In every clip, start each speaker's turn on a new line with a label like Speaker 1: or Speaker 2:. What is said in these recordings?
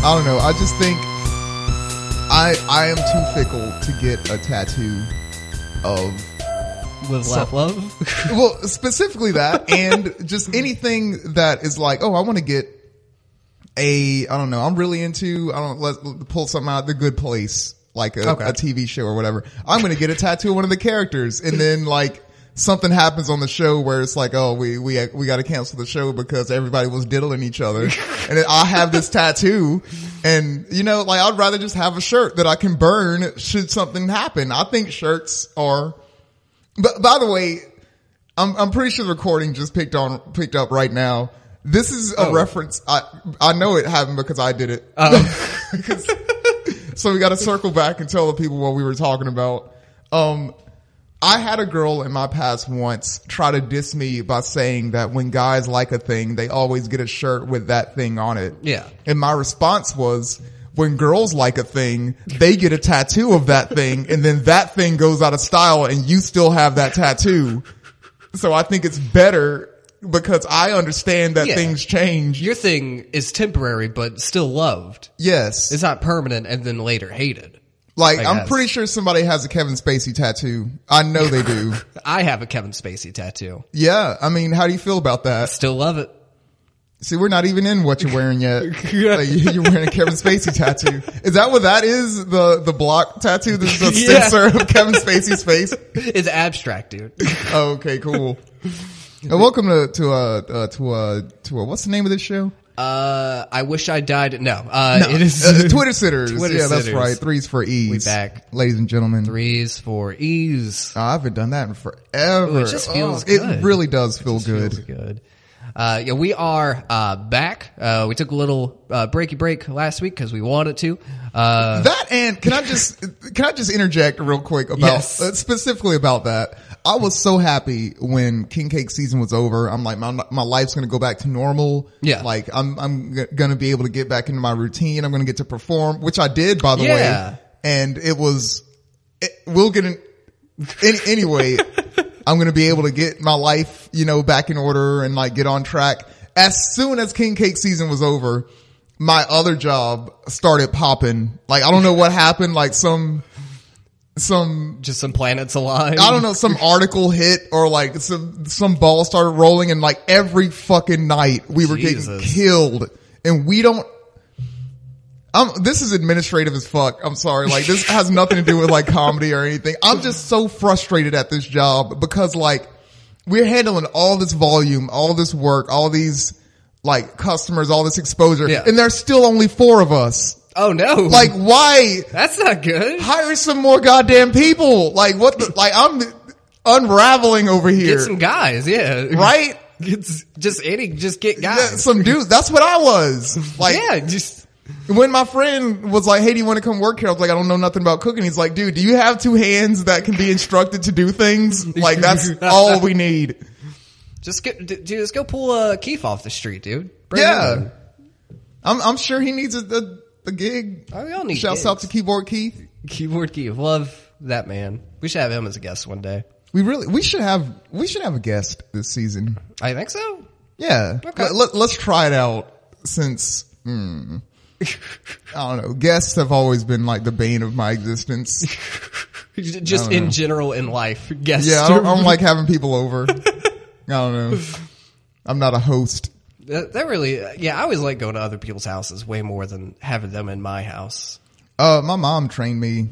Speaker 1: I don't know. I just think I I am too fickle to get a tattoo of
Speaker 2: Live, laugh, love.
Speaker 1: well, specifically that, and just anything that is like, oh, I want to get a, I don't know, I'm really into, I don't let's pull something out of the good place, like a,
Speaker 3: Okay.
Speaker 1: a TV show or whatever. I'm gonna get a tattoo of one of the characters, and then like something happens on the show where it's like, oh, we we we got to cancel the show because everybody was diddling each other, and then I have this tattoo, and you know, like I'd rather just have a shirt that I can burn should something happen. I think shirts are. But by the way, I'm I'm pretty sure the recording just picked on picked up right now. This is a reference. I I know it happened because I did it.
Speaker 2: um,
Speaker 1: 'Cause- so we got to circle back and tell the people what we were talking about. Um, I had a girl in my past once try to diss me by saying that when guys like a thing, they always get a shirt with that thing on it.
Speaker 2: Yeah.
Speaker 1: And my response was, when girls like a thing, they get a tattoo of that thing, and then that thing goes out of style, and you still have that tattoo. So I think it's better because I understand that
Speaker 2: Yeah.
Speaker 1: things change.
Speaker 2: Your thing is temporary, but still loved.
Speaker 1: yes.
Speaker 2: It's not permanent, and then later hated.
Speaker 1: like,
Speaker 2: I
Speaker 1: I'm
Speaker 2: guess.
Speaker 1: pretty sure somebody has a Kevin Spacey tattoo. I know they do.
Speaker 2: I have a Kevin Spacey tattoo.
Speaker 1: yeah. I mean, how do you feel about that?
Speaker 2: Still love it.
Speaker 1: See, we're not even in what you're wearing yet. Like, you- you're wearing a Kevin Spacey tattoo. Is that what that is? The, the block tattoo? This is a
Speaker 2: Yeah.
Speaker 1: censor of Kevin Spacey's face?
Speaker 2: It's abstract, dude.
Speaker 1: Oh, okay, cool. And welcome to, to, uh, uh, to, uh, to, uh, what's the name of this show?
Speaker 2: Uh, I wish I died. No, uh, it
Speaker 1: Uh,
Speaker 2: is
Speaker 1: Twitter sitters.
Speaker 2: Twitter
Speaker 1: yeah, that's
Speaker 2: sitters.
Speaker 1: right. Threes for ease.
Speaker 2: We back.
Speaker 1: ladies and gentlemen.
Speaker 2: Threes for ease.
Speaker 1: Oh, I haven't done that in forever. Oh,
Speaker 2: Ooh, it just feels
Speaker 1: It
Speaker 2: good.
Speaker 1: really does feel good.
Speaker 2: Feels good. Uh, yeah, we are uh, back. Uh, we took a little uh, breaky break last week because we wanted to. Uh,
Speaker 1: That and can I just can I just interject real quick about
Speaker 2: Yes.
Speaker 1: uh, specifically about that? I was so happy when King Cake season was over. I'm like my my life's gonna go back to normal.
Speaker 2: Yeah.
Speaker 1: like I'm I'm g- gonna be able to get back into my routine. I'm gonna get to perform, which I did by the
Speaker 2: Yeah.
Speaker 1: way. And it was it, we'll get in any, anyway. I'm gonna be able to get my life you know back in order and like get on track. As soon as King Cake season was over, my other job started popping. Like I don't know what happened. Like some some
Speaker 2: just some planets aligned.
Speaker 1: I don't know some article hit or like some some ball started rolling and like every fucking night we were getting
Speaker 2: Jesus.
Speaker 1: killed and we don't. I'm, this is administrative as fuck. I'm sorry. Like this has nothing to do with like comedy or anything. I'm just so frustrated at this job because like we're handling all this volume, all this work, all these like customers, all this exposure,
Speaker 2: Yeah.
Speaker 1: and there's still only four of us.
Speaker 2: Oh no!
Speaker 1: Like why?
Speaker 2: that's not good.
Speaker 1: hire some more goddamn people. Like what? The, like I'm unraveling over
Speaker 2: Get
Speaker 1: here,
Speaker 2: some guys. Yeah.
Speaker 1: right?
Speaker 2: Get s- just any. Just get
Speaker 1: Yeah,
Speaker 2: guys.
Speaker 1: some dudes. That's what I was. Like
Speaker 2: yeah. Just
Speaker 1: when my friend was like, "Hey, do you want to come work here?" I was like, "I don't know nothing about cooking." He's like, "Dude, do you have two hands that can be instructed to do things?" Like that's all we need.
Speaker 2: just get d- dude. Just go pull uh, Keith off the street, dude. Bring him
Speaker 1: Yeah,
Speaker 2: in.
Speaker 1: I'm I'm sure he needs a a, a gig.
Speaker 2: Oh, we all need
Speaker 1: Shouts out
Speaker 2: gigs.
Speaker 1: to Keyboard Keith.
Speaker 2: Keyboard Keith. Love that man. We should have him as a guest one day.
Speaker 1: We really we should have we should have a guest this season.
Speaker 2: I think so.
Speaker 1: Yeah.
Speaker 2: Okay.
Speaker 1: Let, let, let's try it out since, hmm, I don't know. Guests have always been like the bane of my existence.
Speaker 2: J- Just in general in life, guests.
Speaker 1: Yeah. I
Speaker 2: are-
Speaker 1: don't, I don't like having people over. I don't know. I'm not a host.
Speaker 2: That, that really, yeah. I always like going to other people's houses way more than having them in my house.
Speaker 1: Uh, my mom trained me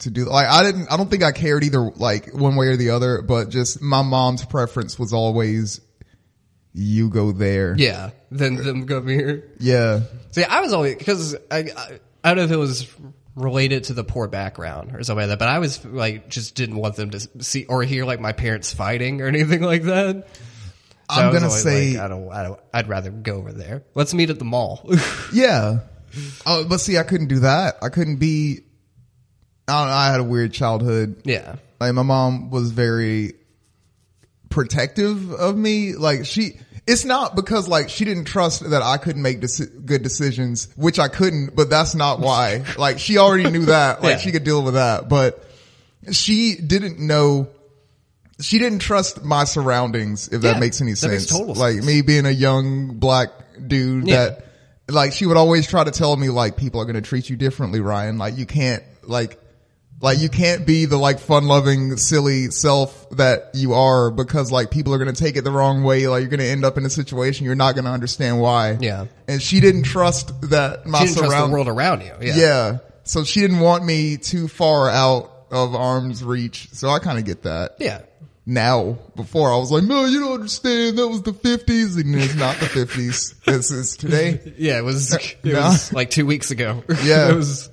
Speaker 1: to do like I didn't. I don't think I cared either, like one way or the other. But just my mom's preference was always, you go there.
Speaker 2: Yeah, than them come here.
Speaker 1: Yeah.
Speaker 2: See, I was always because I, I I don't know if it was related to the poor background or something like that, but I was like just didn't want them to see or hear like my parents fighting or anything like that. So I
Speaker 1: I'm
Speaker 2: was
Speaker 1: gonna
Speaker 2: always
Speaker 1: say.
Speaker 2: like, I don't, I don't. I'd rather go over there. Let's meet at the mall.
Speaker 1: Yeah. Oh, but see, I couldn't do that. I couldn't be. I don't know. I had a weird childhood.
Speaker 2: yeah,
Speaker 1: Like my mom was very protective of me. Like she, it's not because like she didn't trust that I couldn't make deci- good decisions, which I couldn't. But that's not why. like she already knew that. Like
Speaker 2: Yeah.
Speaker 1: she could deal with that. But she didn't know. She didn't trust my surroundings. If that
Speaker 2: Yeah,
Speaker 1: makes any
Speaker 2: that makes
Speaker 1: sense.
Speaker 2: total
Speaker 1: like me being a young black dude
Speaker 2: Yeah.
Speaker 1: that like she would always try to tell me like people are going to treat you differently, Ryan. Like you can't like like you can't be the like fun loving silly self that you are because like people are going to take it the wrong way. Like you're going to end up in a situation you're not going to understand why.
Speaker 2: Yeah.
Speaker 1: And she didn't trust that my
Speaker 2: She didn't trust the
Speaker 1: surround-
Speaker 2: world around you. Yeah.
Speaker 1: Yeah. So she didn't want me too far out of arm's reach. So I kind of get that
Speaker 2: Yeah.
Speaker 1: now before I was like, no, you don't understand. That was the fifties and it's not the fifties. this is today.
Speaker 2: Yeah, it was it
Speaker 1: Uh, No.
Speaker 2: was like two weeks ago.
Speaker 1: Yeah.
Speaker 2: it was.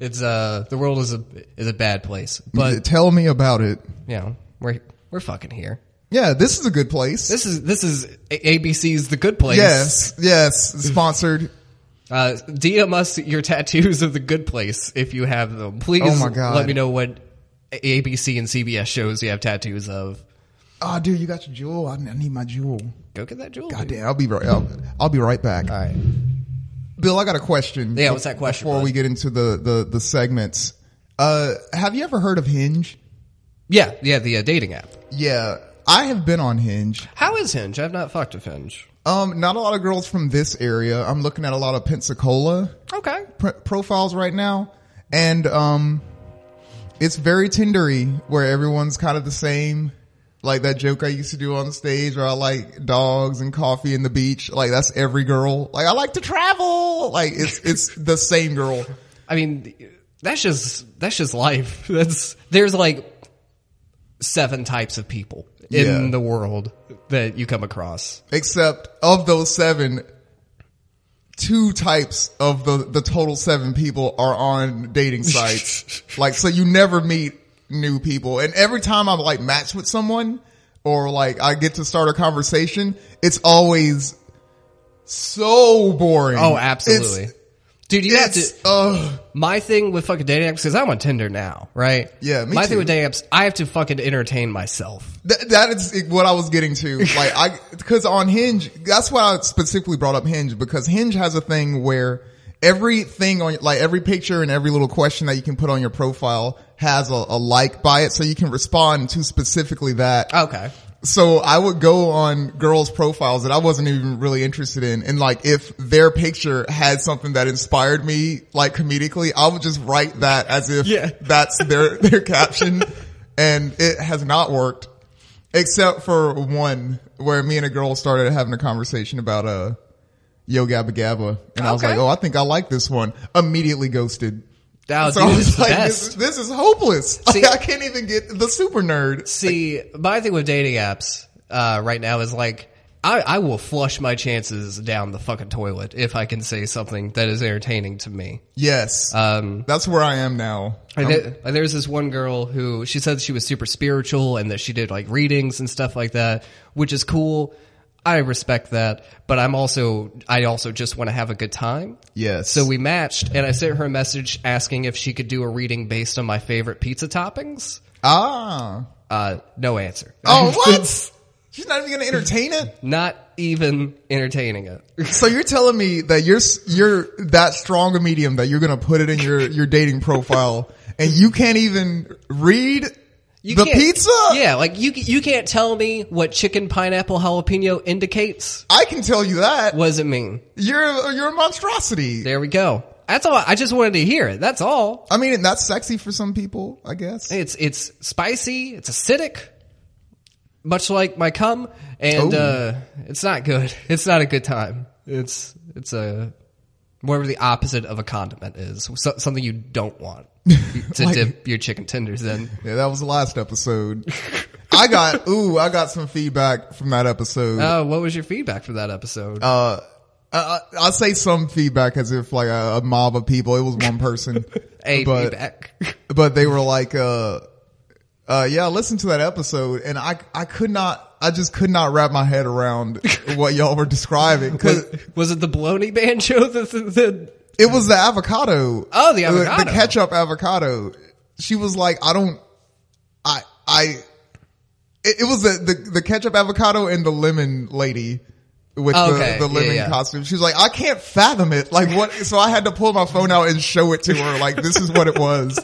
Speaker 2: It's uh, the world is a is a bad place, but
Speaker 1: Tell me about it.
Speaker 2: you know we're we're fucking here.
Speaker 1: Yeah. This is a good place.
Speaker 2: This is this is A- ABC's The Good Place.
Speaker 1: yes. Yes. Sponsored.
Speaker 2: Uh, DM us your tattoos of The Good Place if you have them. Please.
Speaker 1: Oh my God.
Speaker 2: Let me know what A- ABC and CBS shows you have tattoos of.
Speaker 1: Oh, dude, you got your jewel. I I need my jewel.
Speaker 2: Go get that jewel.
Speaker 1: God
Speaker 2: dude.
Speaker 1: damn. I'll be right. I'll, I'll be right back.
Speaker 2: All right.
Speaker 1: Bill, I got a question.
Speaker 2: Yeah, what's that question,
Speaker 1: Before
Speaker 2: bud?
Speaker 1: we get into the, the, the segments. Uh, have you ever heard of Hinge?
Speaker 2: Yeah, yeah, the uh, dating app.
Speaker 1: Yeah. I have been on Hinge.
Speaker 2: How is Hinge? I've not fucked with Hinge.
Speaker 1: Um, not a lot of girls from this area. I'm looking at a lot of Pensacola.
Speaker 2: Okay.
Speaker 1: pr- profiles right now, and um, it's very Tindery, where everyone's kind of the same. Like that joke I used to do on stage, where I like dogs and coffee and the beach. Like that's every girl. Like I like to travel. Like it's it's the same girl.
Speaker 2: I mean, that's just that's just life. That's there's like seven types of people in
Speaker 1: Yeah.
Speaker 2: the world that you come across.
Speaker 1: Except of those seven, two types of the the total seven people are on dating sites. like so you never meet new people. And every time I'm like matched with someone or like I get to start a conversation, it's always so boring.
Speaker 2: Oh, absolutely,
Speaker 1: It's,
Speaker 2: dude. You have
Speaker 1: it's
Speaker 2: to.
Speaker 1: uh,
Speaker 2: My thing with fucking dating apps because I'm on Tinder now, right?
Speaker 1: Yeah, me
Speaker 2: my
Speaker 1: too.
Speaker 2: thing with dating apps, I have to fucking entertain myself.
Speaker 1: Th- that is what I was getting to. Like I, cause on Hinge, that's why I specifically brought up Hinge because Hinge has a thing where everything on, like every picture and every little question that you can put on your profile has a, a like by it. So you can respond to specifically that.
Speaker 2: Okay,
Speaker 1: So I would go on girls' profiles that I wasn't even really interested in, and like if their picture had something that inspired me, like comedically, I would just write that as if
Speaker 2: Yeah.
Speaker 1: that's their their caption, and it has not worked, except for one where me and a girl started having a conversation about uh, Yo Gabba Gabba, and I was
Speaker 2: Okay.
Speaker 1: like, oh, I think I like this one. Immediately ghosted.
Speaker 2: now
Speaker 1: so I
Speaker 2: Oh, dude, it's
Speaker 1: was
Speaker 2: the
Speaker 1: like,
Speaker 2: best.
Speaker 1: this, this is hopeless.
Speaker 2: See-
Speaker 1: like, I can't even get the super nerd.
Speaker 2: See, my thing with dating apps uh, right now is like I, I will flush my chances down the fucking toilet if I can say something that is entertaining to me.
Speaker 1: Yes.
Speaker 2: Um,
Speaker 1: That's where I am now.
Speaker 2: like there- like, uh, there's this one girl who she said she was super spiritual and that she did like readings and stuff like that, which is cool. I respect that, but I'm also I also just want to have a good time.
Speaker 1: Yes.
Speaker 2: So we matched, and I sent her a message asking if she could do a reading based on my favorite pizza toppings.
Speaker 1: ah.
Speaker 2: Uh, no answer.
Speaker 1: Oh, what? She's not even going to entertain it.
Speaker 2: Not even entertaining it.
Speaker 1: So you're telling me that you're s- you're that strong a medium that you're going to put it in your your dating profile and you can't even read
Speaker 2: You
Speaker 1: the
Speaker 2: can't-
Speaker 1: pizza?
Speaker 2: Yeah, like you you can't tell me what chicken pineapple jalapeno indicates.
Speaker 1: I can tell you that.
Speaker 2: What does it mean?
Speaker 1: You're you're a monstrosity.
Speaker 2: There we go. That's all. I just wanted to hear it. That's all.
Speaker 1: I mean, and that's sexy for some people, I guess.
Speaker 2: It's it's spicy. It's acidic, much like my cum, and
Speaker 1: Ooh.
Speaker 2: uh, it's not good. It's not a good time. It's it's a whatever the opposite of a condiment is. So, something you don't want to
Speaker 1: Like-
Speaker 2: dip your chicken tenders in.
Speaker 1: Yeah, that was the last episode. I got ooh, I got some feedback from that episode.
Speaker 2: Uh, what was your feedback for that episode?
Speaker 1: uh, I, I- I say some feedback as if like a, a mob of people. It was one person,
Speaker 2: a
Speaker 1: but
Speaker 2: feedback.
Speaker 1: but they were like, uh, uh, yeah, listen to that episode, and I I could not, I just could not wrap my head around what y'all were describing because
Speaker 2: was, was it the baloney banjo? The, the, the,
Speaker 1: it was the avocado. Uh,
Speaker 2: Oh, the
Speaker 1: the
Speaker 2: avocado.
Speaker 1: ketchup avocado. She was like, I don't, I I. It, it was the, the the ketchup avocado and the lemon lady. With
Speaker 2: Okay,
Speaker 1: the, the
Speaker 2: yeah,
Speaker 1: lemon
Speaker 2: yeah.
Speaker 1: costume, she was like, "I can't fathom it." Like what? So I had to pull my phone out and show it to her. Like this is what it was.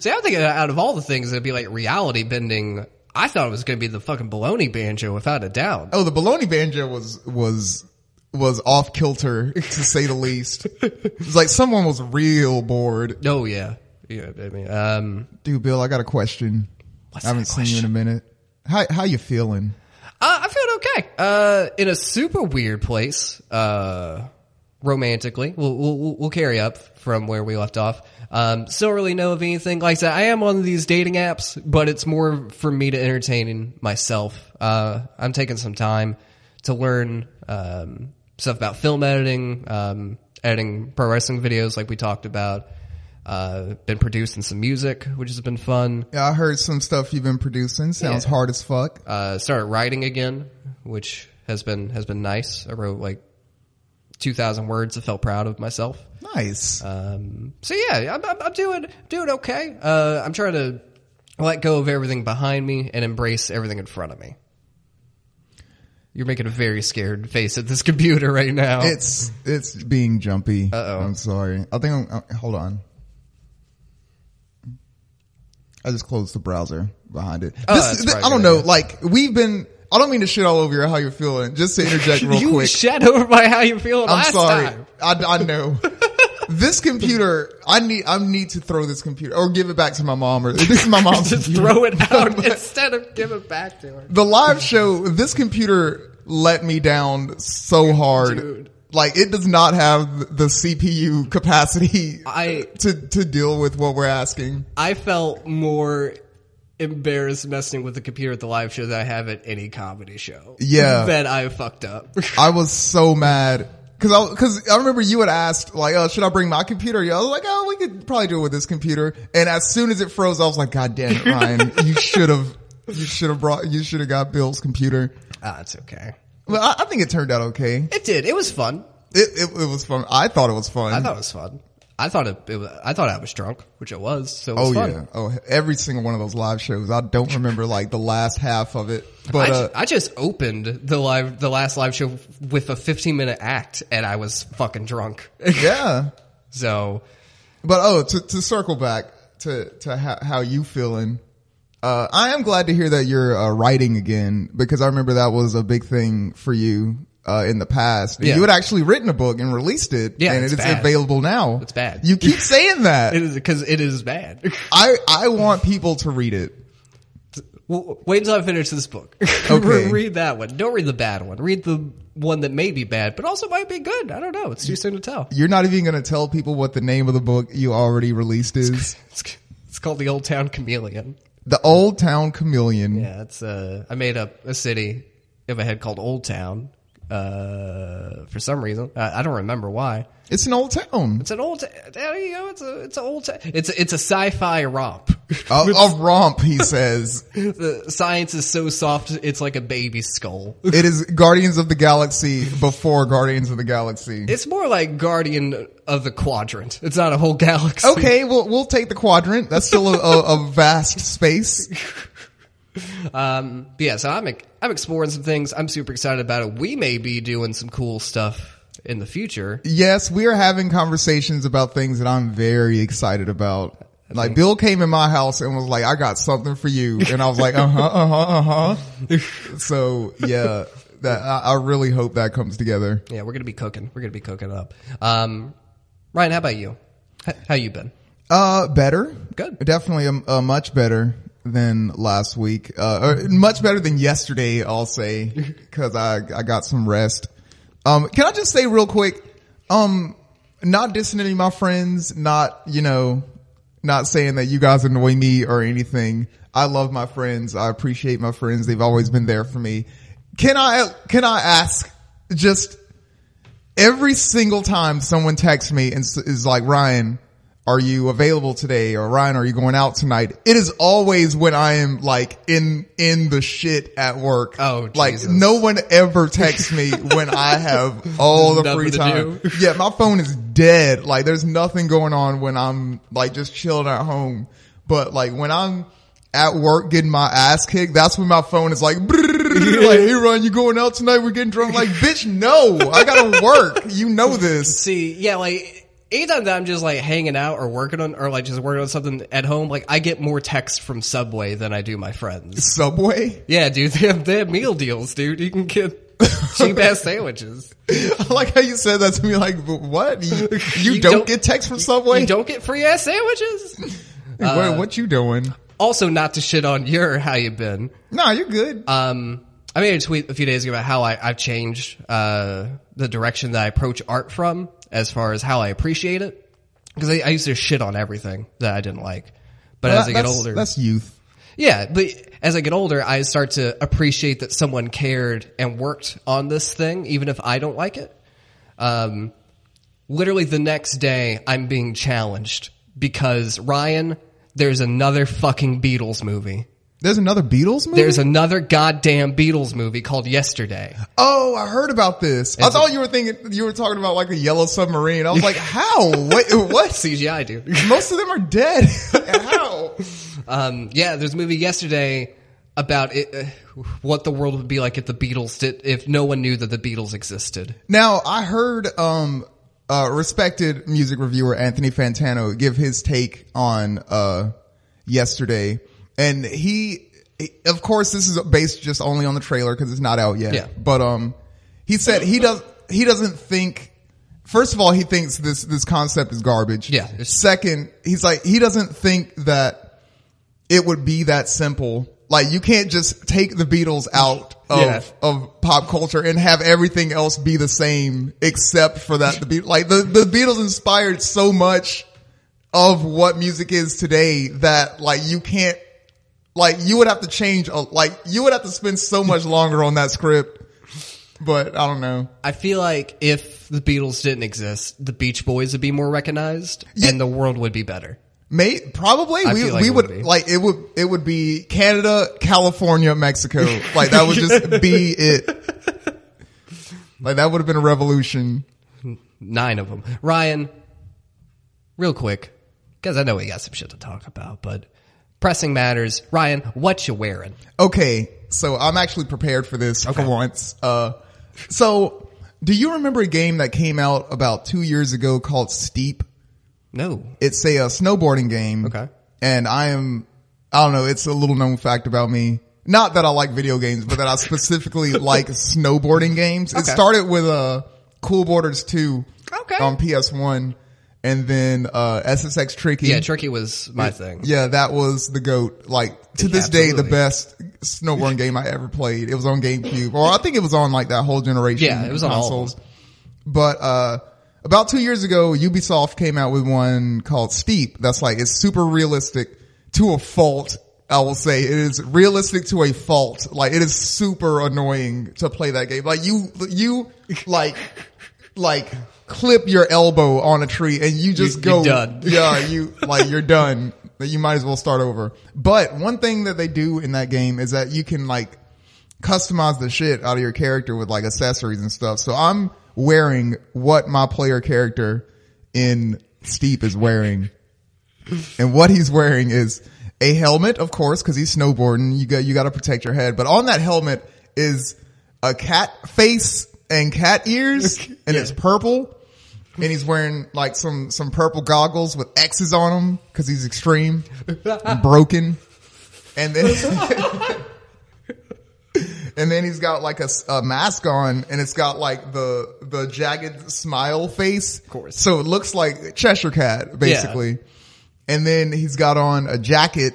Speaker 2: see, I think out of all the things, it'd be like reality bending. I thought it was going to be the fucking baloney banjo, without a doubt.
Speaker 1: Oh, the baloney banjo was was was off kilter to say the least. It was like someone was real bored.
Speaker 2: Oh yeah, yeah. I mean, um,
Speaker 1: Dude, Bill, I got a question.
Speaker 2: What's
Speaker 1: I haven't seen
Speaker 2: that
Speaker 1: you in a minute. How how you feeling?
Speaker 2: Uh, I feel okay. Uh, in a super weird place, uh, romantically. We'll, we'll, we'll carry up from where we left off. Um, still really know of anything. Like I said, I am on these dating apps, but it's more for me to entertain myself. Uh, I'm taking some time to learn, um, stuff about film editing, um, editing pro wrestling videos like we talked about. Uh, been producing some music, which has been fun.
Speaker 1: Yeah, I heard some stuff you've been producing. Sounds
Speaker 2: Yeah.
Speaker 1: hard as fuck.
Speaker 2: uh, started writing again, which has been has been nice. I wrote like two thousand words. I felt proud of myself.
Speaker 1: Nice.
Speaker 2: Um, so yeah, I'm, I'm, I'm doing doing okay. Uh, I'm trying to let go of everything behind me and embrace everything in front of me. You're making a very scared face at this computer right now.
Speaker 1: It's it's being jumpy.
Speaker 2: Uh-oh.
Speaker 1: I'm sorry. I think I'm, uh, hold on. I just closed the browser behind it.
Speaker 2: Oh,
Speaker 1: This- this-
Speaker 2: that's probably
Speaker 1: I
Speaker 2: a
Speaker 1: don't
Speaker 2: good
Speaker 1: know.
Speaker 2: idea.
Speaker 1: Like we've been. I don't mean to shit all over you. How you're feeling? Just to interject real
Speaker 2: you
Speaker 1: quick.
Speaker 2: shed over by how you feel
Speaker 1: I'm
Speaker 2: last
Speaker 1: sorry.
Speaker 2: time.
Speaker 1: I, I know. this computer. I need. I need to throw this computer or give it back to my mom. Or this is my mom's.
Speaker 2: Just
Speaker 1: computer.
Speaker 2: throw it out instead of give it back to her.
Speaker 1: the live show, this computer let me down so hard.
Speaker 2: Dude.
Speaker 1: Like it does not have the CPU capacity
Speaker 2: I-
Speaker 1: to to deal with what we're asking.
Speaker 2: I felt more embarrassed messing with the computer at the live show than I have at any comedy show.
Speaker 1: Yeah.
Speaker 2: That I fucked up.
Speaker 1: I was so mad because I because I remember you had asked like, "Oh, should I bring my computer?" Yeah, I was like, "Oh, we could probably do it with this computer." And as soon as it froze, I was like, "God damn it, Ryan! you should have you should have brought you should have got Bill's computer."
Speaker 2: ah, it's okay.
Speaker 1: But I, I think it turned out okay.
Speaker 2: It did. It was fun.
Speaker 1: It, it it was fun. I thought it was fun.
Speaker 2: I thought it was fun. I thought it, it was, I thought I was drunk, which I was. So it was
Speaker 1: Oh
Speaker 2: fun.
Speaker 1: yeah. Oh, every single one of those live shows. I don't remember like the last half of it, but
Speaker 2: I, ju-
Speaker 1: uh,
Speaker 2: I just opened the live the last live show with a 15 minute act and I was fucking drunk.
Speaker 1: yeah.
Speaker 2: so
Speaker 1: But oh, to, to circle back to to how, how you feeling. Uh, I am glad to hear that you're uh, writing again because I remember that was a big thing for you uh, in the past.
Speaker 2: Yeah.
Speaker 1: You had actually written a book and released it,
Speaker 2: Yeah,
Speaker 1: and
Speaker 2: it's
Speaker 1: it's
Speaker 2: bad.
Speaker 1: available now.
Speaker 2: It's bad.
Speaker 1: You keep saying that.
Speaker 2: it is because it is bad.
Speaker 1: I I want people to read it.
Speaker 2: Well, wait until I finish this book.
Speaker 1: Okay.
Speaker 2: read that one. Don't read the bad one. Read the one that may be bad, but also might be good. I don't know. It's too soon to tell.
Speaker 1: You're not even going to tell people what the name of the book you already released is.
Speaker 2: It's, it's called the Old Town Chameleon.
Speaker 1: The Old Town Chameleon.
Speaker 2: Yeah, it's uh, I made up a city in my head called Old Town. Uh, for some reason, I, I don't remember why.
Speaker 1: It's an old town.
Speaker 2: It's an old. There you go. It's a. It's an old. Ta- it's a, it's a sci-fi romp.
Speaker 1: A, a romp, he says.
Speaker 2: the science is so soft. It's like a baby skull.
Speaker 1: It is Guardians of the Galaxy before Guardians of the Galaxy.
Speaker 2: It's more like Guardian of the Quadrant. It's not a whole galaxy.
Speaker 1: Okay, we'll we'll take the quadrant. That's still a, a, a vast space.
Speaker 2: Um, but yeah, so I'm ex- I'm exploring some things. I'm super excited about it. We may be doing some cool stuff in the future.
Speaker 1: Yes, we are having conversations about things that I'm very excited about. Like Bill came in my house and was like, "I got something for you," and I was like, "Uh huh, uh huh, uh huh." So yeah, that I, I really hope that comes together.
Speaker 2: Yeah, we're gonna be cooking. We're gonna be cooking up. Um, Ryan, how about you? H- how you been?
Speaker 1: Uh, better.
Speaker 2: Good.
Speaker 1: Definitely a, a much better than last week. Uh, or much better than yesterday, I'll say, cause I, I got some rest. Um, can I just say real quick, um, not dissing any of my friends, not, you know, not saying that you guys annoy me or anything. I love my friends. I appreciate my friends. They've always been there for me. Can I, can I ask just, every single time someone texts me and s- is like, Ryan, are you available today? Or Ryan, are you going out tonight? It is always when I am like in, in the shit at work.
Speaker 2: Oh,
Speaker 1: like
Speaker 2: Jesus.
Speaker 1: no one ever texts me when I have all the
Speaker 2: Nothing
Speaker 1: free
Speaker 2: to
Speaker 1: time.
Speaker 2: do.
Speaker 1: Yeah, my phone is dead. Like there's nothing going on when I'm like just chilling at home. But like when I'm at work getting my ass kicked, that's when my phone is like, like, hey Ron, you going out tonight? We're getting drunk. Like, bitch, no, I gotta work. You know this.
Speaker 2: See, yeah, like anytime that I'm just like hanging out or working on or like just working on something at home, like I get more text from Subway than I do my friends.
Speaker 1: Subway?
Speaker 2: Yeah, dude, they have, they have meal deals, dude. You can get cheap ass sandwiches.
Speaker 1: I like how you said that to me. Like, but what? You, you
Speaker 2: You
Speaker 1: don't,
Speaker 2: don't-
Speaker 1: get text from Subway.
Speaker 2: You don't uh, get free ass sandwiches.
Speaker 1: what, what you doing?
Speaker 2: Also, not to shit on your how you been.
Speaker 1: Nah, you're good.
Speaker 2: Um, I made a tweet a few days ago about how I, I've changed uh, the direction that I approach art from as far as how I appreciate it. Because I, I used to shit on everything that I didn't like. But as I get
Speaker 1: That's-
Speaker 2: older,
Speaker 1: that's youth.
Speaker 2: yeah, but as I get older, I start to appreciate that someone cared and worked on this thing, even if I don't like it. Um, literally the next day, I'm being challenged because Ryan, there's another fucking Beatles movie.
Speaker 1: There's another Beatles movie.
Speaker 2: There's another goddamn Beatles movie called Yesterday.
Speaker 1: oh, I heard about this. I thought you were thinking you were talking about like a yellow submarine. I was like, how? What? what?
Speaker 2: CGI, dude.
Speaker 1: Most of them are dead. how?
Speaker 2: Um, yeah, there's a movie yesterday about it, uh, what the world would be like if the Beatles did, if no one knew that the Beatles existed.
Speaker 1: Now I heard um uh respected music reviewer Anthony Fantano give his take on uh yesterday and he of course this is based just only on the trailer cuz it's not out yet.
Speaker 2: Yeah.
Speaker 1: But um he said he does he doesn't think first of all he thinks this this concept is garbage.
Speaker 2: Yeah, it's-
Speaker 1: Second, he's like he doesn't think that it would be that simple. Like you can't just take the Beatles out of
Speaker 2: Yeah.
Speaker 1: of pop culture and have everything else be the same except for that the Beatles. Like the, the Beatles inspired so much of what music is today that like you can't like you would have to change a, like you would have to spend so much longer on that script. But I don't know.
Speaker 2: I feel like if the Beatles didn't exist, the Beach Boys would be more recognized and the world would be better.
Speaker 1: May probably we,
Speaker 2: feel like
Speaker 1: we
Speaker 2: it
Speaker 1: would,
Speaker 2: would be.
Speaker 1: like it would it would be Canada, California, Mexico. like that would just be it. Like that would have been a revolution.
Speaker 2: Nine of them. Ryan, real quick, because I know we got some shit to talk about, but pressing matters. Ryan, what you wearing?
Speaker 1: Okay, so I'm actually prepared for this for once. Uh, so do you remember a game that came out about two years ago called Steep?
Speaker 2: No.
Speaker 1: It's a, uh snowboarding game.
Speaker 2: Okay.
Speaker 1: And I am, I don't know, it's a little known fact about me. Not that I like video games, but that I specifically like snowboarding games. It
Speaker 2: Okay.
Speaker 1: started with, uh, Cool Borders 2.
Speaker 2: Okay.
Speaker 1: On PS1. And then, uh, SSX Tricky.
Speaker 2: Yeah, Tricky was my thing.
Speaker 1: Yeah, that was the GOAT. Like, to
Speaker 2: Yeah,
Speaker 1: this day, the
Speaker 2: absolutely.
Speaker 1: best snowboarding game I ever played. It was on GameCube, or I think it was on like that whole generation.
Speaker 2: Yeah, it was on all of
Speaker 1: consoles. But, uh, about two years ago, Ubisoft came out with one called Steep. That's like, it's super realistic to a fault. I will say it is realistic to a fault. Like, it is super annoying to play that game. Like, you, you, like, like, clip your elbow on a tree and you just
Speaker 2: You-
Speaker 1: go
Speaker 2: you're done.
Speaker 1: yeah, you like you're done. That you might as well start over. But one thing that they do in that game is that you can like customize the shit out of your character with like accessories and stuff. So I'm wearing what my player character in Steep is wearing. And what he's wearing is a helmet, of course, cause he's snowboarding. You got, you got to protect your head. But on that helmet is a cat face and cat ears and it's purple. And he's wearing like some, some purple goggles with X's on them cause he's extreme and broken. And then, and then he's got like a, s- a mask on and it's got like the, the jagged smile face. Of
Speaker 2: course.
Speaker 1: So it looks like Cheshire Cat basically. And then he's got on a jacket.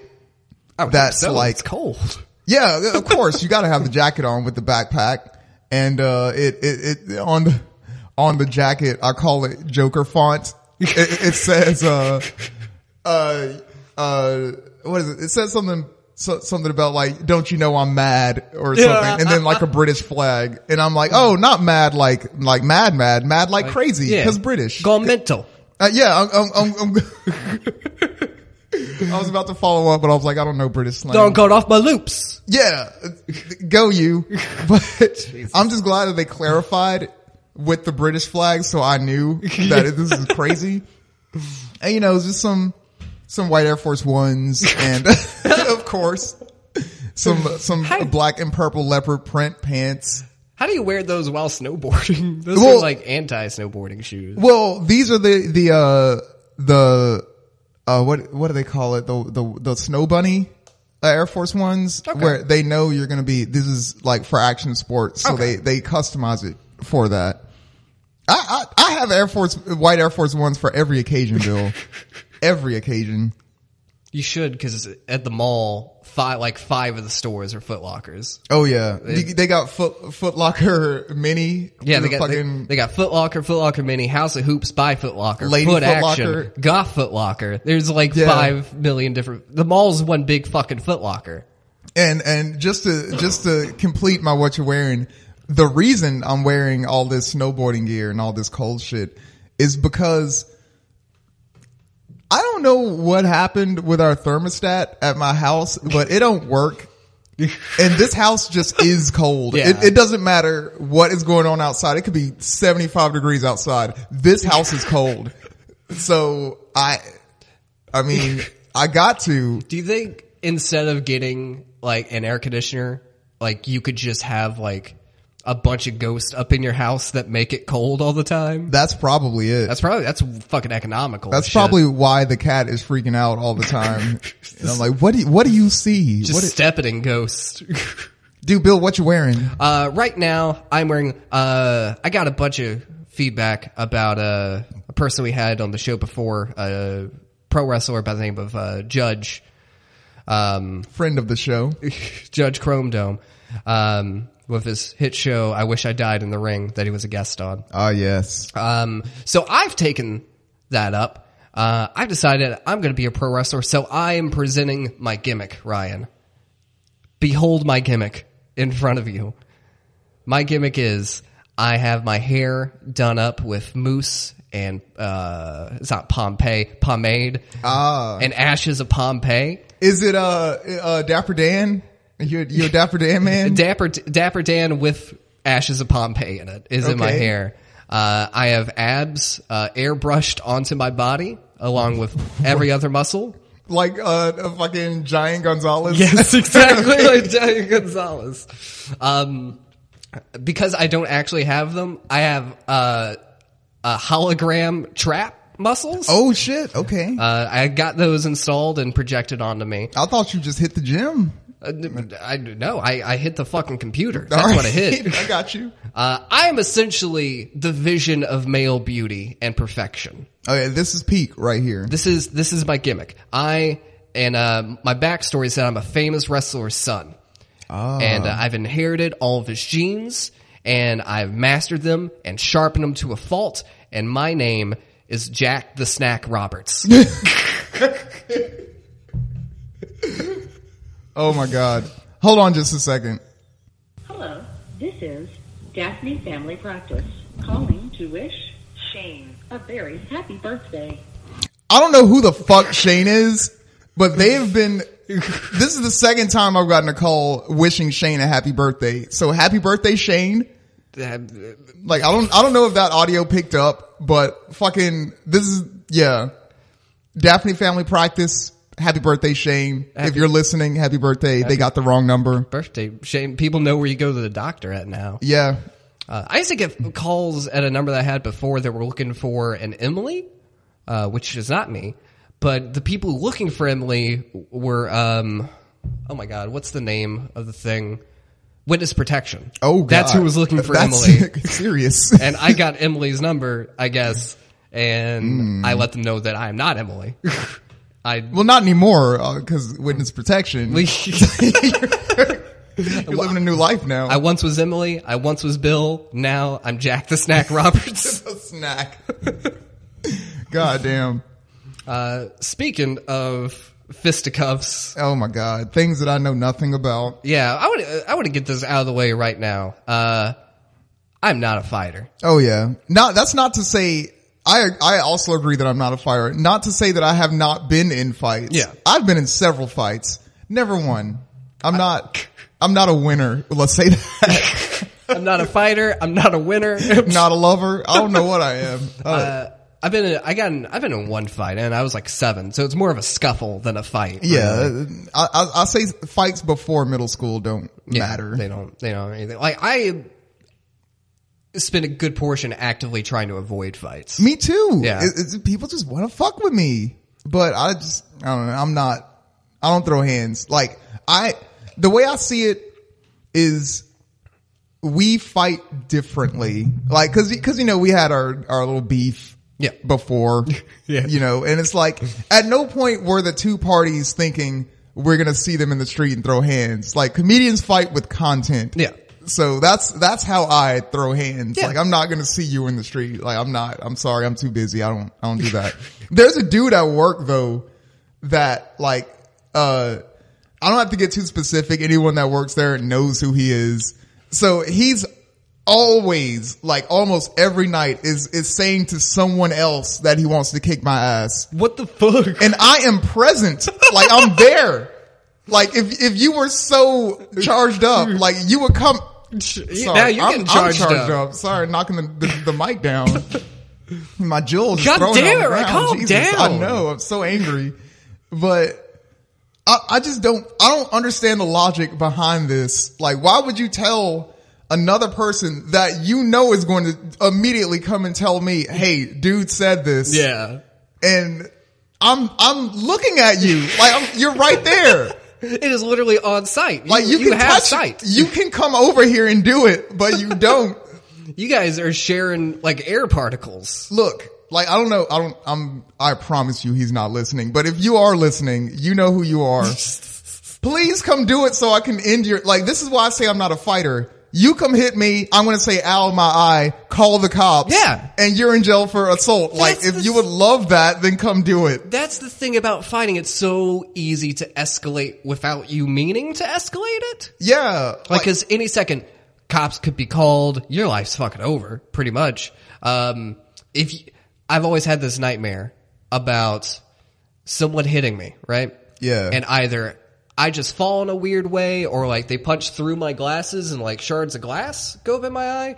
Speaker 2: I would
Speaker 1: That's
Speaker 2: hope
Speaker 1: like-
Speaker 2: it's cold.
Speaker 1: Yeah, of course, you got to have the jacket on with the backpack, and uh, it, it it on the on the jacket. I call it Joker font. It, it says uh uh uh what is it? It says something so, something about like don't you know I'm mad or something, and then like a British flag, and I'm like oh not mad like like mad mad mad like, crazy
Speaker 2: Yeah.
Speaker 1: because British
Speaker 2: Gone mental.
Speaker 1: uh, yeah, I'm. I'm, I'm, I'm I was about to follow up, but I was like, I don't know British slang.
Speaker 2: Gone got off my loops.
Speaker 1: Yeah, go you. But I'm just glad that they clarified with the British flag, so I knew that it- this is crazy. And you know, it's just some some white Air Force Ones, and of course, some some
Speaker 2: How-
Speaker 1: black and purple leopard print pants.
Speaker 2: How do you wear those while snowboarding? Those
Speaker 1: Well-
Speaker 2: are like anti-snowboarding shoes.
Speaker 1: Well, these are the the uh the uh what what do they call it? The the the snow bunny uh, uh, Air Force Ones
Speaker 2: Okay.
Speaker 1: where they know you're going to be, this is like for action sports. So
Speaker 2: Okay.
Speaker 1: they, they customize it for that. I, I, I have Air Force, white Air Force Ones for every occasion, Bill. every occasion.
Speaker 2: You should because at the mall, five like five of the stores are Foot Lockers.
Speaker 1: Oh yeah. They, they got Foot, Foot Locker Mini.
Speaker 2: Yeah,
Speaker 1: the
Speaker 2: they got they, they got Foot Locker, Foot Locker Mini, House of Hoops by Foot Locker,
Speaker 1: Lady Foot
Speaker 2: Foot Action,
Speaker 1: Locker.
Speaker 2: Goth Foot Locker. There's like
Speaker 1: Yeah.
Speaker 2: five million different. The mall's one big fucking Foot Locker.
Speaker 1: And and just to just to complete my what you're wearing, the reason I'm wearing all this snowboarding gear and all this cold shit is because I don't know what happened with our thermostat at my house, but it don't work. And this house just is cold.
Speaker 2: Yeah.
Speaker 1: It, it doesn't matter what is going on outside. It could be 75 degrees outside. This house is cold. So I, I mean, I got to
Speaker 2: Do you think instead of getting like an air conditioner, like you could just have like a bunch of ghosts up in your house that make it cold all the time?
Speaker 1: that's probably it.
Speaker 2: That's probably that's fucking economical.
Speaker 1: That's
Speaker 2: shit.
Speaker 1: probably why the cat is freaking out all the time. and I'm like, what do you, what do you see?
Speaker 2: just
Speaker 1: What do-
Speaker 2: step it in ghost.
Speaker 1: dude, Bill, what you wearing?
Speaker 2: Uh, right now, I'm wearing. Uh, I got a bunch of feedback about uh, a person we had on the show before, a pro wrestler by the name of uh, Judge, um,
Speaker 1: Friend of the show.
Speaker 2: Judge Chrome Dome, um, with his hit show "I Wish I Died in the Ring" that he was a guest on.
Speaker 1: Ah, yes.
Speaker 2: Um, so I've taken that up. Uh, I've decided I'm going to be a pro wrestler, so I am presenting my gimmick, Ryan. Behold my gimmick in front of you. My gimmick is I have my hair done up with mousse and uh, it's not Pompeii pomade
Speaker 1: Ah.
Speaker 2: and ashes of Pompeii.
Speaker 1: Is it, uh, uh, Dapper Dan? You, you a Dapper Dan man?
Speaker 2: Dapper Dapper Dan with ashes of Pompeii in it is in my
Speaker 1: Okay.
Speaker 2: hair. Uh, I have abs uh, airbrushed onto my body along with every other muscle.
Speaker 1: like, uh, a fucking giant Gonzalez?
Speaker 2: exactly like Johnny Gonzalez. Um, because I don't actually have them, I have uh, a hologram trap muscles.
Speaker 1: oh shit. Okay.
Speaker 2: Uh, I got those installed and projected onto me.
Speaker 1: I thought you just hit the gym.
Speaker 2: Uh, n- I no, I, I hit the fucking computer.
Speaker 1: All
Speaker 2: That's what I
Speaker 1: right.
Speaker 2: hit.
Speaker 1: I got you.
Speaker 2: Uh, I am essentially the vision of male beauty and perfection.
Speaker 1: Okay. This is peak right here.
Speaker 2: This is this is my gimmick. I and uh, my backstory is that I'm a famous wrestler's son, and uh, I've inherited all of his genes, and I've mastered them and sharpened them to a fault. And my name is Jack the Snack Roberts.
Speaker 1: Oh my God. Hold on just a second.
Speaker 3: Hello, this is Daphne Family Practice calling to wish Shane a very happy birthday.
Speaker 1: I don't know who the fuck Shane is, but they've been. This is the second time I've gotten a call wishing Shane a happy birthday. So happy birthday, Shane!
Speaker 2: Uh,
Speaker 1: Like I don't, I don't know if that audio picked up, but fucking this is yeah. Daphne Family Practice. Happy birthday, Shane! if you're listening, happy birthday. they got the wrong number.
Speaker 2: Birthday shame. People know where you go to the doctor at now.
Speaker 1: Yeah.
Speaker 2: Uh, I used to get calls at a number that I had before that were looking for an Emily, uh, which is not me. But the people looking for Emily were, um, oh my god, what's the name of the thing? Witness protection.
Speaker 1: Oh, God.
Speaker 2: that's who was looking for
Speaker 1: That's
Speaker 2: Emily.
Speaker 1: serious.
Speaker 2: and I got Emily's number, I guess,
Speaker 1: Hmm.
Speaker 2: and I let them know that I am not Emily. I
Speaker 1: well, not anymore because witness protection. You're living a new life now.
Speaker 2: I once was Emily. I once was Bill. Now I'm Jack the Snack Roberts.
Speaker 1: a snack. God damn.
Speaker 2: Uh, speaking of fisticuffs,
Speaker 1: Oh my god. Things that I know nothing about.
Speaker 2: yeah, I want to I want to get this out of the way right now. Uh, I'm not a fighter.
Speaker 1: Oh yeah. Not that's not to say I I also agree that I'm not a fighter. Not to say that I have not been in fights.
Speaker 2: Yeah.
Speaker 1: I've been in several fights. Never won. I'm not I'm not a winner. Let's say that.
Speaker 2: I'm not a fighter. I'm not a winner.
Speaker 1: not a lover. I don't know what I am. Uh,
Speaker 2: Uh, I've been in, I got in, I've been in one fight and I was like seven, so it's more of a scuffle than a fight. really.
Speaker 1: yeah. I, I I say fights before middle school don't matter.
Speaker 2: They don't they don't anything like I spent a good portion actively trying to avoid fights.
Speaker 1: Me too.
Speaker 2: Yeah.
Speaker 1: It- it's- people just want to fuck with me, but I just I don't know. I'm not. I don't throw hands. Like I, the way I see it is we fight differently. Like cause, cause you know, we had our, our little beef.
Speaker 2: Yeah.
Speaker 1: Before,
Speaker 2: Yeah.
Speaker 1: you know, and it's like at no point were the two parties thinking we're going to see them in the street and throw hands. Like comedians fight with content.
Speaker 2: Yeah.
Speaker 1: So that's, that's how I throw hands.
Speaker 2: Yeah.
Speaker 1: Like I'm not going to see you in the street. Like I'm not, I'm sorry. I'm too busy. I don't, I don't do that. There's a dude at work though that like uh I don't have to get too specific. Anyone that works there knows who he is. So he's always like almost every night is is saying to someone else that he wants to kick my ass.
Speaker 2: What the fuck?
Speaker 1: And I am present. Like I'm there. Like if if you were so charged up, like you would come Sorry,
Speaker 2: now you're
Speaker 1: I'm-
Speaker 2: getting
Speaker 1: I'm
Speaker 2: charged, up.
Speaker 1: Sorry, knocking the, the, the mic down. My jewels.
Speaker 2: God
Speaker 1: God throwing
Speaker 2: damn
Speaker 1: on
Speaker 2: it,
Speaker 1: the
Speaker 2: Rick,
Speaker 1: ground.
Speaker 2: calm
Speaker 1: Jesus,
Speaker 2: down.
Speaker 1: I know. I'm so angry, but I, I just don't. I don't understand the logic behind this. Like, why would you tell another person that you know is going to immediately come and tell me, "Hey, dude said this."
Speaker 2: Yeah.
Speaker 1: and I'm I'm looking at you like I'm, you're right there.
Speaker 2: It is literally on site.
Speaker 1: Like you, can
Speaker 2: have
Speaker 1: touch
Speaker 2: sight.
Speaker 1: You can come over here and do it, but you don't.
Speaker 2: You guys are sharing like air particles.
Speaker 1: look, like I don't know, I don't, I'm, I promise you, he's not listening. But if you are listening, you know who you are. Please come do it so I can end your. Like this is why I say I'm not a fighter. You come hit me, I'm gonna say ow my eye, call the cops.
Speaker 2: Yeah.
Speaker 1: and you're in jail for assault. like
Speaker 2: That's
Speaker 1: if
Speaker 2: the
Speaker 1: you would love that, then come do it.
Speaker 2: That's the thing about fighting. It's so easy to escalate without you meaning to escalate it.
Speaker 1: Yeah,
Speaker 2: Like, cause any second, cops could be called. Your life's fucking over, pretty much. Um, if you, I've always had this nightmare about someone hitting me, right?
Speaker 1: Yeah.
Speaker 2: And either I just fall in a weird way, or like they punch through my glasses and like shards of glass go up in my eye.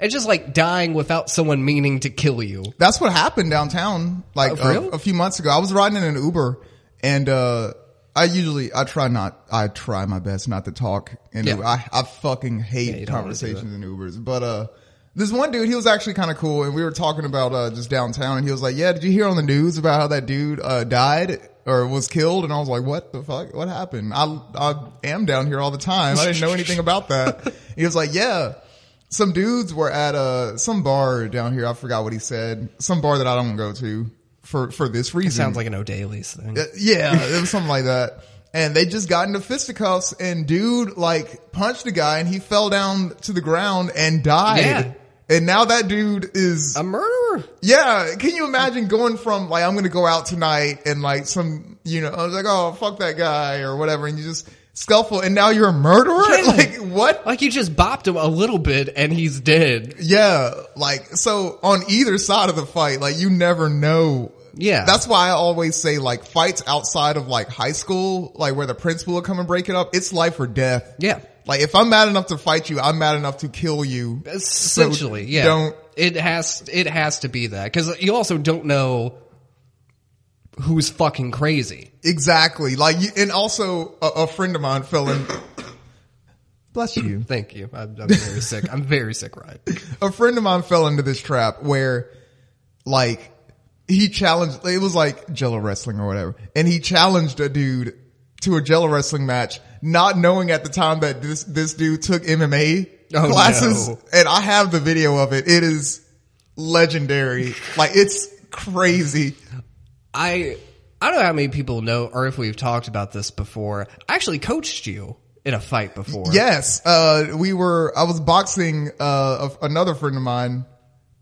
Speaker 2: It's just like dying without someone meaning to kill you.
Speaker 1: That's what happened downtown, like
Speaker 2: Oh, for
Speaker 1: a-
Speaker 2: real?
Speaker 1: a, few months ago. I was riding in an Uber, and uh, I usually I try not I try my best not to talk. And
Speaker 2: Yeah.
Speaker 1: I I fucking hate
Speaker 2: you don't wanna do
Speaker 1: conversations in Ubers, but uh. This one dude, he was actually kind of cool, and we were talking about uh, just downtown, and he was like, "Yeah, did you hear on the news about how that dude uh, died or was killed?" And I was like, "What the fuck? What happened? I I am down here all the time. I didn't know anything about that." he was like, "Yeah, some dudes were at a some bar down here. I forgot what he said. Some bar that I don't go to for for this reason.
Speaker 2: Sounds like an O'Daly's thing.
Speaker 1: Uh, yeah, it was something like that. And they just got into fisticuffs, and dude like punched a guy, and he fell down to the ground and died.
Speaker 2: Yeah.
Speaker 1: And now that dude is
Speaker 2: A murderer.
Speaker 1: yeah. Can you imagine going from like I'm gonna go out tonight and like some you know I was like oh fuck that guy or whatever, and you just scuffle, and now you're a murderer.
Speaker 2: Yeah.
Speaker 1: Like what?
Speaker 2: Like you just bopped him a little bit and he's dead.
Speaker 1: Yeah, like so on either side of the fight, like you never know.
Speaker 2: Yeah.
Speaker 1: That's why I always say like fights outside of like high school, like where the principal will come and break it up, it's life or death.
Speaker 2: Yeah.
Speaker 1: Like if I'm mad enough to fight you, I'm mad enough to kill you.
Speaker 2: Essentially,
Speaker 1: So
Speaker 2: yeah.
Speaker 1: don't-
Speaker 2: it has it has to be that because you also don't know who's fucking crazy.
Speaker 1: Exactly. Like you, and also a, a friend of mine fell in Bless you.
Speaker 2: Thank you. I'm, I'm very sick. I'm very sick, Ryan.
Speaker 1: a friend of mine fell into this trap where like he challenged it was like jello wrestling or whatever and he challenged a dude to a jello wrestling match not knowing at the time that this this dude took mma
Speaker 2: Oh,
Speaker 1: classes
Speaker 2: no.
Speaker 1: and i have the video of it it is legendary like it's crazy
Speaker 2: I I don't know how many people know or if we've talked about this before. I actually coached you in a fight before.
Speaker 1: Yes, uh, we were. I was boxing uh, a, another friend of mine,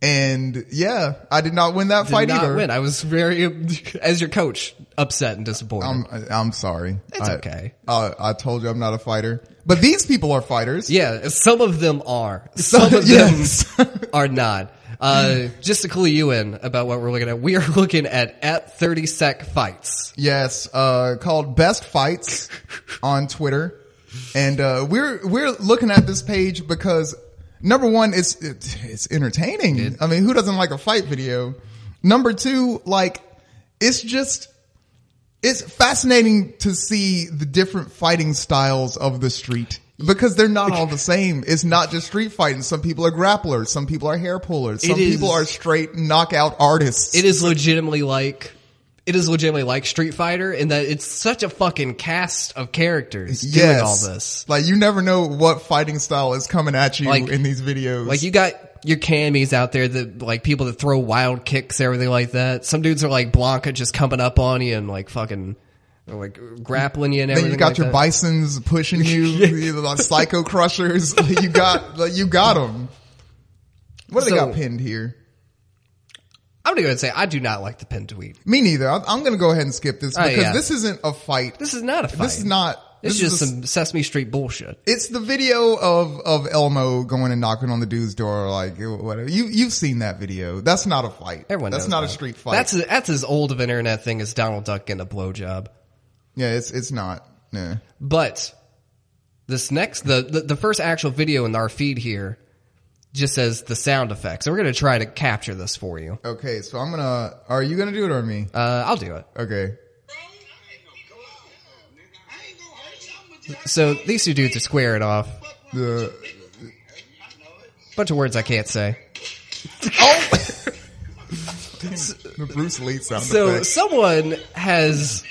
Speaker 1: and yeah, I did not win that
Speaker 2: Did
Speaker 1: fight
Speaker 2: not
Speaker 1: either.
Speaker 2: win. I was very, as your coach, upset and disappointed.
Speaker 1: I'm I- I'm sorry.
Speaker 2: It's
Speaker 1: I-
Speaker 2: okay.
Speaker 1: I, I told you I'm not a fighter, but these people are fighters.
Speaker 2: Yeah, some of them are. Some of
Speaker 1: yes.
Speaker 2: them are not. Uh, just to clue you in about what we're looking at, we are looking at at 30 sec fights.
Speaker 1: Yes, uh, called Best Fights on Twitter, and uh, we're we're looking at this page because number one, it's it's, it's entertaining. I mean, who doesn't like a fight video? Number two, like it's just it's fascinating to see the different fighting styles of the street because they're not all the same. It's not just street fighting. Some people are grapplers, some people are hair pullers, some
Speaker 2: is-
Speaker 1: people are straight knockout artists.
Speaker 2: It is legitimately like, it is legitimately like Street Fighter in that it's such a fucking cast of characters doing
Speaker 1: yes.
Speaker 2: all this.
Speaker 1: Like you never know what fighting style is coming at you
Speaker 2: Like-
Speaker 1: in these videos.
Speaker 2: Like you got your camis out there that like people that throw wild kicks, everything like that. Some dudes are like Blanca just coming up on you and like fucking like grappling you and
Speaker 1: then
Speaker 2: everything.
Speaker 1: you got
Speaker 2: like
Speaker 1: your
Speaker 2: that.
Speaker 1: bisons pushing you, you know, like psycho crushers. Like, you got, like, you got them. What do they
Speaker 2: So-
Speaker 1: got pinned here?
Speaker 2: I'm gonna go ahead and say I do not like the pin tweet.
Speaker 1: Me neither. I, I'm going to go ahead and skip this
Speaker 2: Oh,
Speaker 1: because
Speaker 2: yeah.
Speaker 1: this isn't a fight.
Speaker 2: This is not a fight.
Speaker 1: This is not.
Speaker 2: It's
Speaker 1: this is
Speaker 2: just
Speaker 1: a-
Speaker 2: some Sesame Street bullshit.
Speaker 1: It's the video of of Elmo going and knocking on the dude's door, like whatever. You you've seen that video. That's not a fight.
Speaker 2: Everyone
Speaker 1: That's
Speaker 2: knows
Speaker 1: not
Speaker 2: that.
Speaker 1: a street fight.
Speaker 2: That's that's as old of an internet thing as Donald Duck getting a blowjob.
Speaker 1: yeah. It's it's not. Yeah.
Speaker 2: But this next, the, the the first actual video in our feed here just says the sound effects, and we're gonna try to capture this for you.
Speaker 1: Okay. So I'm gonna. Are you gonna do it or me?
Speaker 2: Uh, I'll do it.
Speaker 1: Okay.
Speaker 2: So these two dudes are squaring off.
Speaker 1: The
Speaker 2: Bunch of words I can't say.
Speaker 1: Oh! the Bruce Lee sound
Speaker 2: So
Speaker 1: effect.
Speaker 2: someone has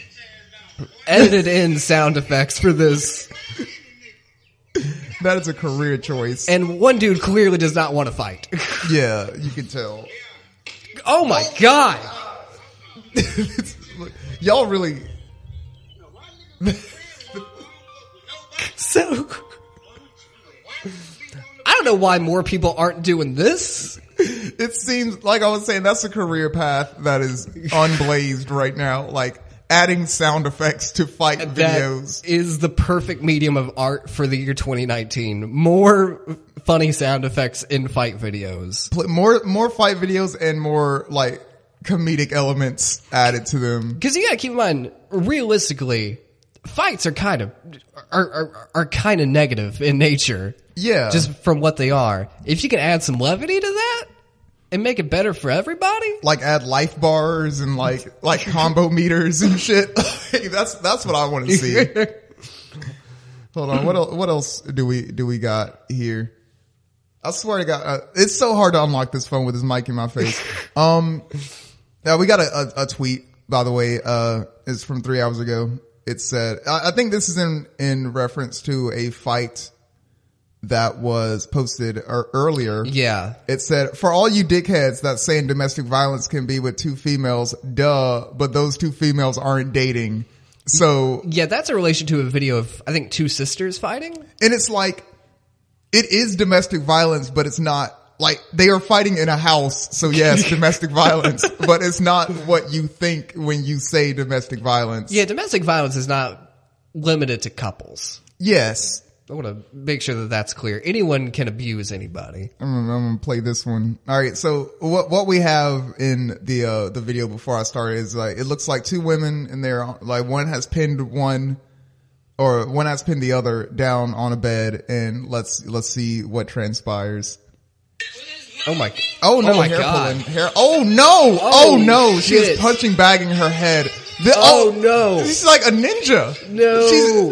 Speaker 2: edited in sound effects for this,
Speaker 1: That is a career choice.
Speaker 2: and one dude clearly does not want to fight.
Speaker 1: yeah, you can tell.
Speaker 2: Oh my god!
Speaker 1: It's- Y'all really.
Speaker 2: So I don't know why more people aren't doing this.
Speaker 1: It seems like I was saying that's a career path that is unblazed right now. Like adding sound effects to fight videos.
Speaker 2: That is the perfect medium of art for the year 2019. More funny sound effects in fight videos.
Speaker 1: pl- more more fight videos and more like comedic elements added to them.
Speaker 2: Because you gotta keep in mind, realistically, fights are kind of are are, are kind of negative in nature,
Speaker 1: Yeah,
Speaker 2: just from what they are. If you can add some levity to that and make it better for everybody,
Speaker 1: like add life bars and like like combo meters and shit. Like, that's that's what I want to see. Hold on, what el- what else do we do we got here? I swear to God, uh, it's so hard to unlock this phone with this mic in my face. Um, now we got a, a, a tweet by the way. Uh, it's from three hours ago. It said, I, I think this is in in reference to a fight that was posted er- earlier.
Speaker 2: yeah,
Speaker 1: It said, for all you dickheads that saying domestic violence can be with two females, duh, but those two females aren't dating. So,
Speaker 2: yeah, that's a relation to a video of I think two sisters fighting.
Speaker 1: and it's like, it is domestic violence, but it's not like they are fighting in a house. So yes, domestic violence, but it's not what you think when you say domestic violence.
Speaker 2: Yeah, domestic violence is not limited to couples.
Speaker 1: Yes.
Speaker 2: I want to make sure that that's clear. Anyone can abuse anybody.
Speaker 1: I'm gonna, I'm gonna play this one. All right. So what what we have in the uh, the video before I start is like it looks like two women and they're on- like one has pinned one or one has pinned the other down on a bed and let's let's see what transpires.
Speaker 2: Oh my!
Speaker 1: Oh no!
Speaker 2: my
Speaker 1: hair
Speaker 2: God.
Speaker 1: pulling hair. Oh no! Oh,
Speaker 2: Oh,
Speaker 1: no! She
Speaker 2: shit.
Speaker 1: is punching bagging her head. The-
Speaker 2: Oh, no.
Speaker 1: She's like a ninja.
Speaker 2: No,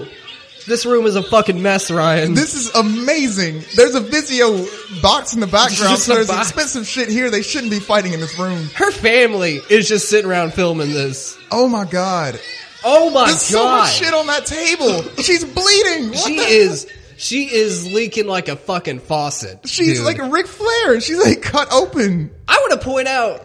Speaker 1: She's,
Speaker 2: this room is a fucking mess, Ryan.
Speaker 1: This is amazing. There's a Vizio box in the background.
Speaker 2: Just
Speaker 1: So
Speaker 2: a
Speaker 1: there's
Speaker 2: box.
Speaker 1: expensive shit here. They shouldn't be fighting in this room.
Speaker 2: Her family is just sitting around filming this.
Speaker 1: Oh my god.
Speaker 2: Oh my
Speaker 1: There's so
Speaker 2: god!
Speaker 1: much shit on that table. She's bleeding. What
Speaker 2: she
Speaker 1: the-
Speaker 2: is she is leaking like a fucking faucet.
Speaker 1: She's
Speaker 2: dude.
Speaker 1: like a Ric Flair. She's like cut open.
Speaker 2: I want to point out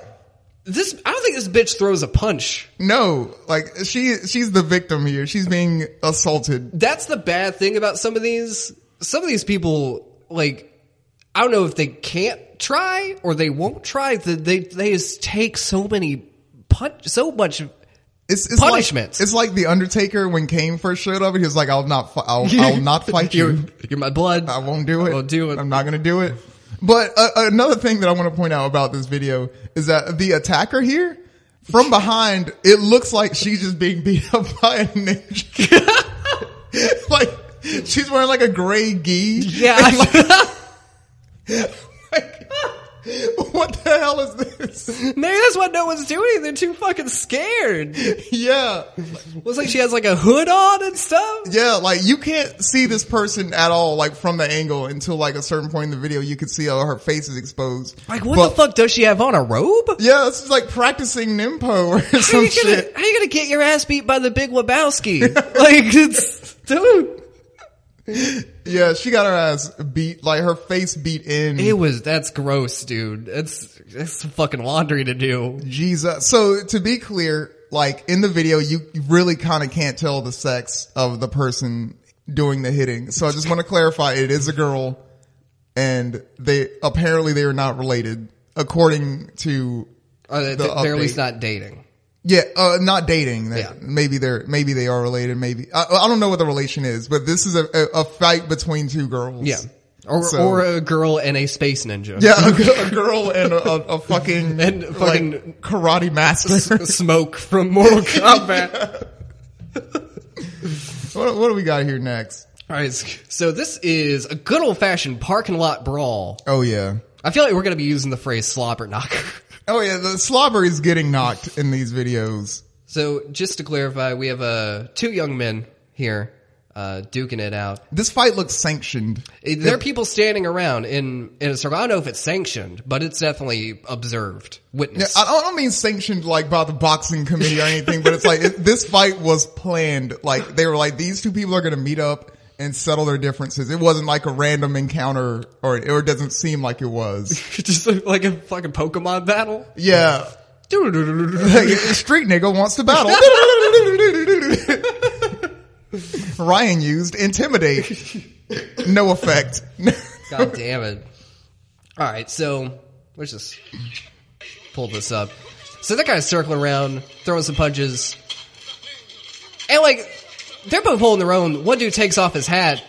Speaker 2: this. I don't think this bitch throws a punch.
Speaker 1: No, like she she's the victim here. She's being assaulted.
Speaker 2: that's the bad thing about some of these some of these people like i don't know if they can't try or they won't try that they they just take so many punch so much
Speaker 1: It's, it's
Speaker 2: Punishments.
Speaker 1: Like, it's like the Undertaker when Kane first showed up. and He was like, "I'll not, fi- I'll, I'll not fight
Speaker 2: Oh, you're,
Speaker 1: you.
Speaker 2: you're my blood
Speaker 1: I won't do it.
Speaker 2: I won't do it.
Speaker 1: I'm not gonna do it." But uh, another thing that I want to point out about this video is that the attacker here, from behind, it looks like she's just being beat up by a ninja. like she's wearing like a gray gi.
Speaker 2: yeah
Speaker 1: What the hell is this.
Speaker 2: Maybe that's what no one's doing. They're too fucking scared. It
Speaker 1: Yeah.
Speaker 2: looks like she has like a hood on and stuff.
Speaker 1: Yeah, like you can't see this person at all, like from the angle until like a certain point in the video, you can see how her face is exposed.
Speaker 2: Like what
Speaker 1: But-
Speaker 2: the fuck does she have on? A robe?
Speaker 1: Yeah, this is like practicing Nimpo or
Speaker 2: How
Speaker 1: some
Speaker 2: you gonna,
Speaker 1: shit.
Speaker 2: How you gonna get your ass beat by the Big Lebowski? like it's dude.
Speaker 1: Yeah, she got her ass beat, like her face beat in.
Speaker 2: It was that's gross, dude. It's that's some fucking laundry to do.
Speaker 1: Jesus. So to be clear, like in the video, you really kind of can't tell the sex of the person doing the hitting. So I just want to clarify, it is a girl and they, apparently they are not related according to,
Speaker 2: Uh, they-
Speaker 1: The
Speaker 2: they're at
Speaker 1: update.
Speaker 2: least not dating.
Speaker 1: yeah, uh, not dating. They-
Speaker 2: Yeah.
Speaker 1: Maybe they're, maybe they are related. Maybe I, I don't know what the relation is, but this is a, a, a fight between two girls.
Speaker 2: Yeah. Or,
Speaker 1: So-
Speaker 2: or a girl and a space ninja.
Speaker 1: Yeah, a, g- a girl and a, a, a fucking
Speaker 2: And fucking-
Speaker 1: like, karate master.
Speaker 2: S- Smoke from Mortal Kombat.
Speaker 1: what, what do we got here next?
Speaker 2: All right, so this is a good old fashioned parking lot brawl.
Speaker 1: Oh yeah,
Speaker 2: I feel like we're gonna be using the phrase slobber knocker.
Speaker 1: oh yeah. The slobber is getting knocked in these videos.
Speaker 2: So just to clarify, we have uh, two young men here uh, duking it out. Eh,
Speaker 1: This fight looks sanctioned.
Speaker 2: There are people standing around in in a circle. I don't know if it's sanctioned, but it's definitely observed,
Speaker 1: Yeah,
Speaker 2: witnessed.
Speaker 1: I don't I don't mean sanctioned like by the boxing committee or anything, but it's like it, this fight was planned. Like they were like these two people are going to meet up and settle their differences. It wasn't like a random encounter, or or it doesn't seem like it was.
Speaker 2: just like, like a fucking Pokemon battle.
Speaker 1: Yeah, Like, street nigga wants to battle. Ryan used intimidate. No effect.
Speaker 2: God damn it. All right, so let's just pull this up. So they're kind of circling around, throwing some punches. And, like, they're both holding their own. One dude takes off his hat,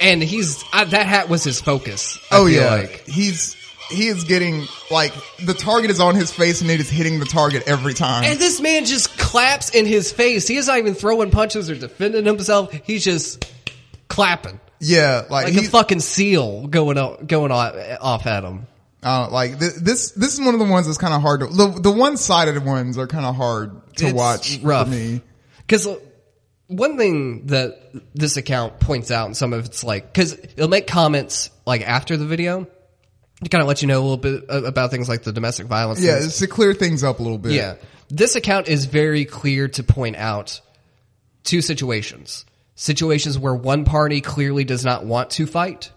Speaker 2: and he's. I, that hat was his focus. I
Speaker 1: oh
Speaker 2: feel
Speaker 1: yeah,
Speaker 2: Like.
Speaker 1: he's he is getting like the target is on his face and it is hitting the target every time.
Speaker 2: And this man just claps in his face. He is not even throwing punches or defending himself. He's just clapping.
Speaker 1: yeah, like,
Speaker 2: Like
Speaker 1: he,
Speaker 2: a fucking seal going, o- going o- off at him.
Speaker 1: uh, like th- this this is one of the ones that's kind of hard to the the one sided ones are kind of hard to
Speaker 2: It's
Speaker 1: watch
Speaker 2: rough.
Speaker 1: for me.
Speaker 2: Because uh, one thing that this account points out, and some of it's like, because it'll make comments like after the video to kind of let you know a little bit a- about things like the domestic violence.
Speaker 1: Yeah,
Speaker 2: things.
Speaker 1: it's to clear things up a little bit.
Speaker 2: yeah. This account is very clear to point out two situations: situations where one party clearly does not want to fight,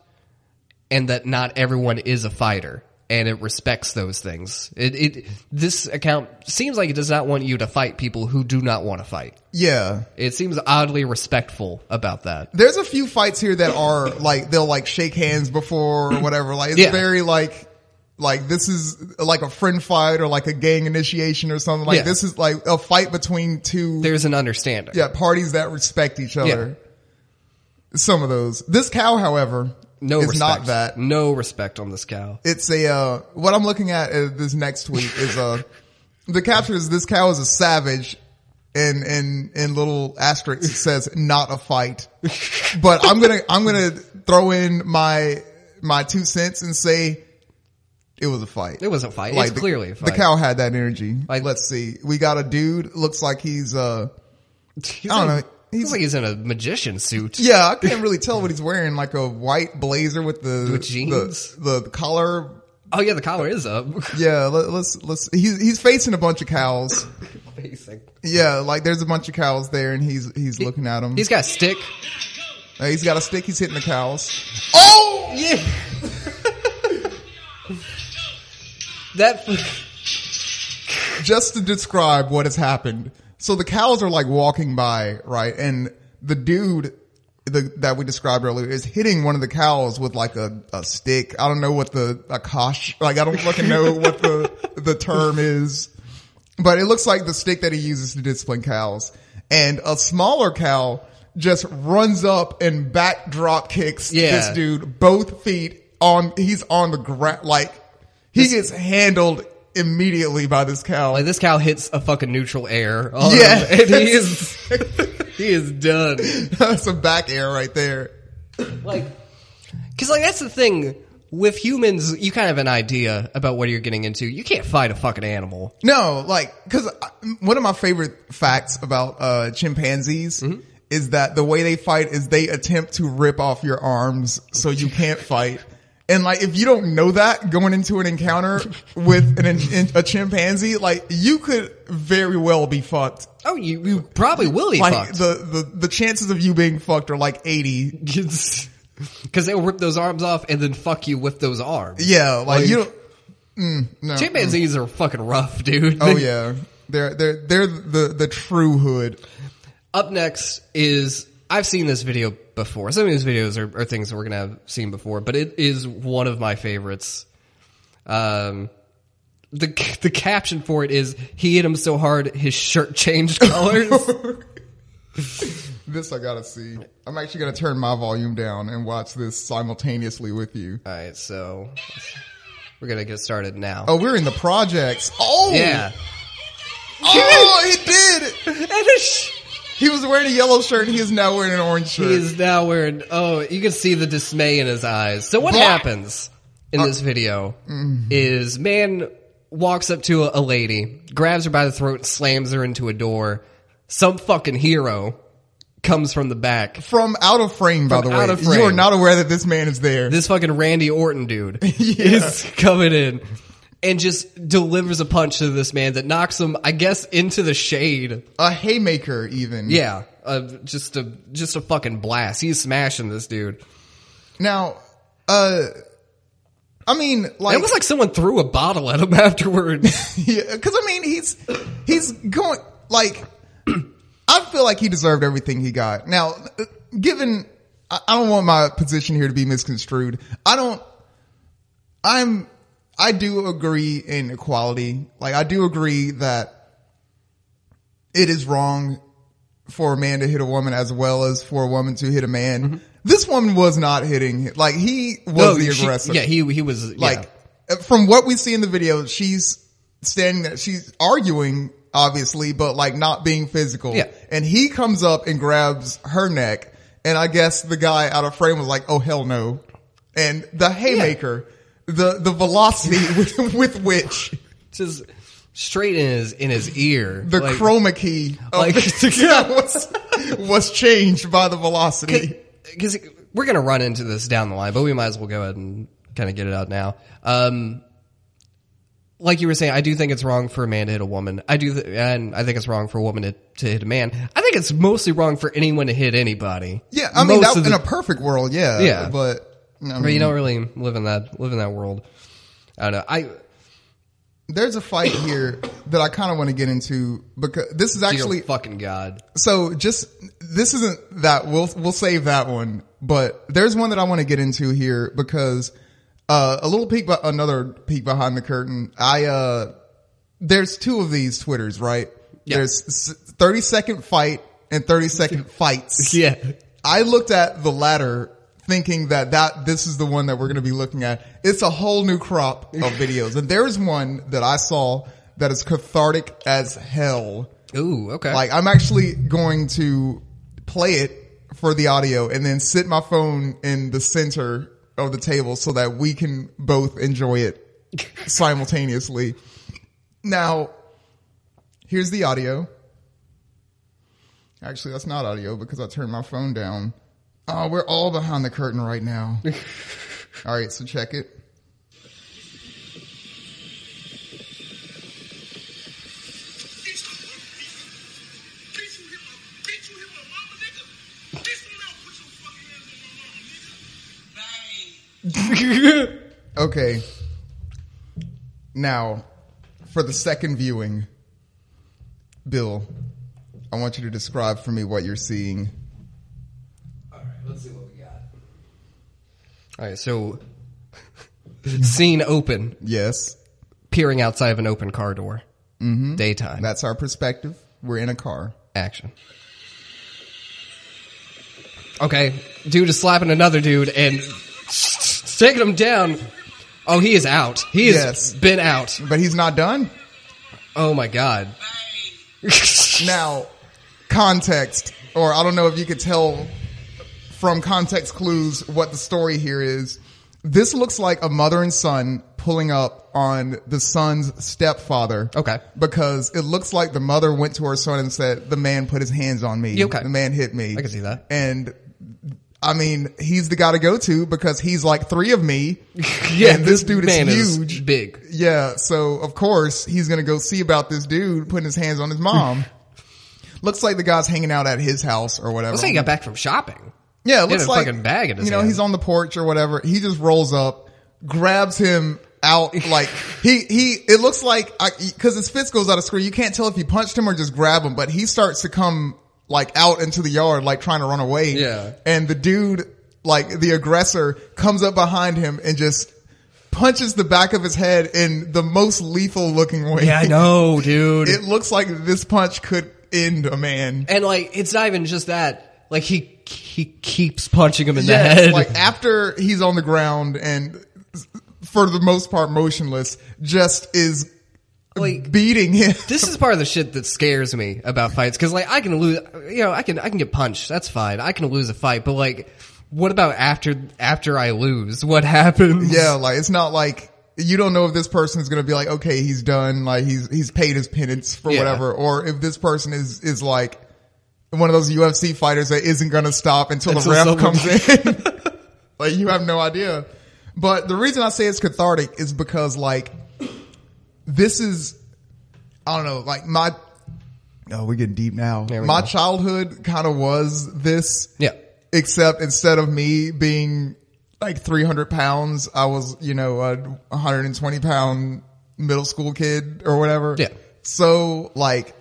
Speaker 2: and that not everyone is a fighter. And it respects those things. It, it this account seems like it does not want you to fight people who do not want to fight.
Speaker 1: yeah.
Speaker 2: It seems oddly respectful about that.
Speaker 1: there's a few fights here that are like they'll like shake hands before or whatever. Like it's
Speaker 2: Yeah.
Speaker 1: very like like this is like a friend fight or like a gang initiation or something. Like
Speaker 2: Yeah.
Speaker 1: this is like a fight between two
Speaker 2: There's an understanding.
Speaker 1: yeah parties that respect each other. Some of those. This cow, however,
Speaker 2: No
Speaker 1: is
Speaker 2: respect.
Speaker 1: not that.
Speaker 2: No respect on this cow.
Speaker 1: It's a uh, what I'm looking at uh, this next tweet is uh the caption is this cow is a savage. And, and, and little asterisk it says not a fight, but I'm going to, I'm going to throw in my, my two cents and say it was a fight.
Speaker 2: It was a fight. it's
Speaker 1: the-
Speaker 2: clearly a fight.
Speaker 1: The cow had that energy.
Speaker 2: Like-
Speaker 1: Let's see. We got a dude. Looks like he's, uh,
Speaker 2: He's
Speaker 1: I don't
Speaker 2: in-
Speaker 1: know.
Speaker 2: He's like he's in a magician suit.
Speaker 1: yeah, I can't really tell what he's wearing. Like a white blazer with the,
Speaker 2: With jeans?
Speaker 1: the, the collar
Speaker 2: Oh yeah, the collar is up.
Speaker 1: Yeah, let, let's let's. He's he's facing a bunch of cows.
Speaker 2: Amazing.
Speaker 1: Yeah, like there's a bunch of cows there, and he's he's looking at them.
Speaker 2: He's got a stick.
Speaker 1: Uh, he's got a stick. He's hitting the cows.
Speaker 2: Oh yeah. that
Speaker 1: Just to describe what has happened. So the cows are like walking by, right? And the dude the, that we described earlier is hitting one of the cows with like a, a stick. I don't know what the a kosh. Like I don't fucking know what the the term is. but it looks like the stick that he uses to discipline cows. And a smaller cow just runs up and backdrop kicks
Speaker 2: Yeah.
Speaker 1: this dude both feet on. He's on the ground. Like he gets handled immediately by this cow.
Speaker 2: like this cow hits a fucking neutral air. on him,
Speaker 1: Yeah.
Speaker 2: and he is he is done.
Speaker 1: That's a back air right there.
Speaker 2: like because like that's the thing with humans, you kind of have an idea about what you're getting into. You can't fight a fucking animal.
Speaker 1: No, like, cause I- one of my favorite facts about, uh, chimpanzees
Speaker 2: Mm-hmm.
Speaker 1: is that the way they fight is they attempt to rip off your arms so you can't fight. And like, if you don't know that going into an encounter with an, in, a chimpanzee, like you could very well be fucked.
Speaker 2: Oh, you, you probably will eat
Speaker 1: Like
Speaker 2: fucked.
Speaker 1: the, the, the chances of you being fucked are like 80.
Speaker 2: Because they'll rip those arms off and then fuck you with those arms.
Speaker 1: Yeah. Like, you don't, mm, no.
Speaker 2: Chimpanzees are fucking rough, dude.
Speaker 1: Oh yeah. They're, they're, they're the, the true hood.
Speaker 2: Up next is I've seen this video before. Some of these videos are, are things that we're gonna have seen before, but it is one of my favorites. Um, the the caption for it is "He hit him so hard his shirt changed colors."
Speaker 1: This I gotta see. I'm actually gonna turn my volume down and watch this simultaneously with you.
Speaker 2: All right, so we're gonna get started now.
Speaker 1: Oh, we're in the projects. Oh,
Speaker 2: yeah,
Speaker 1: Oh, he did.
Speaker 2: and his sh-
Speaker 1: He was wearing a yellow shirt. and He is now wearing an orange shirt.
Speaker 2: he is now wearing. Oh, you can see the dismay in his eyes. So what
Speaker 1: Blah.
Speaker 2: happens in this video is man walks up to a, a lady, grabs her by the throat, and slams her into a door. Some fucking hero comes from the back.
Speaker 1: from out of frame, by
Speaker 2: From
Speaker 1: the way.
Speaker 2: out of frame.
Speaker 1: You are not aware that this man is there.
Speaker 2: This fucking Randy Orton dude is coming in and just delivers a punch to this man that knocks him, I guess, into the shade.
Speaker 1: a haymaker, even.
Speaker 2: Yeah, uh, just a just a fucking blast. He's smashing this dude.
Speaker 1: Now, uh, I mean, like,
Speaker 2: It was like someone threw a bottle at him afterward.
Speaker 1: because I mean, he's he's going like I feel like he deserved everything he got. Now, uh, given I, I don't want my position here to be misconstrued. I don't. I'm. I do agree in equality. Like I do agree that it is wrong for a man to hit a woman as well as for a woman to hit a man. This woman was not hitting. Like he was the
Speaker 2: she-
Speaker 1: aggressor.
Speaker 2: yeah, he he was like
Speaker 1: Like uh from what we see in the video, she's standing there. She's arguing, obviously, but like not being physical.
Speaker 2: Yeah.
Speaker 1: And he comes up and grabs her neck. And I guess the guy out of frame was like, "Oh hell no!" And the haymaker, the the velocity with, with which
Speaker 2: just straight in his in his ear.
Speaker 1: the
Speaker 2: like,
Speaker 1: chroma key of
Speaker 2: like-
Speaker 1: the guy was, was changed by the velocity.
Speaker 2: because we're gonna run into this down the line, but we might as well go ahead and kind of get it out now. Um, like you were saying, I do think it's wrong for a man to hit a woman. I do, th- and I think it's wrong for a woman to, to hit a man. I think it's mostly wrong for anyone to hit anybody.
Speaker 1: Yeah, I mean,
Speaker 2: Most
Speaker 1: that,
Speaker 2: of
Speaker 1: in
Speaker 2: the-
Speaker 1: a Mm. perfect world, yeah,
Speaker 2: Yeah.
Speaker 1: but I
Speaker 2: but you
Speaker 1: mean,
Speaker 2: don't really live in that live in that world. I don't know. I
Speaker 1: there's a fight here that I kind of want to get into because this is
Speaker 2: actually
Speaker 1: actually
Speaker 2: fucking god.
Speaker 1: so just this isn't that we'll we'll save that one, but there's one that I want to get into here because uh, a little peek, be- another peek behind the curtain. I uh, there's two of these twitters, right?
Speaker 2: Yeah.
Speaker 1: There's s- 30 second fight and 30 second fights.
Speaker 2: Yeah.
Speaker 1: I looked at the latter thinking that that this is the one that we're going to be looking at. It's a whole new crop of videos. And there's one that I saw that is cathartic as hell.
Speaker 2: Ooh. Okay.
Speaker 1: Like I'm actually going to play it for the audio and then sit my phone in the center of the table so that we can both enjoy it simultaneously. Now, here's the audio. Actually, that's not audio because I turned my phone down. Oh, we're all behind the curtain right now. all right, so check it. Okay. Now, for the second viewing, Bill, I want you to describe for me what you're seeing.
Speaker 2: All right, let's see what we got. All right, so scene open,
Speaker 1: Yes,
Speaker 2: peering outside of an open car door. Mm-hmm. Daytime
Speaker 1: that's our perspective. We're in a car.
Speaker 2: action. Okay, dude is slapping another dude and taking him down. Oh, he is out. He has
Speaker 1: Yes.
Speaker 2: been out.
Speaker 1: But he's not done.
Speaker 2: Oh my god.
Speaker 1: Now, context, or I don't know if you could tell from context clues what the story here is. This looks like a mother and son pulling up on the son's stepfather.
Speaker 2: Okay.
Speaker 1: Because it looks like the mother went to her son and said, the man put his hands on me.
Speaker 2: Yeah, okay.
Speaker 1: The man hit me.
Speaker 2: I can see that.
Speaker 1: And I mean, he's the guy to go to because he's like three of me.
Speaker 2: Yeah,
Speaker 1: And this dude is
Speaker 2: man
Speaker 1: huge.
Speaker 2: big.
Speaker 1: Yeah, so of course he's gonna go see about this dude putting his hands on his mom. looks like the guy's hanging out at his house or whatever.
Speaker 2: Looks like he got back from shopping.
Speaker 1: yeah, it
Speaker 2: he had
Speaker 1: looks
Speaker 2: a
Speaker 1: like
Speaker 2: fucking bag in his
Speaker 1: You know,
Speaker 2: hand.
Speaker 1: he's on the porch or whatever. He just rolls up, grabs him out like he he. It looks like because his fist goes out of screw. You can't tell if he punched him or just grab him, but he starts to come like out into the yard, like trying to run away.
Speaker 2: Yeah.
Speaker 1: and the dude, like the aggressor, comes up behind him and just. Punches the back of his head in the most lethal looking way.
Speaker 2: Yeah, I know, dude.
Speaker 1: It looks like this punch could end a man.
Speaker 2: and like, it's not even just that. Like he he keeps punching him in
Speaker 1: Yes,
Speaker 2: the head.
Speaker 1: like after he's on the ground and for the most part motionless, just is
Speaker 2: Like-
Speaker 1: beating him.
Speaker 2: this is part of the shit that scares me about fights because like I can lose, you know, I can I can get punched. That's fine. I can lose a fight, but like, what about after after I lose? What happens?
Speaker 1: yeah, like it's not like you don't know if this person is going to be like, okay, he's done, like he's he's paid his penance for
Speaker 2: Yeah.
Speaker 1: whatever, or if this person is is like one of those UFC fighters that isn't going to stop until,
Speaker 2: Until
Speaker 1: the ref
Speaker 2: someone-
Speaker 1: comes in. like you have no idea. But the reason I say it's cathartic is because like this is I don't know, like my oh, we're getting deep now.
Speaker 2: There we
Speaker 1: My
Speaker 2: go.
Speaker 1: childhood kind of was this
Speaker 2: yeah.
Speaker 1: except instead of me being like 300 pounds, I was, you know, a 120 pound middle school kid or whatever.
Speaker 2: Yeah.
Speaker 1: So like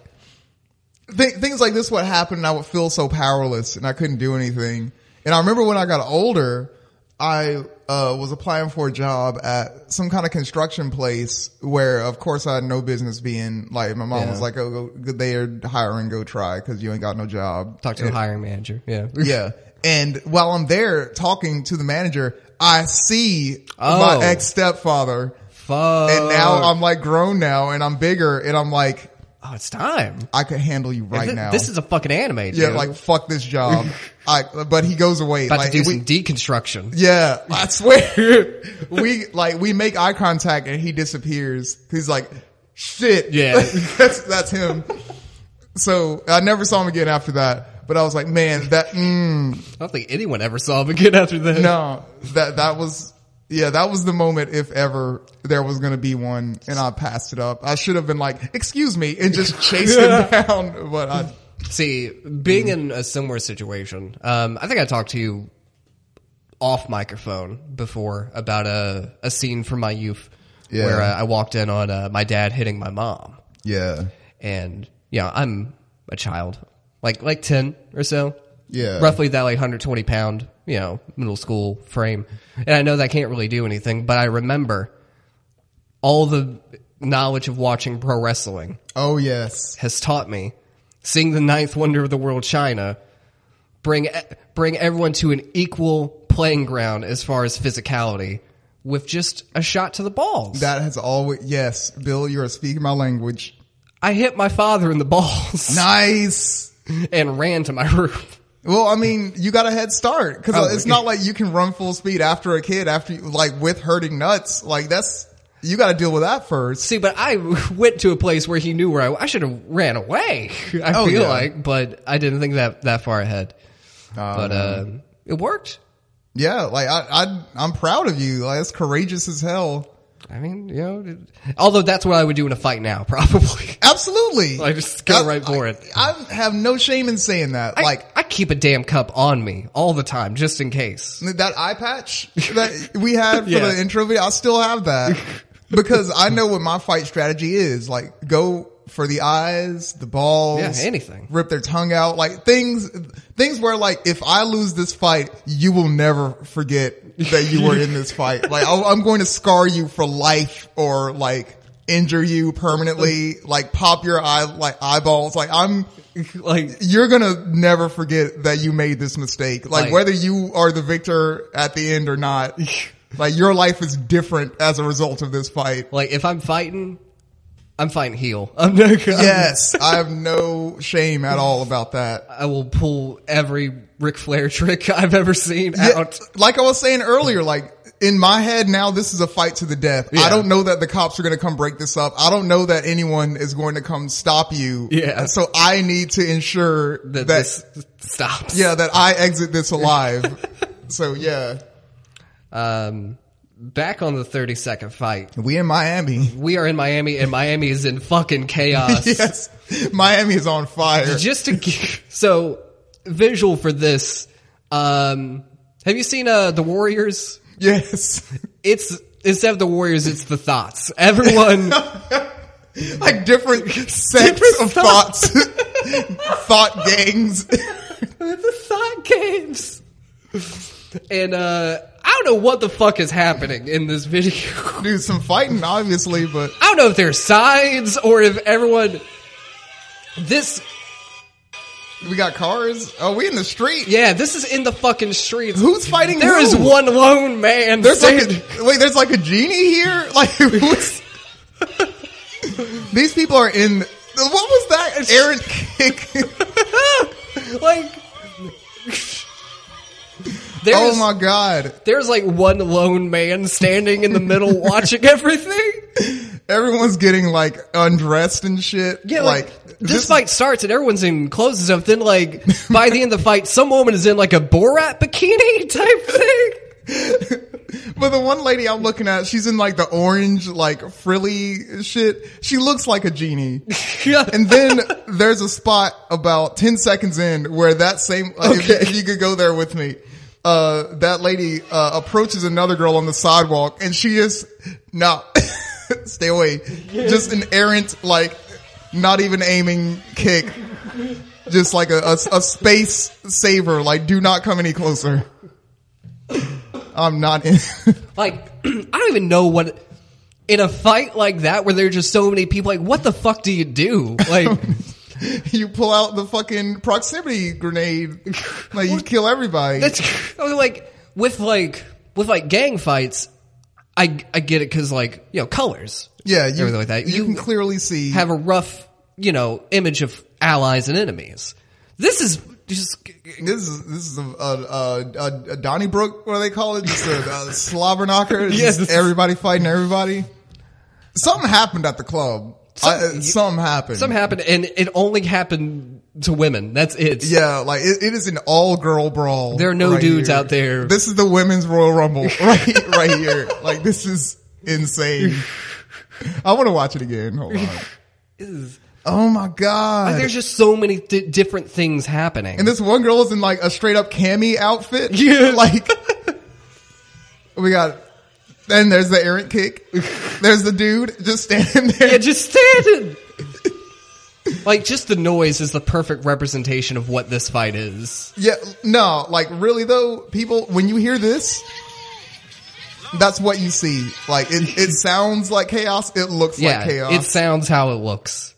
Speaker 1: th- things like this would happen and I would feel so powerless and I couldn't do anything. And I remember when I got older, I uh, was applying for a job at some kind of construction place where, of course, I had no business being like, my mom
Speaker 2: Yeah.
Speaker 1: was like, oh, go, they're hiring, go try because you ain't got no job.
Speaker 2: Talk to the hiring manager. Yeah.
Speaker 1: Yeah. And while I'm there talking to the manager, I see
Speaker 2: Oh.
Speaker 1: my ex stepfather.
Speaker 2: Fuck.
Speaker 1: And now I'm like grown now and I'm bigger and I'm like,
Speaker 2: Oh, it's time.
Speaker 1: I could handle you right
Speaker 2: Th-
Speaker 1: now.
Speaker 2: This is a fucking anime. Dude.
Speaker 1: yeah, like fuck this job. I, but he goes away.
Speaker 2: about
Speaker 1: like,
Speaker 2: to do
Speaker 1: we-
Speaker 2: some deconstruction.
Speaker 1: yeah, I swear. we like we make eye contact and he disappears. He's like, shit.
Speaker 2: Yeah.
Speaker 1: that's that's him. So I never saw him again after that. But I was like, man, that mm,
Speaker 2: I don't think anyone ever saw him again after that.
Speaker 1: no, that that was yeah, that was the moment if ever there was gonna be one, and I passed it up. I should have been like, "Excuse me," and just chased him down. But I,
Speaker 2: See,
Speaker 1: Mm.
Speaker 2: being in a similar situation, um, I think I talked to you off microphone before about a, a scene from my youth
Speaker 1: Yeah.
Speaker 2: where uh, I walked in on uh, my dad hitting my mom.
Speaker 1: yeah,
Speaker 2: And, you know, I'm a child, like, like 10 or so.
Speaker 1: Yeah.
Speaker 2: Roughly that, like, 120 pound, you know, middle school frame. And I know that I can't really do anything, but I remember all the knowledge of watching pro wrestling
Speaker 1: oh yes,
Speaker 2: has taught me, seeing the ninth wonder of the world, China, bring e, bring everyone to an equal playing ground as far as physicality, with just a shot to the balls.
Speaker 1: that has always yes, Bill, you are speaking my language.
Speaker 2: I hit my father in the balls
Speaker 1: Nice.
Speaker 2: and ran to my room.
Speaker 1: Well, I mean, you got a head start because
Speaker 2: Probably.
Speaker 1: it's not like you can run full speed after a kid after you, like with hurting nuts. Like that's you got to deal with that first.
Speaker 2: See, but I went to a place where he knew where I. I should have ran away. I
Speaker 1: Oh,
Speaker 2: feel
Speaker 1: yeah.
Speaker 2: like, but I didn't think that that far ahead. but uh, it worked.
Speaker 1: Yeah, like I, I I'm proud of you. Like that's courageous as hell.
Speaker 2: I mean, you know, it- although that's what I would do in a fight now, probably.
Speaker 1: Absolutely.
Speaker 2: Like, just go
Speaker 1: I-
Speaker 2: right for
Speaker 1: I-
Speaker 2: it.
Speaker 1: I have no shame in saying that.
Speaker 2: I,
Speaker 1: like
Speaker 2: I keep a damn cup on me all the time, just in case.
Speaker 1: that eye patch that we had for
Speaker 2: Yeah.
Speaker 1: the intro video, I still have that because I know what my fight strategy is. Like go for the eyes, the balls,
Speaker 2: Yeah, anything.
Speaker 1: rip their tongue out, like things, things where like if I lose this fight, you will never forget that you were in this fight. Like I'll, I'm going to scar you for life or like injure you permanently, like pop your eye, like eyeballs. Like I'm,
Speaker 2: Like,
Speaker 1: you're gonna never forget that you made this mistake. Like,
Speaker 2: Like-
Speaker 1: whether you are the victor at the end or not, like your life is different as a result of this fight.
Speaker 2: like if I'm fighting, I'm fighting heel. I'm not gonna,
Speaker 1: Yes, I have no shame at all about that.
Speaker 2: I will pull every Ric Flair trick I've ever seen
Speaker 1: Yeah,
Speaker 2: out.
Speaker 1: like I was saying earlier, like in my head now, this is a fight to the death.
Speaker 2: Yeah.
Speaker 1: I don't know that the cops are going to come break this up. I don't know that anyone is going to come stop you.
Speaker 2: Yeah.
Speaker 1: So I need to ensure that,
Speaker 2: that this stops.
Speaker 1: yeah, that I exit this alive. so yeah,
Speaker 2: Um, back on the 30 second fight,
Speaker 1: we in Miami.
Speaker 2: we are in Miami and Miami is in fucking chaos.
Speaker 1: yes. Miami is on fire.
Speaker 2: Just to g- so visual for this, um, have you seen uh the Warriors?
Speaker 1: yes.
Speaker 2: It's instead of the Warriors, it's the thoughts. Everyone,
Speaker 1: like different sets of thoughts, thought gangs.
Speaker 2: the thought games, and uh, I don't know what the fuck is happening in this video.
Speaker 1: Dude, some fighting obviously, but
Speaker 2: I don't know if there's sides or if everyone. This,
Speaker 1: we got cars. Oh, we in the street.
Speaker 2: yeah, this is in the fucking streets.
Speaker 1: Who's fighting?
Speaker 2: There
Speaker 1: who?
Speaker 2: is one lone man.
Speaker 1: There's like
Speaker 2: standing-
Speaker 1: a, wait. There's like a genie here. Like what's, these people are in. What was that? Aaron kick.
Speaker 2: like there's
Speaker 1: oh my god!
Speaker 2: there's like one lone man standing in the middle watching everything.
Speaker 1: Everyone's getting like undressed and shit.
Speaker 2: Yeah, like, this, fight starts and everyone's in clothes and stuff. Then like by the end of the fight, some woman is in like a Borat bikini type thing.
Speaker 1: But the one lady I'm looking at, she's in like the orange, like frilly shit. She looks like a genie.
Speaker 2: Yeah.
Speaker 1: And then there's a spot about 10 seconds in where that same, like, if you- if,
Speaker 2: Okay.
Speaker 1: you could go there with me, uh, that lady, uh, approaches another girl on the sidewalk and she just, no, stay away. Just an errant, like, not even aiming kick. Just like a, a, a space saver. Like, do not come any closer. I'm not in.
Speaker 2: Like I don't even know what in a fight like that where there are just so many people. Like what the fuck do you do? Like
Speaker 1: you pull out the fucking proximity grenade. Like, you kill everybody.
Speaker 2: That's I mean, like with like with like gang fights. I I get it because like you know colors
Speaker 1: Yeah, you,
Speaker 2: everything like that.
Speaker 1: You,
Speaker 2: You
Speaker 1: can clearly see.
Speaker 2: have a rough you know image of allies and enemies. This is just
Speaker 1: this is this is a, a, a, a Donnybrook. What do they call it? Just a, a slobber knocker. It's
Speaker 2: Yes.
Speaker 1: just everybody fighting everybody. Something happened at the club. I- uh, something happened.
Speaker 2: something happened and it only happened to women. That's it.
Speaker 1: Yeah, like it, it is an all girl brawl.
Speaker 2: There are no
Speaker 1: right
Speaker 2: dudes
Speaker 1: here.
Speaker 2: out there.
Speaker 1: This is the women's Royal Rumble right right here. Like this is insane. I want to watch it again. Hold on. Oh my god!
Speaker 2: There's just so many di different things happening.
Speaker 1: And this one girl is in like a straight up cami outfit.
Speaker 2: Yeah.
Speaker 1: Like we got then there's the errant kick. There's the dude just standing there.
Speaker 2: yeah, just standing. like just the noise is the perfect representation of what this fight is.
Speaker 1: Yeah, no, like really though, people when you hear this that's what you see. Like it, it sounds like chaos, it looks
Speaker 2: yeah,
Speaker 1: like chaos.
Speaker 2: it sounds how it looks.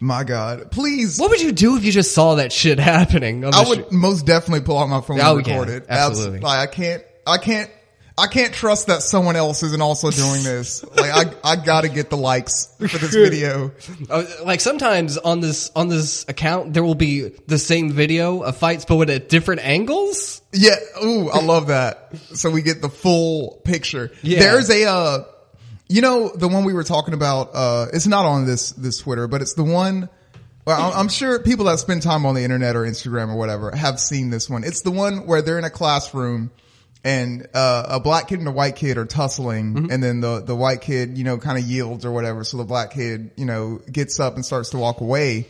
Speaker 1: My God. Please
Speaker 2: What would you do if you just saw that shit happening? on the
Speaker 1: I would
Speaker 2: street?
Speaker 1: most definitely pull out my phone
Speaker 2: Oh,
Speaker 1: and record
Speaker 2: yeah,
Speaker 1: it.
Speaker 2: absolutely.
Speaker 1: Abs- Like I can't, I can't, I can't trust that someone else isn't also doing this. Like I, I gotta get the likes for this video.
Speaker 2: Uh, like sometimes on this on this account there will be the same video of fights but with at different angles.
Speaker 1: Yeah. Ooh, I love that. So we get the full picture.
Speaker 2: Yeah.
Speaker 1: There's a, uh, you know, the one we were talking about, uh, it's not on this, this Twitter, but it's the one, well, I'm- I'm sure people that spend time on the internet or Instagram or whatever have seen this one. It's the one where they're in a classroom and, uh, a black kid and a white kid are tussling
Speaker 2: Mm-hmm.
Speaker 1: and then the, the white kid, you know, kind of yields or whatever. So the black kid, you know, gets up and starts to walk away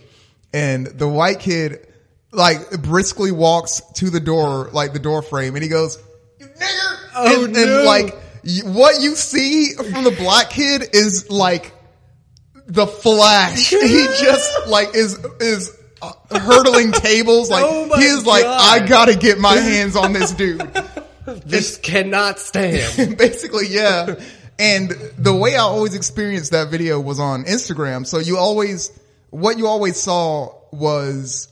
Speaker 1: and the white kid like briskly walks to the door, like the door frame, and he goes, "You nigger!"
Speaker 2: Oh,
Speaker 1: and,
Speaker 2: no.
Speaker 1: and like y- what you see from the black kid is like the flash. he just like is is uh, hurtling tables, like
Speaker 2: Oh my
Speaker 1: he is like,
Speaker 2: God.
Speaker 1: I gotta get my hands on this dude.
Speaker 2: This cannot stand.
Speaker 1: basically, yeah. And the way I always experienced that video was on Instagram. So you always, what you always saw was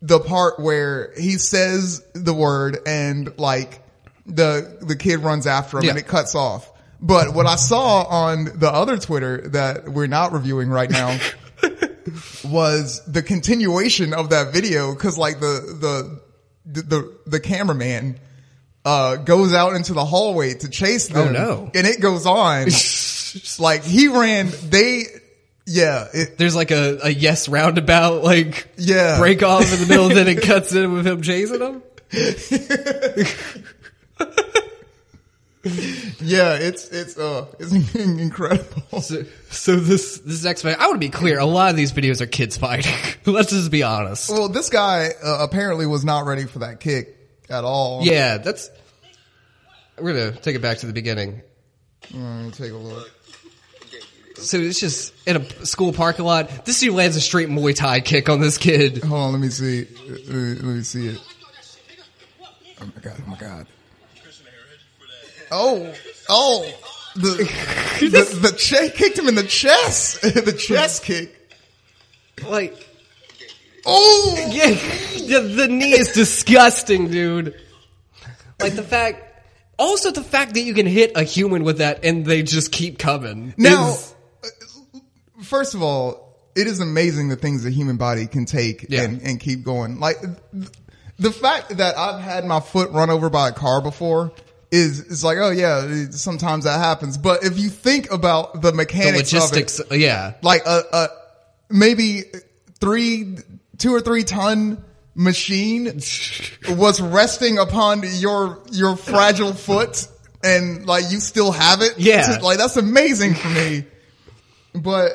Speaker 1: the part where he says the word and like the, the kid runs after him and
Speaker 2: Yeah.
Speaker 1: it cuts off. But what I saw on the other Twitter that we're not reviewing right now was the continuation of that video because like the the the the cameraman uh, goes out into the hallway to chase them.
Speaker 2: Oh, no.
Speaker 1: And it goes on. like he ran, they, yeah, it,
Speaker 2: There's like a, a yes roundabout, like
Speaker 1: yeah.
Speaker 2: break off in the middle, then it cuts in with him chasing him.
Speaker 1: Yeah, it's, it's, uh, it's incredible.
Speaker 2: So, Oh, so this this next video, I want to be clear. A lot of these videos are kids fighting. Let's just be honest.
Speaker 1: Well, this guy uh, apparently was not ready for that kick at all.
Speaker 2: Yeah, that's. We're gonna take it back to the beginning.
Speaker 1: Mm, take a look.
Speaker 2: So it's just in a school parking lot. This dude lands a straight Muay Thai kick on this kid.
Speaker 1: Hold on, let me see. Let me, let me see it. Oh my god! Oh my god! Oh, oh! The the, the che- kicked him in the chest. the chest kick.
Speaker 2: Like,
Speaker 1: Oh,
Speaker 2: yeah, yeah, the knee is disgusting, dude. Like the fact. Also, the fact that you can hit a human with that and they just keep coming.
Speaker 1: Now,
Speaker 2: is-
Speaker 1: uh, first of all, it is amazing the things the human body can take
Speaker 2: Yeah.
Speaker 1: and, and keep going. Like th- the fact that I've had my foot run over by a car before is it's like, oh yeah, it- sometimes that happens. But if you think about the
Speaker 2: the
Speaker 1: mechanics
Speaker 2: logistics,
Speaker 1: of
Speaker 2: yeah.
Speaker 1: it, like a, a maybe three, two or three ton machine was resting upon your your fragile foot and like you still have it
Speaker 2: Yeah.
Speaker 1: like that's amazing for me but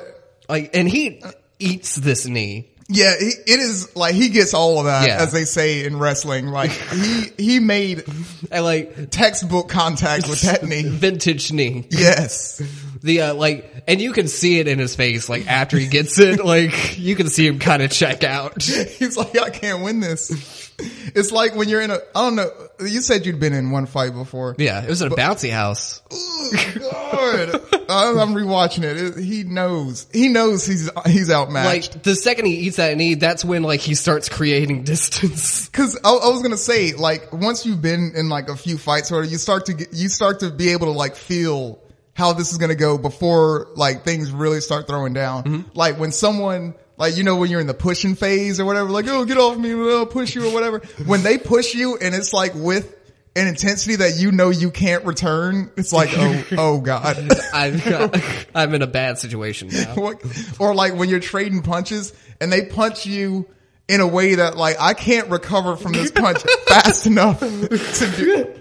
Speaker 2: Like, and he eats this knee.
Speaker 1: yeah he, it is like he gets all of that
Speaker 2: Yeah.
Speaker 1: as they say in wrestling like he he made
Speaker 2: I like
Speaker 1: textbook contact with that knee
Speaker 2: vintage knee.
Speaker 1: yes
Speaker 2: The uh, like, and you can see it in his face. Like after he gets it, like you can see him kind of check out.
Speaker 1: he's like i can't win this it's like when you're in a i don't know you said you'd been in one fight before
Speaker 2: Yeah, it was at a bouncy house.
Speaker 1: Ooh, God, I'm, I'm rewatching it. it. He knows. He knows he's he's outmatched.
Speaker 2: Like the second he eats that knee, that's when like he starts creating distance.
Speaker 1: Cause I, I was gonna say, like, once you've been in like a few fights, or you start to get, you start to be able to like feel how this is gonna go before like things really start throwing down. Like when someone, like you know, when you're in the pushing phase or whatever, like oh get off me, I'll push you or whatever. When they push you and it's like with an intensity that you know you can't return, it's like oh oh god.
Speaker 2: I'm I'm in a bad situation now.
Speaker 1: What- or like when you're trading punches and they punch you in a way that like I can't recover from this punch fast enough to do.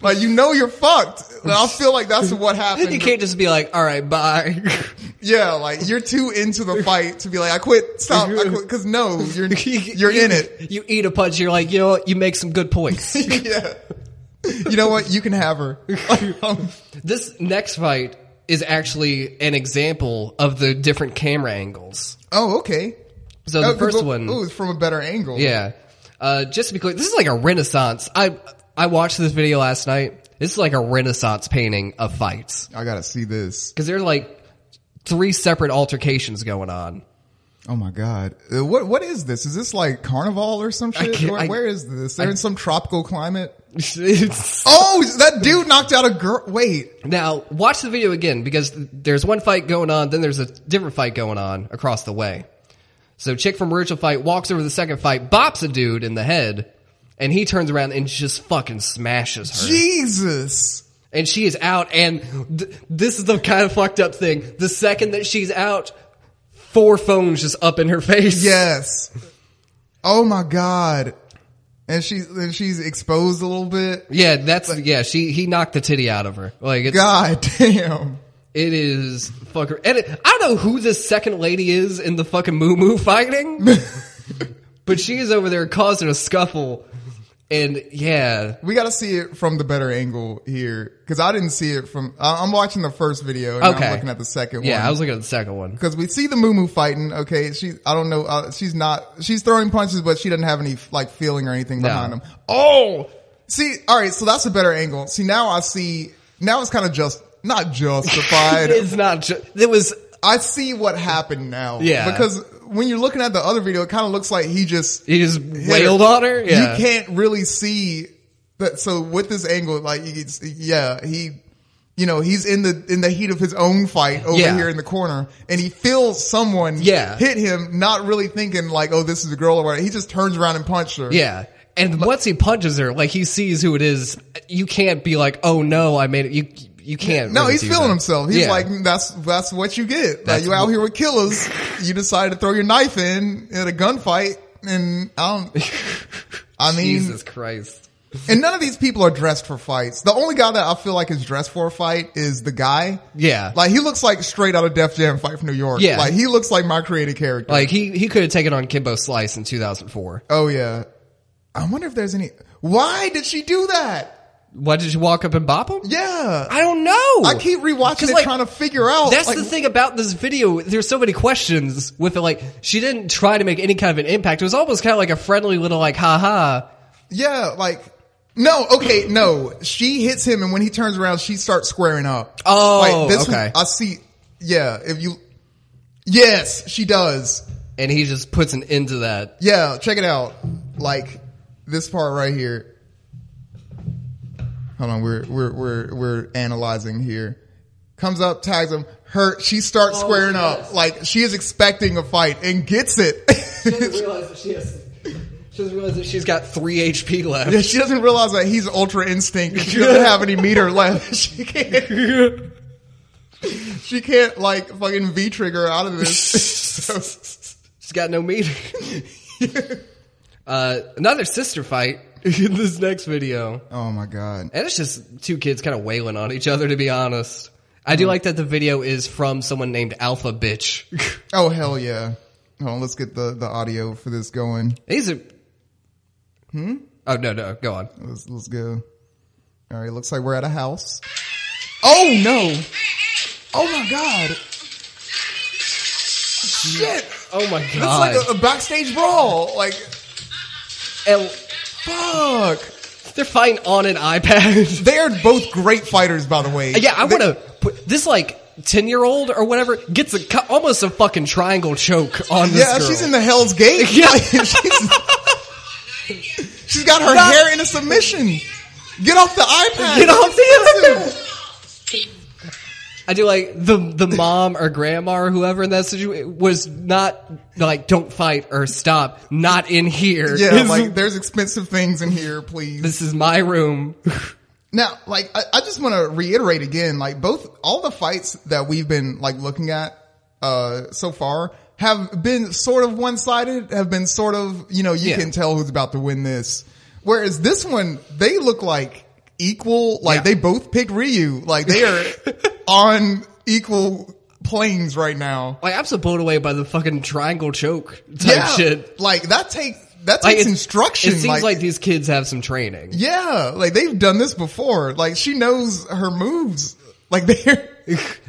Speaker 1: Like you know you're fucked. Like, I feel like that's what happened.
Speaker 2: You can't just be like, all right, bye.
Speaker 1: Yeah, like you're too into the fight to be like I quit. Stop. I quit. Cause no, you're you're in it.
Speaker 2: You eat a punch. You're like, you know, what? you make some good points.
Speaker 1: Yeah. You know what? You can have her.
Speaker 2: This next fight is actually an example of the different camera angles.
Speaker 1: oh, okay.
Speaker 2: So the
Speaker 1: Oh, 'cause
Speaker 2: first
Speaker 1: look-
Speaker 2: one,
Speaker 1: Ooh, it's from a better angle.
Speaker 2: yeah. Uh, just to be clear, this is like a renaissance. I I watched this video last night. This is like a renaissance painting of fights
Speaker 1: I gotta see this.
Speaker 2: because there's like three separate altercations going on.
Speaker 1: Oh my god! Uh, What what is this? Is this like carnival or some shit?
Speaker 2: can't-
Speaker 1: Where-
Speaker 2: I-
Speaker 1: where is this? They're
Speaker 2: I-
Speaker 1: in some tropical climate.
Speaker 2: It's-
Speaker 1: Oh, that dude knocked out a girl. Wait,
Speaker 2: now watch the video again because there's one fight going on, then there's a different fight going on across the way. So chick from original fight walks over to the second fight, bops a dude in the head, and he turns around and just fucking smashes her.
Speaker 1: Jesus!
Speaker 2: and she is out and th- this is the kind of fucked up thing the second that she's out four phones just up in her face
Speaker 1: Yes. Oh my god! And she's and she's exposed a little bit.
Speaker 2: yeah that's yeah she he knocked the titty out of her like it's,
Speaker 1: God damn!
Speaker 2: it is fucker and it, i don't know who this second lady is in the fucking moo moo fighting but she is over there causing a scuffle and yeah
Speaker 1: We got to see it from the better angle here because I didn't see it from. I- I'm watching the first video and
Speaker 2: Okay.
Speaker 1: I'm looking at the second one.
Speaker 2: yeah i was looking at the second one
Speaker 1: because we see the Moo Moo fighting. Okay, she I don't know. Uh, she's not. She's throwing punches, but she doesn't have any like feeling or anything
Speaker 2: No.
Speaker 1: behind them. Oh, see, all right. So that's a better angle. See, now I see. Now it's kind of just not justified.
Speaker 2: it's not ju- it was
Speaker 1: I see what happened now.
Speaker 2: Yeah.
Speaker 1: because when you're looking at the other video, it kind of looks like he just
Speaker 2: he just
Speaker 1: hit
Speaker 2: wailed on her yeah
Speaker 1: you can't really see that. So with this angle, like, you can see- yeah, he, you know, he's in the in the heat of his own fight over
Speaker 2: Yeah.
Speaker 1: here in the corner, and he feels someone
Speaker 2: Yeah.
Speaker 1: hit him, not really thinking like, oh, this is a girl or whatever. He just turns around and punches her.
Speaker 2: Yeah. And once he punches her, like he sees who it is, you can't be like, "Oh no, I made it." You you can't.
Speaker 1: No,
Speaker 2: really
Speaker 1: he's
Speaker 2: do
Speaker 1: feeling
Speaker 2: that.
Speaker 1: himself. He's
Speaker 2: Yeah.
Speaker 1: like, that's that's what you get.
Speaker 2: That's
Speaker 1: like you out
Speaker 2: wh-
Speaker 1: here with killers. You decide to throw your knife in at a gunfight, and I don't. I mean,
Speaker 2: Jesus Christ.
Speaker 1: and none of these people are dressed for fights. The only guy that I feel like is dressed for a fight is the guy.
Speaker 2: Yeah.
Speaker 1: Like he looks like straight out of Def Jam Fight from New York.
Speaker 2: Yeah.
Speaker 1: Like he looks like my creative character.
Speaker 2: Like he he could have taken on Kimbo Slice in 2004.
Speaker 1: oh yeah. I wonder if there's any. Why did she do that?
Speaker 2: Why did you walk up and bop him?
Speaker 1: Yeah.
Speaker 2: I don't know.
Speaker 1: I keep rewatching
Speaker 2: 'Cause,
Speaker 1: it,
Speaker 2: like,
Speaker 1: trying to figure out.
Speaker 2: That's
Speaker 1: like,
Speaker 2: the thing about this video. There's so many questions with it. Like she didn't try to make any kind of an impact. It was almost kind of like a friendly little like haha.
Speaker 1: Yeah, like no, okay, no. She hits him, and when he turns around, she starts squaring up.
Speaker 2: Oh,
Speaker 1: like, this
Speaker 2: okay.
Speaker 1: I see. Yeah, if you, yes, she does.
Speaker 2: And he just puts an end to that.
Speaker 1: Yeah, check it out. Like this part right here. Hold on, we're we're we're we're analyzing here. Comes up, tags him. Her, she starts squaring up. Like she is expecting a fight and gets it.
Speaker 2: realize that she has. She doesn't realize that she's got three HP left.
Speaker 1: Yeah, she doesn't realize that he's ultra instinct. She doesn't have any meter left. She can't. She can't like fucking V trigger out of this. So-
Speaker 2: She's got no meter. uh, another sister fight in this next video.
Speaker 1: oh my god.
Speaker 2: And it's just two kids kind of wailing on each other, to be honest. I
Speaker 1: Mm-hmm.
Speaker 2: do like that the video is from someone named Alpha Bitch.
Speaker 1: Oh hell yeah. Hold on, let's get the the audio for this going.
Speaker 2: These are. Hmm?
Speaker 1: Hmm?
Speaker 2: Oh, no, no. Go on.
Speaker 1: Let's let's go. All right, looks like we're at a house. Oh no. Oh my god. Shit.
Speaker 2: Oh, my
Speaker 1: It's like a, a backstage brawl. Like fuck.
Speaker 2: they're fighting on an iPad.
Speaker 1: They are both great fighters, by the way.
Speaker 2: yeah, I
Speaker 1: They-
Speaker 2: want to. put This, like, 10 year old or whatever gets a cu- almost a fucking triangle choke on this.
Speaker 1: Yeah,
Speaker 2: girl.
Speaker 1: she's in the Hell's Gate.
Speaker 2: Yeah.
Speaker 1: Like, she's, she's got her
Speaker 2: Not-
Speaker 1: hair in a submission. Get off the iPad.
Speaker 2: Get off the
Speaker 1: iPad.
Speaker 2: I do like the the mom or grandma or whoever in that situation was not like don't fight or stop not in here.
Speaker 1: Yeah,
Speaker 2: This-
Speaker 1: like there's expensive things in here, please.
Speaker 2: this is my room.
Speaker 1: Now, like I, I just want to reiterate again, like both all the fights that we've been like looking at uh so far have been sort of one sided, have been sort of you know you
Speaker 2: Yeah.
Speaker 1: can tell who's about to win this. Whereas this one, they look like equal, like
Speaker 2: Yeah.
Speaker 1: they both picked Ryu, like they are on equal planes right now.
Speaker 2: Like I'm so blown away by the fucking triangle choke type shit.
Speaker 1: like that take that
Speaker 2: Like
Speaker 1: takes
Speaker 2: it's-
Speaker 1: instruction.
Speaker 2: It seems like, these kids have some training.
Speaker 1: Yeah, like they've done this before. Like she knows her moves. Like they're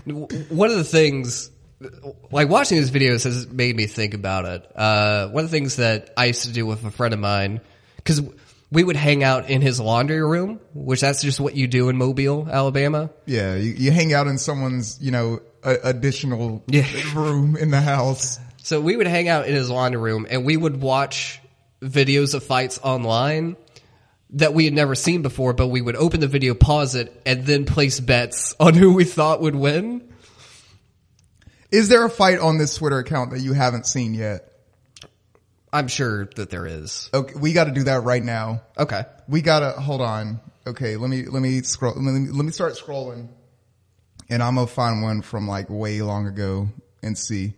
Speaker 2: one of the things like watching these videos has made me think about it uh, one of the things that i used to do with a friend of mine because we would hang out in his laundry room which that's just what you do in mobile alabama
Speaker 1: yeah. You, you hang out in someone's you know a, additional
Speaker 2: Yeah.
Speaker 1: room in the house.
Speaker 2: so we would hang out in his laundry room and we would watch videos of fights online that we had never seen before but we would open the video pause it and then place bets on who we thought would win
Speaker 1: Is there a fight on this Twitter account that you haven't seen yet?
Speaker 2: i'm sure that there is
Speaker 1: Okay, we got to do that right now.
Speaker 2: okay
Speaker 1: We gotta hold on. Okay, let me let me scroll. Let me, let me start scrolling, and I'm gonna find one from like way long ago and see.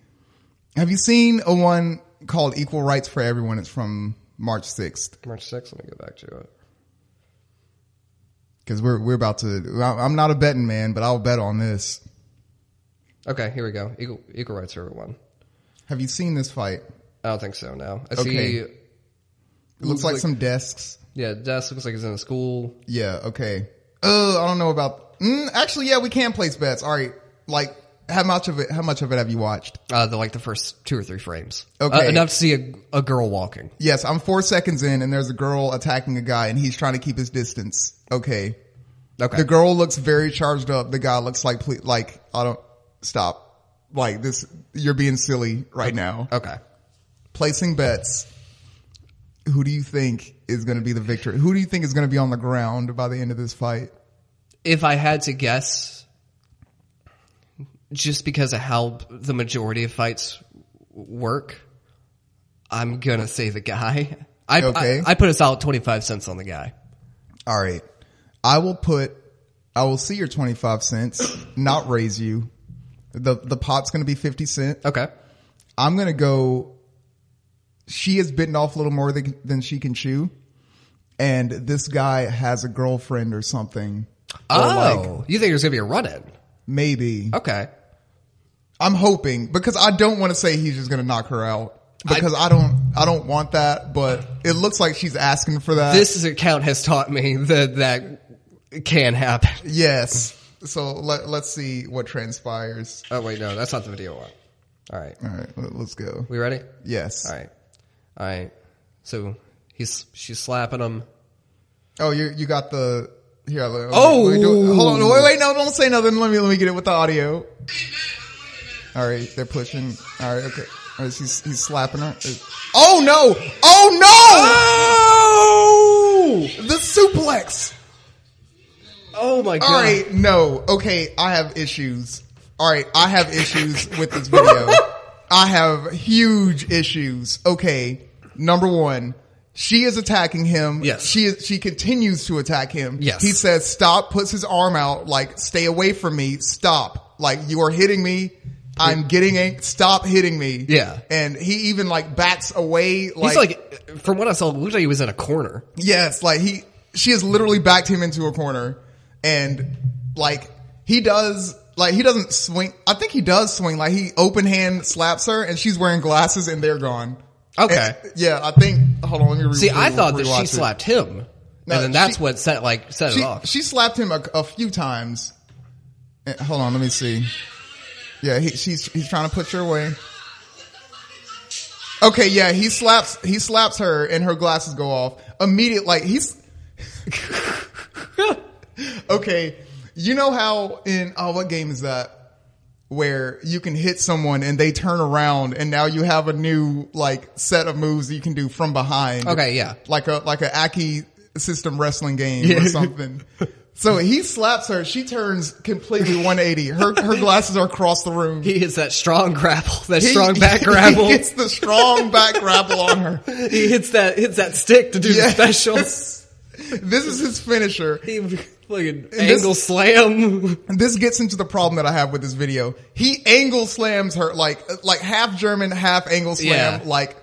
Speaker 1: Have you seen a one called "Equal Rights for Everyone"? It's from March 6th.
Speaker 2: march 6th let me go back to it
Speaker 1: Because we're we're about to. I- I'm not a betting man, but I'll bet on this.
Speaker 2: Okay, here we go. Equal, equal rights for everyone.
Speaker 1: Have you seen this fight?
Speaker 2: I don't think so. No, I see.
Speaker 1: Okay. It looks like,
Speaker 2: like-
Speaker 1: some desks.
Speaker 2: Yeah, desk looks like it's in a school.
Speaker 1: Yeah. Okay. Oh, I don't know about. Mm, actually, yeah, we can place bets. All right. Like, how much of it? How much of it have you watched?
Speaker 2: Uh, the like the first two or three frames.
Speaker 1: Okay.
Speaker 2: Uh, enough to see a, a girl walking.
Speaker 1: Yes, I'm four seconds in, and there's a girl attacking a guy, and he's trying to keep his distance. Okay.
Speaker 2: Okay.
Speaker 1: The girl looks very charged up. The guy looks like ple- like I don't stop. Like this, you're being silly right now. Uh,
Speaker 2: okay.
Speaker 1: placing bets. Who do you think is going to be the victor? Who do you think is going to be on the ground by the end of this fight?
Speaker 2: If I had to guess, just because of how the majority of fights work, I'm gonna say the guy. I,
Speaker 1: Okay.
Speaker 2: I I put a solid twenty five cents on the guy.
Speaker 1: All right. I will put, I will see your 25 cents, not raise you. The, the pot's going to be 50 cent.
Speaker 2: Okay.
Speaker 1: I'm going to go, she has bitten off a little more than, than she can chew. And this guy has a girlfriend or something. Or
Speaker 2: Oh,
Speaker 1: like,
Speaker 2: you think there's gonna be a run in?
Speaker 1: maybe.
Speaker 2: Okay.
Speaker 1: I'm hoping because I don't want to say he's just going to knock her out because I, don't, I don't want that, but it looks like she's asking for that.
Speaker 2: This is- account has taught me that that can happen.
Speaker 1: yes. So let, let's see what transpires.
Speaker 2: Oh wait, no, that's not the video one. All right,
Speaker 1: All right. let- Let's go.
Speaker 2: we ready?
Speaker 1: Yes.
Speaker 2: All right, all right. So he's she's slapping him.
Speaker 1: Oh, you you got the here. Let, let
Speaker 2: Oh!
Speaker 1: me- let me do it. hold on. Wait, wait, no, don't say nothing. Let me let me get it with the audio. All right, they're pushing. All right, okay. All right, he's he's slapping her. Oh no! Oh no! The suplex.
Speaker 2: Oh my god!
Speaker 1: All right, no. Okay, I have issues. All right, I have issues with this video. I have huge issues. Okay, number one, she is attacking him.
Speaker 2: Yes.
Speaker 1: she is. She continues to attack him.
Speaker 2: Yes.
Speaker 1: he says stop. Puts his arm out like stay away from me. Stop. Like you are hitting me. I'm getting ang- stop hitting me.
Speaker 2: Yeah.
Speaker 1: and he even like backs away.
Speaker 2: He's like, from what I saw, it looked like he was in a corner.
Speaker 1: Yes, like he, she has literally backed him into a corner, and like he does, like he doesn't swing. I think he does swing. Like he open hand slaps her, and she's wearing glasses, and they're gone.
Speaker 2: Okay.
Speaker 1: And- yeah, I think. Hold on, let me re-
Speaker 2: See, I
Speaker 1: re-
Speaker 2: thought that
Speaker 1: rewatch
Speaker 2: she
Speaker 1: it.
Speaker 2: slapped him,
Speaker 1: No,
Speaker 2: and then that's
Speaker 1: she-
Speaker 2: what set like set it
Speaker 1: She,
Speaker 2: off.
Speaker 1: she slapped him a, a few times. Eh, Hold on, let me see. Yeah, he, she's he's trying to push her away. Okay, yeah, he slaps he slaps her, and her glasses go off immediate. Like he's okay. You know how in oh what game is that? Where you can hit someone and they turn around and now you have a new like set of moves that you can do from behind.
Speaker 2: Okay, yeah.
Speaker 1: Like a like a Aki system wrestling game or
Speaker 2: Yeah.
Speaker 1: something. So he slaps her. She turns completely 180. Her her glasses are across the room.
Speaker 2: he hits that strong grapple, that
Speaker 1: He-
Speaker 2: strong back grapple.
Speaker 1: He gets the strong back grapple on her.
Speaker 2: he hits that hits that stick to do the special.
Speaker 1: Yes. This is his finisher.
Speaker 2: He fucking
Speaker 1: this-
Speaker 2: angle slam.
Speaker 1: And this gets into the problem that I have with this video. He angle slams her like like half German, half angle slam,
Speaker 2: Yeah.
Speaker 1: like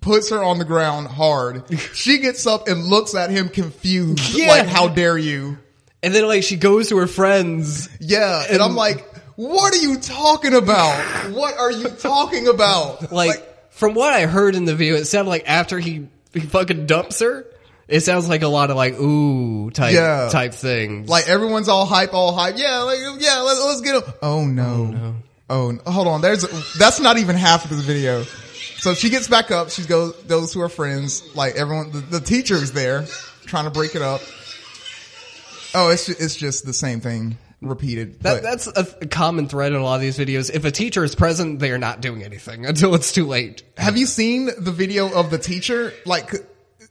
Speaker 1: puts her on the ground hard. she gets up and looks at him confused,
Speaker 2: Yeah.
Speaker 1: like "How dare you?"
Speaker 2: And then like she goes to her friends.
Speaker 1: Yeah, and, I'm
Speaker 2: And-
Speaker 1: like, "What are you talking about? What are you talking about?"
Speaker 2: Like, from what I heard in the video, it sounded like after he, he fucking dumps her, it sounds like a lot of like ooh type
Speaker 1: Yeah.
Speaker 2: type things.
Speaker 1: Like everyone's all hype, all hype. Yeah, like yeah, let, let's get him. Oh no. Oh, no. hold on. There's that's not even half of this video. So she gets back up. She goes goes to her friends. Like everyone, the, the teacher's there trying to break it up. Oh, it's ju- it's just the same thing repeated. but-
Speaker 2: that, that's a, a common thread in a lot of these videos. If a teacher is present, they are not doing anything until it's too late.
Speaker 1: Have you seen the video of the teacher? Like,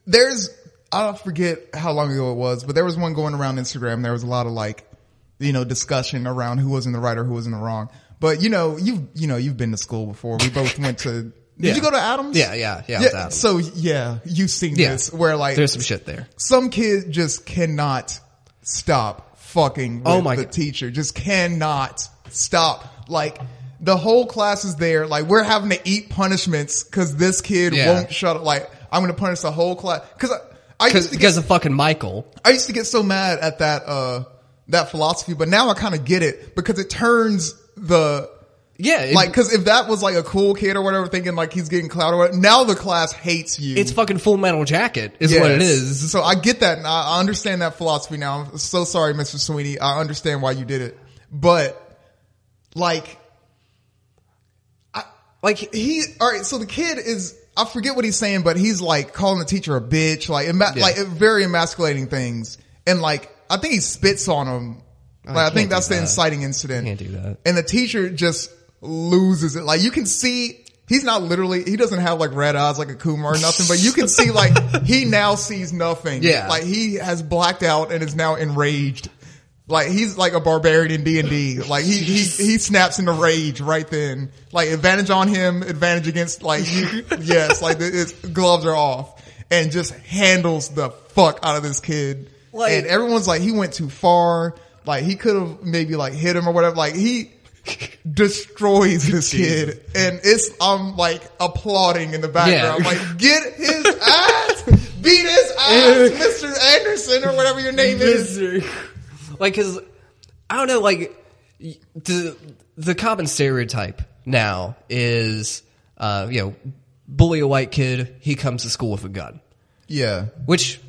Speaker 1: there's, I don't forget how long ago it was, but there was one going around Instagram. There was a lot of like, you know, discussion around who was in the right or who was in the wrong. But you know, you've, you know, you've been to school before. We both went to, did
Speaker 2: Yeah.
Speaker 1: you go to Adams?
Speaker 2: Yeah, yeah,
Speaker 1: Yeah.
Speaker 2: yeah. with Adam.
Speaker 1: So yeah, you've seen
Speaker 2: Yeah.
Speaker 1: this where like
Speaker 2: There's some shit there.
Speaker 1: some kid just cannot stop fucking with
Speaker 2: Oh my
Speaker 1: the
Speaker 2: God.
Speaker 1: teacher. Just cannot stop. Like the whole class is there. Like we're having to eat punishments because this kid
Speaker 2: Yeah.
Speaker 1: won't shut up. Like I'm gonna punish the whole class because I, I
Speaker 2: Cause,
Speaker 1: used to get
Speaker 2: because of fucking Michael.
Speaker 1: I used to get so mad at that uh that philosophy, but now I kind of get it because it turns the
Speaker 2: Yeah. it-
Speaker 1: like because if that was like a cool kid or whatever, thinking like he's getting clout or whatever, now the class hates you.
Speaker 2: it's fucking full metal jacket is what it
Speaker 1: Yes.
Speaker 2: is.
Speaker 1: So I get that, and I I understand that philosophy now. I'm so sorry, Mr. Sweeney. I understand why you did it, but like
Speaker 2: Like
Speaker 1: he, all right. So the kid is, I forget what he's saying, but he's like calling the teacher a bitch, like ema-
Speaker 2: Yeah.
Speaker 1: like very emasculating things, and like I think he spits on him. Like, I
Speaker 2: can't
Speaker 1: think
Speaker 2: do
Speaker 1: that's the
Speaker 2: that.
Speaker 1: inciting incident.
Speaker 2: Can't do that.
Speaker 1: And the teacher just loses it. Like you can see. He's not literally, he doesn't have like red eyes like a Kumar or nothing, but you can see like he now sees nothing.
Speaker 2: Yeah.
Speaker 1: Like he has blacked out and is now enraged. Like he's like a barbarian in D and D. Like he, he he snaps into rage right then. Like advantage on him, advantage against like you. yes, like the, his gloves are off, and just handles the fuck out of this kid.
Speaker 2: Like-
Speaker 1: and everyone's like, he went too far. Like he could have maybe like hit him or whatever. Like he destroys this
Speaker 2: Jesus.
Speaker 1: kid, and it's I'm like applauding in the background.
Speaker 2: Yeah.
Speaker 1: Like get his ass, beat his ass, Mister Anderson or whatever your name is.
Speaker 2: like, cause I don't know, like y- the the common stereotype now is, uh, you know, bully a white kid, he comes to school with a gun,
Speaker 1: Yeah,
Speaker 2: which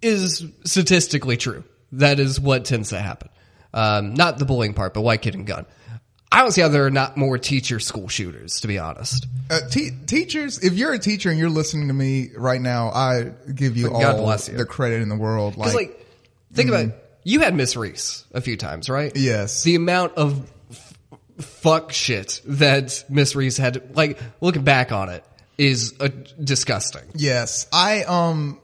Speaker 2: is statistically true. That is what tends to happen. Um, not the bullying part, but white kid and gun. I don't see how there are not more teacher school shooters, to be honest.
Speaker 1: Uh, te- teachers, if you're a teacher and you're listening to me right now, I give you
Speaker 2: God
Speaker 1: all
Speaker 2: bless you.
Speaker 1: the credit in the world. Like,
Speaker 2: Because like, think about you had Miss Reese a few times, right?
Speaker 1: Yes.
Speaker 2: The amount of f- fuck shit that Miss Reese had, like looking back on it, is uh, disgusting.
Speaker 1: yes, I um,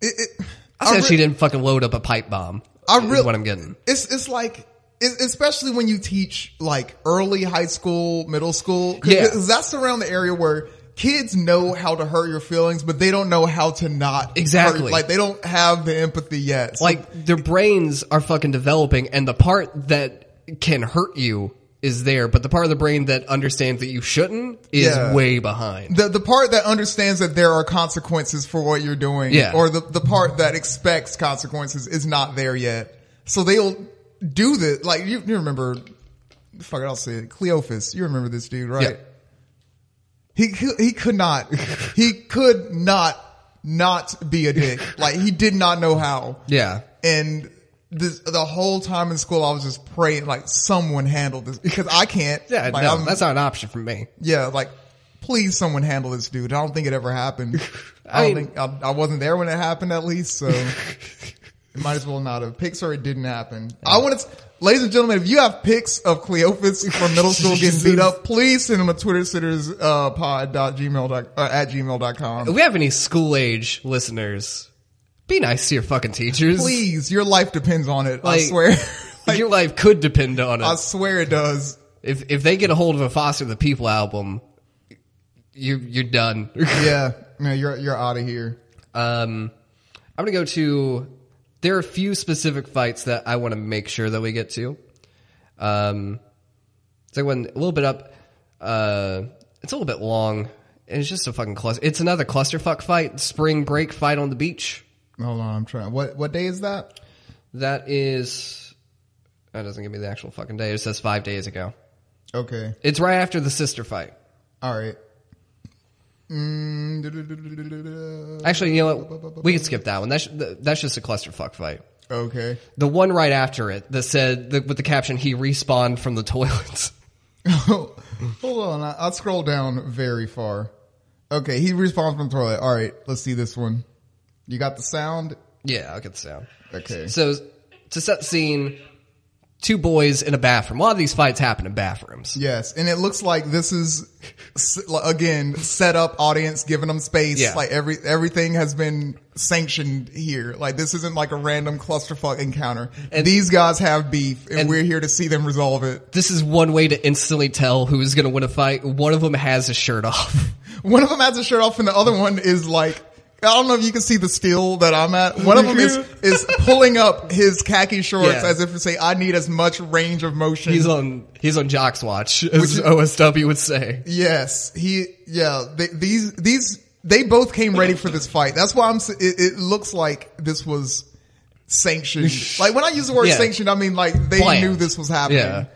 Speaker 1: it, it,
Speaker 2: I said
Speaker 1: I re-
Speaker 2: she didn't fucking load up a pipe bomb.
Speaker 1: I
Speaker 2: is
Speaker 1: real-
Speaker 2: what I'm getting.
Speaker 1: it's it's like. it- Especially when you teach like early high school, middle school,
Speaker 2: Yeah.
Speaker 1: because that's around the area where kids know how to hurt your feelings, but they don't know how to not hurt-
Speaker 2: Exactly.
Speaker 1: Like they don't have the empathy yet. So
Speaker 2: Like their brains are fucking developing, and the part that can hurt you is there, but the part of the brain that understands that you shouldn't is
Speaker 1: Yeah.
Speaker 2: way behind.
Speaker 1: the the part that understands that there are consequences for what you're doing,
Speaker 2: Yeah.
Speaker 1: or the the part that expects consequences is not there yet. So they'll do this. Like you, you remember, fuck it, I'll say it. Cleophas, you remember this dude, right?
Speaker 2: Yeah.
Speaker 1: He cou- he could not, he could not not be a dick. like he did not know how.
Speaker 2: Yeah.
Speaker 1: And this, the whole time in school, I was just praying like someone handled this because I can't.
Speaker 2: Yeah,
Speaker 1: like,
Speaker 2: no,
Speaker 1: I'm-
Speaker 2: that's not an option for me.
Speaker 1: yeah, like please someone handle this dude. I don't think it ever happened. I,
Speaker 2: I
Speaker 1: don't
Speaker 2: mean-
Speaker 1: think I, I wasn't there when it happened at least, so it might as well not have. Picks or it didn't happen. I want to, ladies and gentlemen, if you have pics of Cleophas from middle school getting beat up, please send them a Twitter sitters uh, pod dot gmail dot, uh, at gmail dot
Speaker 2: If
Speaker 1: com.
Speaker 2: we have any school age listeners, be nice to your fucking teachers.
Speaker 1: Please, your life depends on it.
Speaker 2: Like-
Speaker 1: I swear, like,
Speaker 2: your life could depend on it.
Speaker 1: I swear it does.
Speaker 2: if if they get a hold of a Foster the People album, you you're done.
Speaker 1: Yeah, no, you're you're out of here.
Speaker 2: um, I'm gonna go to. There are a few specific fights that I want to make sure that we get to. Um, so one a little bit up. Uh, it's a little bit long. And it's just a fucking cluster. It's another clusterfuck fight. Spring break fight on the beach.
Speaker 1: Hold on, I'm trying. What what day is that?
Speaker 2: That is. That doesn't give me the actual fucking day. It says five days ago.
Speaker 1: Okay.
Speaker 2: It's right after the sister fight.
Speaker 1: All right. Mm,
Speaker 2: Actually, you know what? We can skip that one. That's that's just a clusterfuck fight.
Speaker 1: okay.
Speaker 2: The one right after it that said the, with the caption "He respawned from the toilets."
Speaker 1: Hold on. I, I'll scroll down very far. Okay. He responds from toilet. All right. Let's see this one. You got the sound?
Speaker 2: Yeah, I'll get this down.
Speaker 1: Okay.
Speaker 2: So to set the scene, two boys in a bathroom. A lot of these fights happen in bathrooms.
Speaker 1: Yes. And it looks like this is, s- like, again, set up audience, giving them space.
Speaker 2: Yeah.
Speaker 1: Like every, everything has been sanctioned here. Like this isn't like a random clusterfuck encounter.
Speaker 2: And-
Speaker 1: These guys have beef and
Speaker 2: and-
Speaker 1: we're here to see them resolve it.
Speaker 2: This is one way to instantly tell who's going to win a fight. One of them has his shirt off.
Speaker 1: One of them has a shirt off, and the other one is like, I don't know if you can see the steel that I'm at. One of them is is pulling up his khaki shorts
Speaker 2: Yeah.
Speaker 1: as if to say, "I need as much range of motion."
Speaker 2: He's on he's on Jock's watch, as OSW would say.
Speaker 1: yes, he, yeah. They, these these they both came ready for this fight. That's why I'm. s- It, it looks like this was sanctioned. like when I use the word
Speaker 2: Yeah.
Speaker 1: sanctioned, I mean like they
Speaker 2: Planned.
Speaker 1: knew this was happening.
Speaker 2: Yeah.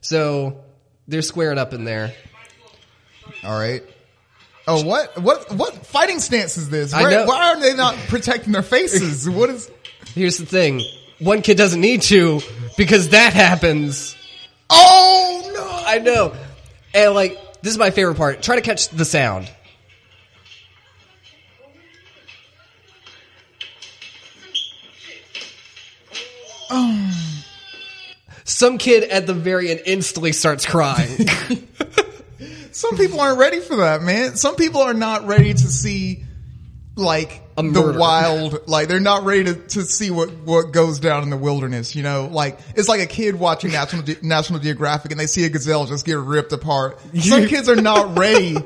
Speaker 2: So they're squaring up in there.
Speaker 1: All right. Oh, what what what fighting stance is this?
Speaker 2: I
Speaker 1: Where-
Speaker 2: know.
Speaker 1: Why are they not protecting their faces? What is?
Speaker 2: Here's the thing. One kid doesn't need to because that happens.
Speaker 1: Oh no!
Speaker 2: I know. And like, this is my favorite part. Try to catch the sound. Um. Some kid at the very end instantly starts crying.
Speaker 1: Some people aren't ready for that, man. Some people are not ready to see like
Speaker 2: A
Speaker 1: the
Speaker 2: murder.
Speaker 1: wild, like they're not ready to, to see what, what goes down in the wilderness, you know, like it's like a kid watching National, Ge- National Geographic and they see a gazelle just get ripped apart. Some kids are not ready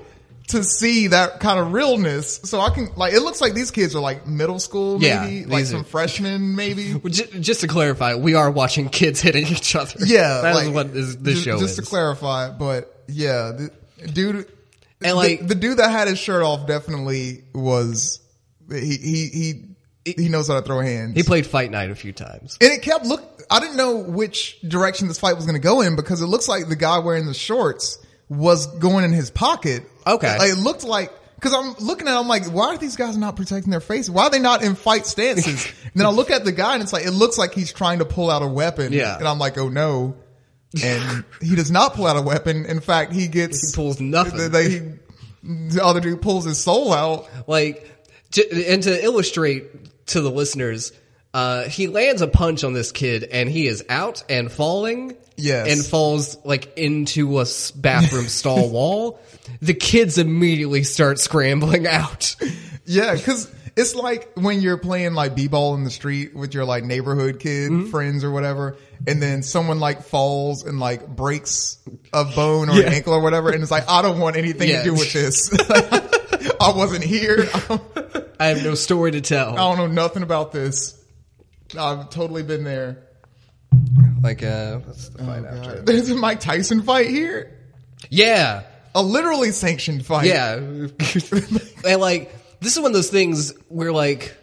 Speaker 1: to see that kind of realness. So I can like it looks like these kids are like middle school,
Speaker 2: Yeah,
Speaker 1: maybe like
Speaker 2: these are-
Speaker 1: some freshmen, maybe.
Speaker 2: Well, ju- Just to clarify, we are watching kids hitting each other.
Speaker 1: Yeah,
Speaker 2: that's
Speaker 1: like,
Speaker 2: what is, this
Speaker 1: ju-
Speaker 2: show
Speaker 1: Just
Speaker 2: is.
Speaker 1: to clarify, but yeah, the dude,
Speaker 2: And, like-
Speaker 1: the, the dude that had his shirt off definitely was he he he he knows how to throw hands.
Speaker 2: he played Fight Night a few times.
Speaker 1: and it kept look. I didn't know which direction this fight was going to go in because it looks like the guy wearing the shorts was going in his pocket.
Speaker 2: Okay.
Speaker 1: Like, it looked like. Cause I'm looking at, it, I'm like, why are these guys not protecting their faces? Why are they not in fight stances? and then I look at the guy and it's like, it looks like he's trying to pull out a weapon.
Speaker 2: Yeah.
Speaker 1: And I'm like, oh no. And he does not pull out a weapon. In fact, he gets,
Speaker 2: He pulls nothing.
Speaker 1: the, the- he, the other dude pulls his soul out.
Speaker 2: Like, j- and to illustrate to the listeners, uh, he lands a punch on this kid, and he is out and falling.
Speaker 1: Yes.
Speaker 2: and falls like into a s- bathroom stall wall. The kids immediately start scrambling out.
Speaker 1: Yeah, because it's like when you're playing like b-ball in the street with your like neighborhood kid
Speaker 2: Mm-hmm.
Speaker 1: friends or whatever, and then someone like falls and like breaks a bone or an ankle or whatever, and it's like I don't want anything
Speaker 2: Yeah.
Speaker 1: to do with this. I wasn't here. I don't,
Speaker 2: I have no story to
Speaker 1: I
Speaker 2: tell.
Speaker 1: don't know nothing about this. I've totally been there.
Speaker 2: Like, uh, what's the fight after?
Speaker 1: There's a Mike Tyson fight here,
Speaker 2: Yeah,
Speaker 1: a literally sanctioned fight.
Speaker 2: yeah. and like, this is one of those things where like,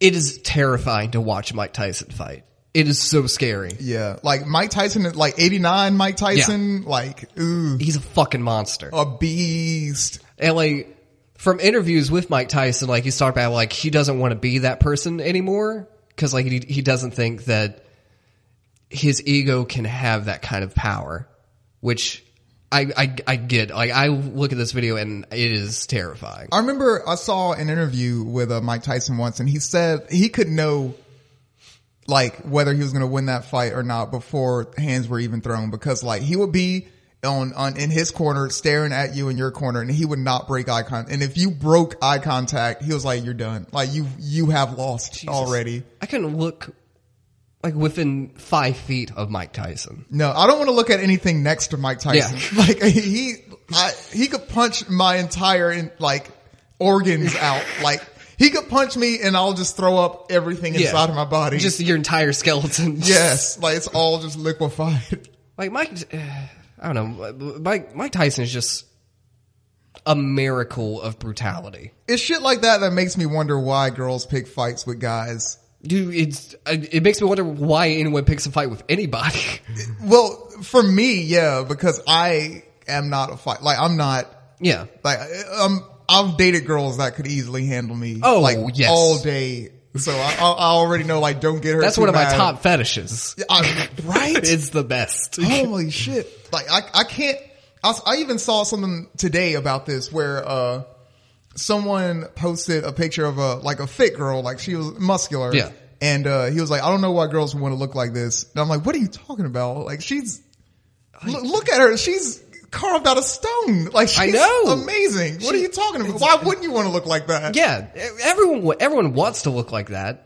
Speaker 2: it is terrifying to watch Mike Tyson fight. It is so scary.
Speaker 1: yeah. Like Mike Tyson, like '89 Mike Tyson, like ooh,
Speaker 2: He's a fucking monster.
Speaker 1: a beast.
Speaker 2: And like from interviews with Mike Tyson, like he's talking about like he doesn't want to be that person anymore because like he he doesn't think that his ego can have that kind of power, which I I, I get. Like I look at this video and it is terrifying.
Speaker 1: I remember I saw an interview with uh, Mike Tyson once, and he said he could know like whether he was going to win that fight or not before hands were even thrown because like he would be on on in his corner staring at you in your corner, and he would not break eye contact. And if you broke eye contact, he was like, "You're done. Like you you have lost already."
Speaker 2: I can look like within five feet of Mike Tyson.
Speaker 1: No, I don't want to look at anything next to Mike Tyson. Like he, I, he could punch my entire in, like organs out. Like he could punch me and I'll just throw up everything
Speaker 2: Yeah.
Speaker 1: inside of my body.
Speaker 2: Just your entire skeleton.
Speaker 1: yes, like it's all just liquefied.
Speaker 2: like Mike. eh, I don't know. Mike Mike Tyson is just a miracle of brutality.
Speaker 1: It's shit like that that makes me wonder why girls pick fights with guys.
Speaker 2: Dude, it's uh, it makes me wonder why anyone picks a fight with anybody.
Speaker 1: Well, for me, yeah, because I am not a fight. Like I'm not
Speaker 2: yeah,
Speaker 1: like um. I've dated girls that could easily handle me.
Speaker 2: Oh,
Speaker 1: like
Speaker 2: yes.
Speaker 1: all day. So I, I I already know, like, don't get her.
Speaker 2: that's
Speaker 1: too
Speaker 2: one of my
Speaker 1: mad.
Speaker 2: top fetishes.
Speaker 1: I, right?
Speaker 2: It's the best.
Speaker 1: Holy shit! Like I, I can't. I, s- I even saw something today about this where uh, someone posted a picture of a like a fit girl, like she was muscular.
Speaker 2: Yeah.
Speaker 1: And uh, he was like, I don't know why girls want to look like this. And I'm like, what are you talking about? Like she's look, look at her. She's carved out of stone. Like she's
Speaker 2: I know.
Speaker 1: amazing. What are
Speaker 2: She-
Speaker 1: you talking about? Why wouldn't you want to look like that?
Speaker 2: yeah, everyone wa- everyone wants to look like that.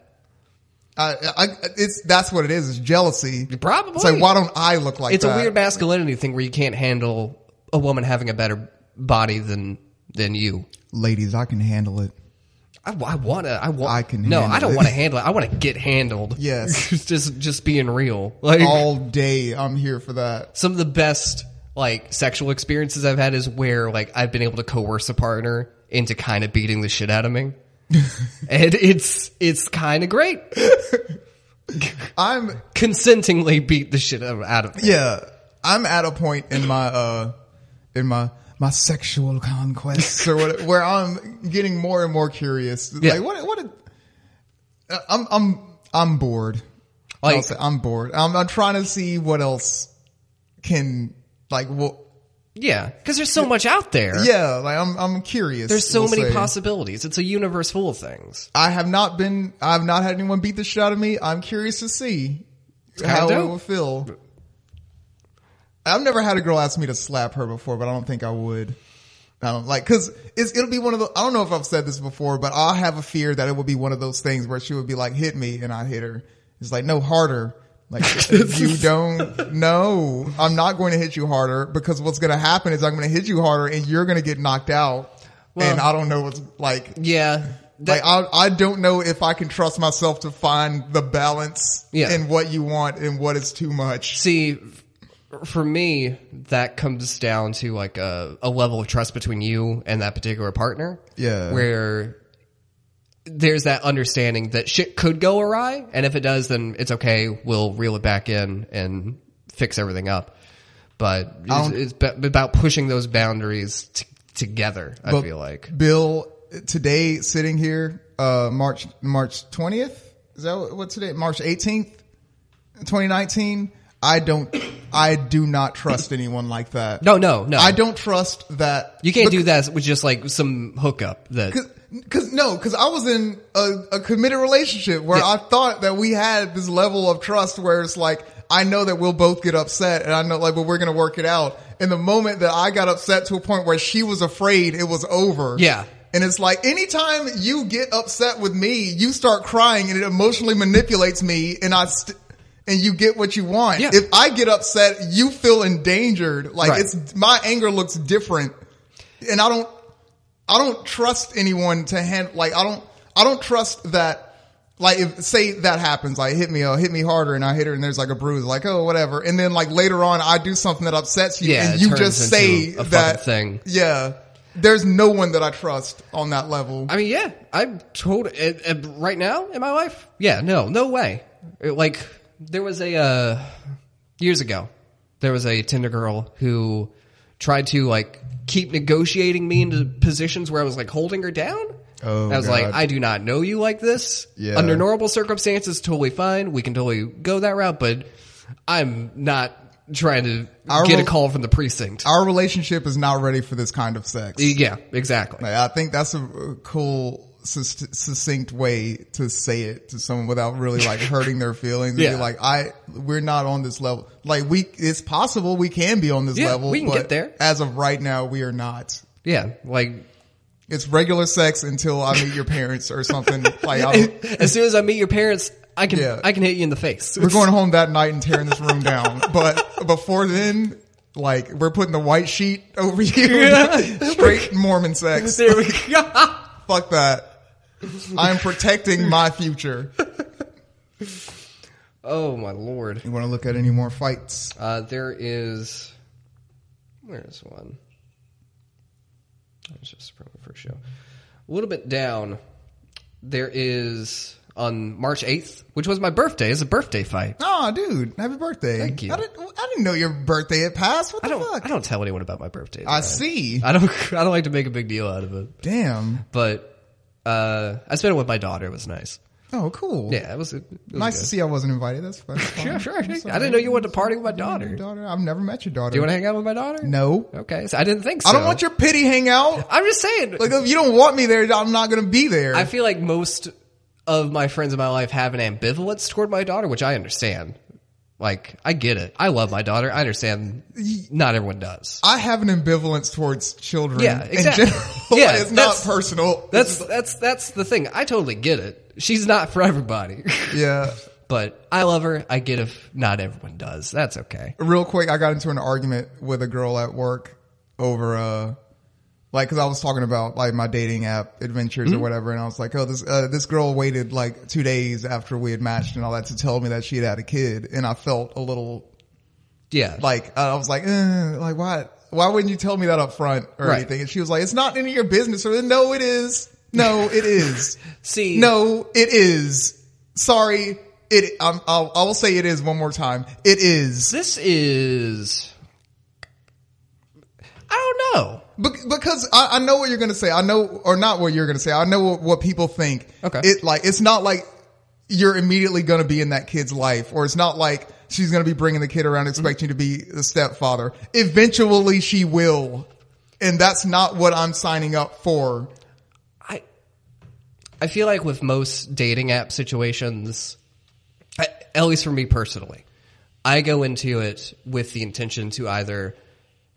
Speaker 1: I, I, it's that's what it is. It's jealousy.
Speaker 2: Probably.
Speaker 1: It's like why don't I look like
Speaker 2: It's
Speaker 1: that?
Speaker 2: a weird masculinity thing where you can't handle a woman having a better body than than you.
Speaker 1: Ladies, I can handle it.
Speaker 2: I, I want to. I want.
Speaker 1: I can
Speaker 2: No,
Speaker 1: handle
Speaker 2: I don't
Speaker 1: it.
Speaker 2: want to handle it. I want to get handled.
Speaker 1: Yes.
Speaker 2: just just being real. Like
Speaker 1: all day. I'm here for that.
Speaker 2: some of the best like sexual experiences I've had is where like I've been able to coerce a partner into kind of beating the shit out of me. and it's it's kind of great.
Speaker 1: I'm
Speaker 2: Consentingly beat the shit out of me.
Speaker 1: yeah. I'm at a point in my uh in my my sexual conquests or what where I'm getting more and more curious.
Speaker 2: Yeah.
Speaker 1: Like what what a, I'm I'm I'm bored.
Speaker 2: Like-
Speaker 1: I'll say I'm bored. I'm I'm trying to see what else can like what
Speaker 2: Yeah, cuz there's so much out there.
Speaker 1: yeah, like I'm I'm curious.
Speaker 2: There's so
Speaker 1: we'll
Speaker 2: many
Speaker 1: say.
Speaker 2: possibilities. It's a universe full of things.
Speaker 1: I have not been I've not had anyone beat the shit out of me. I'm curious to see
Speaker 2: kinda
Speaker 1: how it
Speaker 2: dope.
Speaker 1: will feel. I've never had a girl ask me to slap her before, but I don't think I would. I don't like because it'll be one of the. I don't know if I've said this before, but I have a fear that it would be one of those things where she would be like, "Hit me," and I hit her. It's like no harder, Like, if you don't know, I'm not going to hit you harder because what's going to happen is I'm going to hit you harder and you're going to get knocked out.
Speaker 2: Well-
Speaker 1: and I don't know what's like,
Speaker 2: Yeah.
Speaker 1: like
Speaker 2: That-
Speaker 1: I, I don't know if I can trust myself to find the balance
Speaker 2: Yeah.
Speaker 1: in what you want and what is too much.
Speaker 2: see, f- for me, that comes down to like a, a level of trust between you and that particular partner.
Speaker 1: Yeah.
Speaker 2: Where there's that understanding that shit could go awry. And if it does, then it's okay. We'll reel it back in and fix everything up. But
Speaker 1: don't-
Speaker 2: it's, it's ba- about pushing those boundaries t- together, I
Speaker 1: But
Speaker 2: feel like.
Speaker 1: Bill, today sitting here, uh, March, March 20th, is that what, what today? March 18th, 2019. I don't, I do not trust anyone like that.
Speaker 2: No, no, no.
Speaker 1: I don't trust that.
Speaker 2: You can't do that with just like some hookup that.
Speaker 1: Cause no, cause I was in a, a committed relationship where
Speaker 2: Yeah.
Speaker 1: I thought that we had this level of trust where it's like, I know that we'll both get upset and I know like, but we're going to work it out. And the moment that I got upset to a point where she was afraid it was over.
Speaker 2: Yeah.
Speaker 1: And it's like, anytime you get upset with me, you start crying and it emotionally manipulates me and I, st- and you get what you want.
Speaker 2: Yeah.
Speaker 1: If I get upset, you feel endangered. Like
Speaker 2: Right.
Speaker 1: it's, my anger looks different and I don't, I don't trust anyone to hand like I don't I don't trust that like if say that happens like hit me uh, hit me harder and I hit her and there's like a bruise like oh whatever and then like later on I do something that upsets you
Speaker 2: Yeah,
Speaker 1: and
Speaker 2: it
Speaker 1: you
Speaker 2: turns
Speaker 1: just
Speaker 2: into
Speaker 1: say
Speaker 2: a fucking
Speaker 1: that
Speaker 2: thing.
Speaker 1: yeah there's no one that I trust on that level
Speaker 2: I mean, yeah, I'm told it, it, right now in my life. Yeah, no, no way. It, like there was a uh, years ago, there was a Tinder girl who tried to like keep negotiating me into positions where I was like holding her down.
Speaker 1: Oh,
Speaker 2: And I was
Speaker 1: God.
Speaker 2: like, I do not know you like this.
Speaker 1: Yeah.
Speaker 2: Under normal circumstances, totally fine. We can totally go that route, but I'm not trying to
Speaker 1: Our
Speaker 2: get a
Speaker 1: rel-
Speaker 2: call from the precinct.
Speaker 1: our relationship is not ready for this kind of sex
Speaker 2: yeah, exactly.
Speaker 1: Like, I think that's a a cool sus- succinct way to say it to someone without really like hurting their feelings. And
Speaker 2: Yeah.
Speaker 1: be like I we're not on this level. Like we it's possible we can be on this
Speaker 2: Yeah,
Speaker 1: level.
Speaker 2: we can
Speaker 1: but
Speaker 2: get there.
Speaker 1: As of right now, we are not.
Speaker 2: Yeah, like
Speaker 1: It's regular sex until I meet your parents or something. Like I don't,
Speaker 2: as soon as I meet your parents, I can
Speaker 1: Yeah.
Speaker 2: I can hit you in the face.
Speaker 1: we're going home that night and tearing this room down. But before then, like we're putting the white sheet over you.
Speaker 2: Yeah.
Speaker 1: Straight Mormon sex.
Speaker 2: There we go.
Speaker 1: Fuck that. I'm protecting my future.
Speaker 2: Oh my lord.
Speaker 1: You want to look at any more fights?
Speaker 2: Uh, there is where's one? I was just scrolling for a show. A little bit down. There is on March eighth, which was my birthday. Is a birthday fight.
Speaker 1: Oh, dude, happy birthday!
Speaker 2: Thank you.
Speaker 1: I didn't, I didn't know your birthday had passed. What
Speaker 2: I
Speaker 1: the
Speaker 2: don't.
Speaker 1: fuck?
Speaker 2: I don't tell anyone about my birthday.
Speaker 1: I see.
Speaker 2: I don't. I don't like to make a big deal out of it.
Speaker 1: Damn.
Speaker 2: But uh, I spent it with my daughter. It was nice.
Speaker 1: Oh, cool.
Speaker 2: Yeah, it was. It was
Speaker 1: Nice
Speaker 2: good.
Speaker 1: to see I wasn't invited. That's fine.
Speaker 2: Sure,
Speaker 1: Fine.
Speaker 2: sure.
Speaker 1: I'm
Speaker 2: I
Speaker 1: sorry.
Speaker 2: didn't know you wanted to party with my daughter.
Speaker 1: Your
Speaker 2: Do
Speaker 1: daughter. I've never met your daughter.
Speaker 2: you want to hang out with my daughter?
Speaker 1: No.
Speaker 2: Okay, so I didn't think so.
Speaker 1: I don't want your pity hangout.
Speaker 2: I'm just saying.
Speaker 1: Like, if you don't want me there, I'm not gonna be there.
Speaker 2: I feel like most of my friends in my life have an ambivalence toward my daughter, which I understand. Like, I get it. I love my daughter. I understand. Not everyone does.
Speaker 1: I have an ambivalence towards children.
Speaker 2: Yeah, exactly.
Speaker 1: In general,
Speaker 2: Yeah,
Speaker 1: it's not
Speaker 2: that's-
Speaker 1: personal.
Speaker 2: That's that's that's the thing. I totally get it. She's not for everybody,
Speaker 1: yeah.
Speaker 2: but I love her. I get if not everyone does. That's okay.
Speaker 1: real quick, I got into an argument with a girl at work over uh like cuz I was talking about like my dating app adventures
Speaker 2: Mm-hmm.
Speaker 1: or whatever and I was like, "Oh, this uh, this girl waited like 2 days after we had matched and all that to tell me that she had had a kid." And I felt a little
Speaker 2: Yeah,
Speaker 1: like I was like, eh, like why why wouldn't you tell me that up front or
Speaker 2: Right.
Speaker 1: anything? And she was like, "It's not any of your business." Or no, it is. No, it is.
Speaker 2: See-
Speaker 1: no, it is. Sorry, it. I'm, I'll, I will say it is one more time. It is.
Speaker 2: this is. I don't know.
Speaker 1: Bec- because I, I know what you're gonna say. I know, or not what you're gonna say. I know what, what people think.
Speaker 2: Okay.
Speaker 1: It like it's not like you're immediately gonna be in that kid's life, or it's not like she's gonna be bringing the kid around expecting you to be the stepfather. Eventually, she will, and that's not what I'm signing up for.
Speaker 2: I I feel like with most dating app situations, I, at least for me personally, I go into it with the intention to either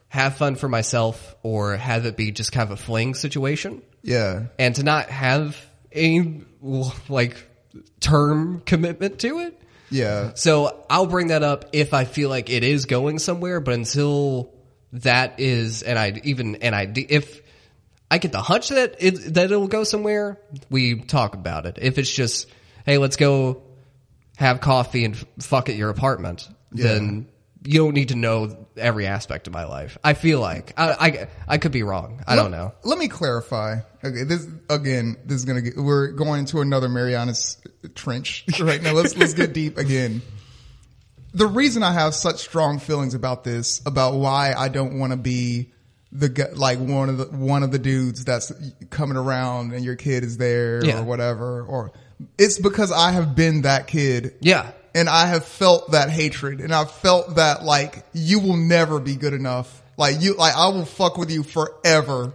Speaker 2: have fun for myself or have it be just kind of a fling situation,
Speaker 1: Yeah.
Speaker 2: and to not have any like term commitment to it.
Speaker 1: Yeah.
Speaker 2: So I'll bring that up if I feel like it is going somewhere, but until that is an idea, even an idea, if I get the hunch that it, that it'll go somewhere, we talk about it. If it's just, hey, let's go have coffee and f- fuck at your apartment, then you don't need to know every aspect of my life. I feel like I, I, I could be wrong. I don't know.
Speaker 1: Let me clarify. Okay, this again. This is gonna get. We're going to another Marianas trench right now. Let's let's get deep again. The reason I have such strong feelings about this, about why I don't want to be the gu- like one of the one of the dudes that's coming around and your kid is there
Speaker 2: Yeah.
Speaker 1: or whatever, or it's because I have been that kid
Speaker 2: Yeah.
Speaker 1: and I have felt that hatred and I've felt that like you will never be good enough. Like you, like I will fuck with you forever.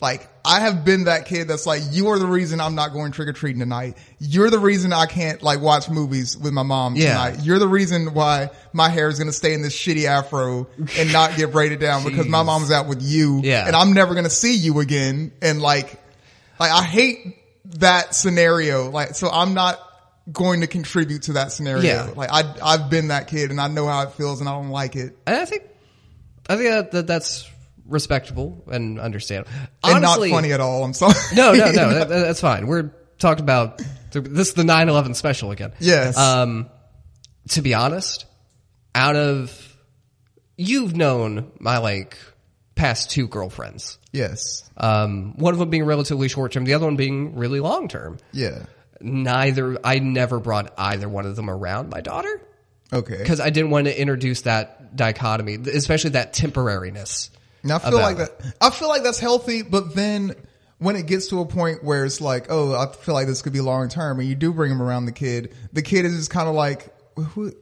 Speaker 1: Like I have been that kid that's like, you are the reason I'm not going trick or treating tonight. You're the reason I can't like watch movies with my mom
Speaker 2: Yeah.
Speaker 1: tonight. You're the reason why my hair is going to stay in this shitty afro and not get braided down because my
Speaker 2: Jeez.
Speaker 1: mom's out with you
Speaker 2: Yeah.
Speaker 1: and I'm never going to see you again. And like, like I hate that scenario. Like, so I'm not going to contribute to that scenario.
Speaker 2: Yeah.
Speaker 1: Like I, I've been that kid and I know how it feels and I don't like it.
Speaker 2: And I think, I think that, that that's respectable and understandable.
Speaker 1: And
Speaker 2: Honestly,
Speaker 1: not funny at all. I'm sorry.
Speaker 2: No, no, no. that, that's fine. We're talking about this is the 9/11 special again.
Speaker 1: Yes.
Speaker 2: Um, to be honest, out of you've known my like past two girlfriends.
Speaker 1: yes.
Speaker 2: Um, one of them being relatively short term, the other one being really long term.
Speaker 1: Yeah.
Speaker 2: Neither I never brought either one of them around my daughter
Speaker 1: Okay.
Speaker 2: because I didn't want to introduce that dichotomy, especially that temporariness.
Speaker 1: Now I feel like
Speaker 2: about
Speaker 1: that. I feel like that's healthy, but then when it gets to a point where it's like, oh, I feel like this could be long term, and you do bring him around the kid, the kid is just kind of like, who,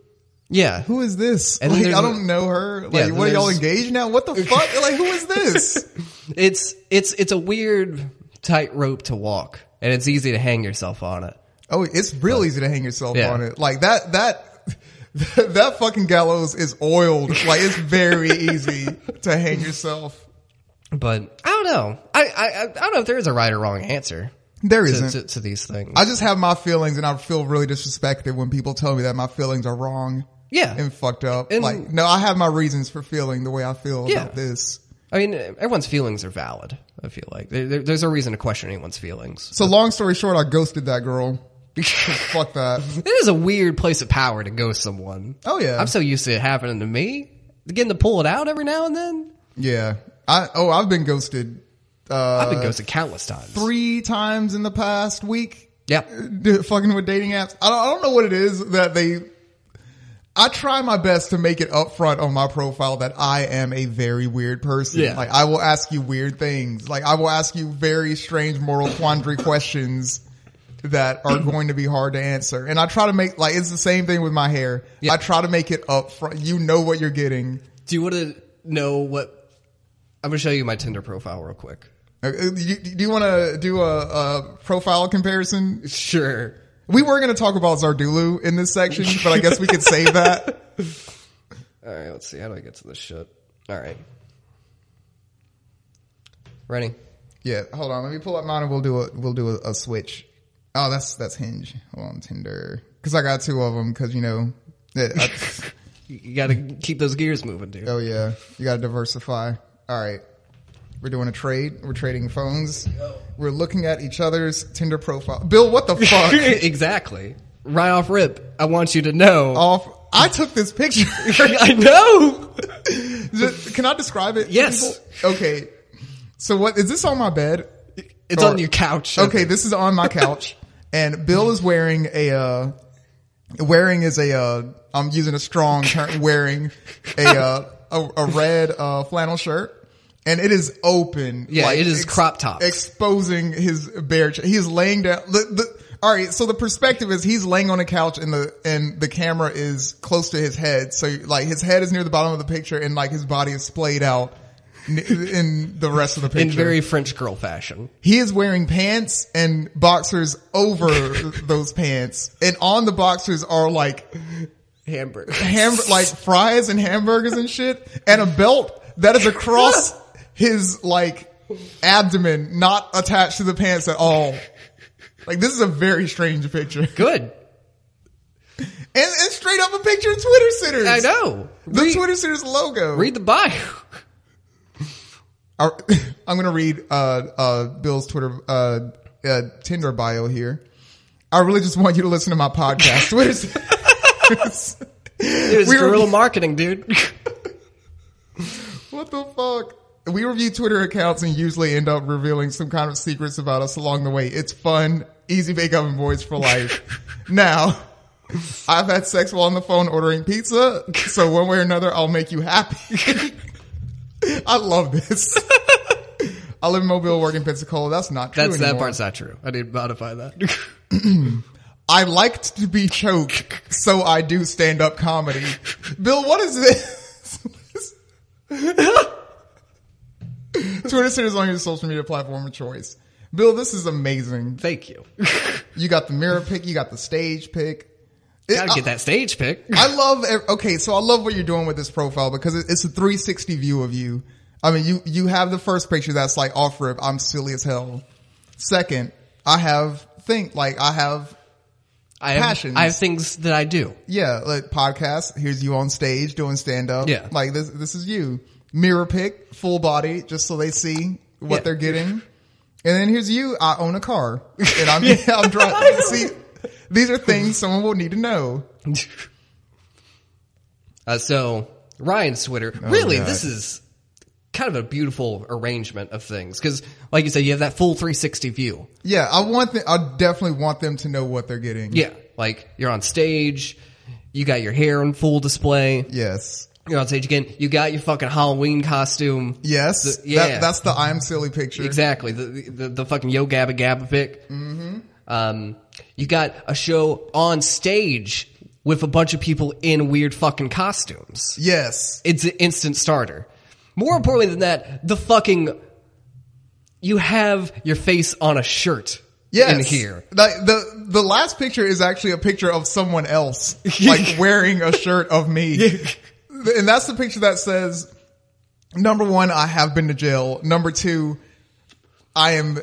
Speaker 2: Yeah.
Speaker 1: who is this?
Speaker 2: And then
Speaker 1: like, I
Speaker 2: there's-
Speaker 1: don't know her. Like,
Speaker 2: Yeah,
Speaker 1: what are y'all
Speaker 2: there's-
Speaker 1: engaged now? What the fuck? like, who is this?
Speaker 2: it's it's it's a weird tightrope to walk, and it's easy to hang yourself on it.
Speaker 1: Oh, it's real easy to hang yourself
Speaker 2: Yeah.
Speaker 1: on it. Like that, that, that fucking gallows is oiled. Like it's very easy to hang yourself.
Speaker 2: But I don't know. I I, I I don't know if there is a right or wrong answer
Speaker 1: There
Speaker 2: to,
Speaker 1: isn't.
Speaker 2: to, to these things.
Speaker 1: I just have my feelings and I feel really disrespected when people tell me that my feelings are wrong
Speaker 2: yeah,
Speaker 1: and fucked up.
Speaker 2: And-
Speaker 1: like, no, I have my reasons for feeling the way I feel
Speaker 2: Yeah.
Speaker 1: about this.
Speaker 2: I mean, everyone's feelings are valid. I feel like there, there, there's no reason to question anyone's feelings.
Speaker 1: So long story short, I ghosted that girl. Fuck that.
Speaker 2: It is a weird place of power to go someone.
Speaker 1: Oh, yeah.
Speaker 2: I'm so used to it happening to me. Getting to pull it out every now and then.
Speaker 1: Yeah. I, oh, I've been ghosted, uh,
Speaker 2: I've been ghosted countless times.
Speaker 1: three Uh, times in the past week.
Speaker 2: Yeah,
Speaker 1: d- fucking with dating apps. I don't, I don't know what it is that they. I try my best to make it upfront on my profile that I am a very weird person.
Speaker 2: Yeah.
Speaker 1: Like I will ask you weird things. Like I will ask you very strange moral quandary questions that are going to be hard to answer. And I try to make like it's the same thing with my hair.
Speaker 2: Yeah.
Speaker 1: I try to make it upfront. You know what you're getting.
Speaker 2: Do you want to know what? I'm gonna show you my Tinder profile real quick.
Speaker 1: Uh, uh, you- Do you want to do a, a profile comparison?
Speaker 2: Sure.
Speaker 1: We were going to talk about Zardulu in this section, but I guess we could save that.
Speaker 2: All right, let's see. How do I get to this shit? All right. Ready?
Speaker 1: Yeah, hold on. Let me pull up mine and we'll do a we'll do a, a switch. Oh, that's that's Hinge. Hold on, Tinder. Because I got two of them. Because you know, that I-
Speaker 2: You- You got to keep those gears moving, dude.
Speaker 1: oh yeah, you got to diversify. All right, we're doing a trade. We're trading phones. We're looking at each other's Tinder profile. Bill, what the fuck?
Speaker 2: exactly. Right off rip, I want you to know.
Speaker 1: Off. I took this picture.
Speaker 2: I know.
Speaker 1: Just- Can I describe it? to
Speaker 2: Yes.
Speaker 1: people? Okay. So what is this on my bed?
Speaker 2: It's
Speaker 1: Or-
Speaker 2: on your couch.
Speaker 1: Oh. Okay, this is on my couch, and Bill is wearing a uh, wearing is a uh, I'm using a strong term wearing a uh, a, a red uh, flannel shirt, and it is open.
Speaker 2: Yeah, it is crop tops.
Speaker 1: exposing his bare. Ch- he is laying down. The, the, all right, so the perspective is he's laying on a couch and the and the camera is close to his head, so like his head is near the bottom of the picture, and like his body is splayed out. n- In the rest of the picture,
Speaker 2: in very French girl fashion.
Speaker 1: he is wearing pants and boxers over those pants. And on the boxers are like
Speaker 2: Hamburger.
Speaker 1: ham, like fries and hamburgers and shit and a belt that is across his like abdomen, not attached to the pants at all. Like this is a very strange picture.
Speaker 2: Good.
Speaker 1: And and, and straight up a picture of Twitter Sitters.
Speaker 2: I know.
Speaker 1: The
Speaker 2: Read,
Speaker 1: Twitter Sitters logo.
Speaker 2: read the bio.
Speaker 1: Our- I'm going to read uh, uh, Bill's Twitter uh, uh, Tinder bio here. I really just want you to listen to my podcast. Twitter Sitters.
Speaker 2: It was
Speaker 1: We were-
Speaker 2: guerrilla marketing, dude.
Speaker 1: What the fuck? We review Twitter accounts and usually end up revealing some kind of secrets about us along the way. It's fun. Easy bake oven boys for life. now, I've had sex while on the phone ordering pizza, so one way or another, I'll make you happy. I love this. I live in Mobile, work in Pensacola. That's not true
Speaker 2: That's that
Speaker 1: anymore.
Speaker 2: part's not true. I need to modify that.
Speaker 1: I liked to be choked, so I do stand up comedy. Bill, what is this? Twitter is on your social media platform of choice. Bill, this is amazing.
Speaker 2: Thank you.
Speaker 1: You got the mirror pick, you got the stage pick. It-
Speaker 2: Gotta get that stage pick.
Speaker 1: I love. ev- Okay, so I love what you're doing with this profile because it- it's a 360 view of you. I mean, you you have the first picture that's like off rip. I'm silly as hell. Second, I have think like I have
Speaker 2: I have,
Speaker 1: passions.
Speaker 2: I have things that I do.
Speaker 1: Yeah, like podcast. Here's you on stage doing stand up.
Speaker 2: Yeah.
Speaker 1: like this. This is you. Mirror pick, full body, just so they see what
Speaker 2: Yeah.
Speaker 1: they're getting. And then here's you. I own a car, and I'm I'm driving. see, these are things someone will need to know.
Speaker 2: Uh, so Ryan's Twitter. really,
Speaker 1: God.
Speaker 2: this is kind of a beautiful arrangement of things because, like you said, you have that full 360 view.
Speaker 1: Yeah, I want. Th- I definitely want them to know what they're getting.
Speaker 2: Yeah, like you're on stage, you got your hair on full display.
Speaker 1: Yes.
Speaker 2: You're on stage again. You got your fucking Halloween costume.
Speaker 1: Yes.
Speaker 2: The- yeah.
Speaker 1: That, that's the I'm silly picture.
Speaker 2: Exactly. The, the the fucking Yo Gabba Gabba pick. Mm-hmm. Um, you got a show on stage with a bunch of people in weird fucking costumes.
Speaker 1: Yes.
Speaker 2: It's an instant starter. More importantly than that, the fucking you have your face on a shirt
Speaker 1: Yes.
Speaker 2: in here.
Speaker 1: Like the the last picture is actually a picture of someone else, like wearing a shirt of me. and that's the picture that says number one, I have been to jail. Number two, I am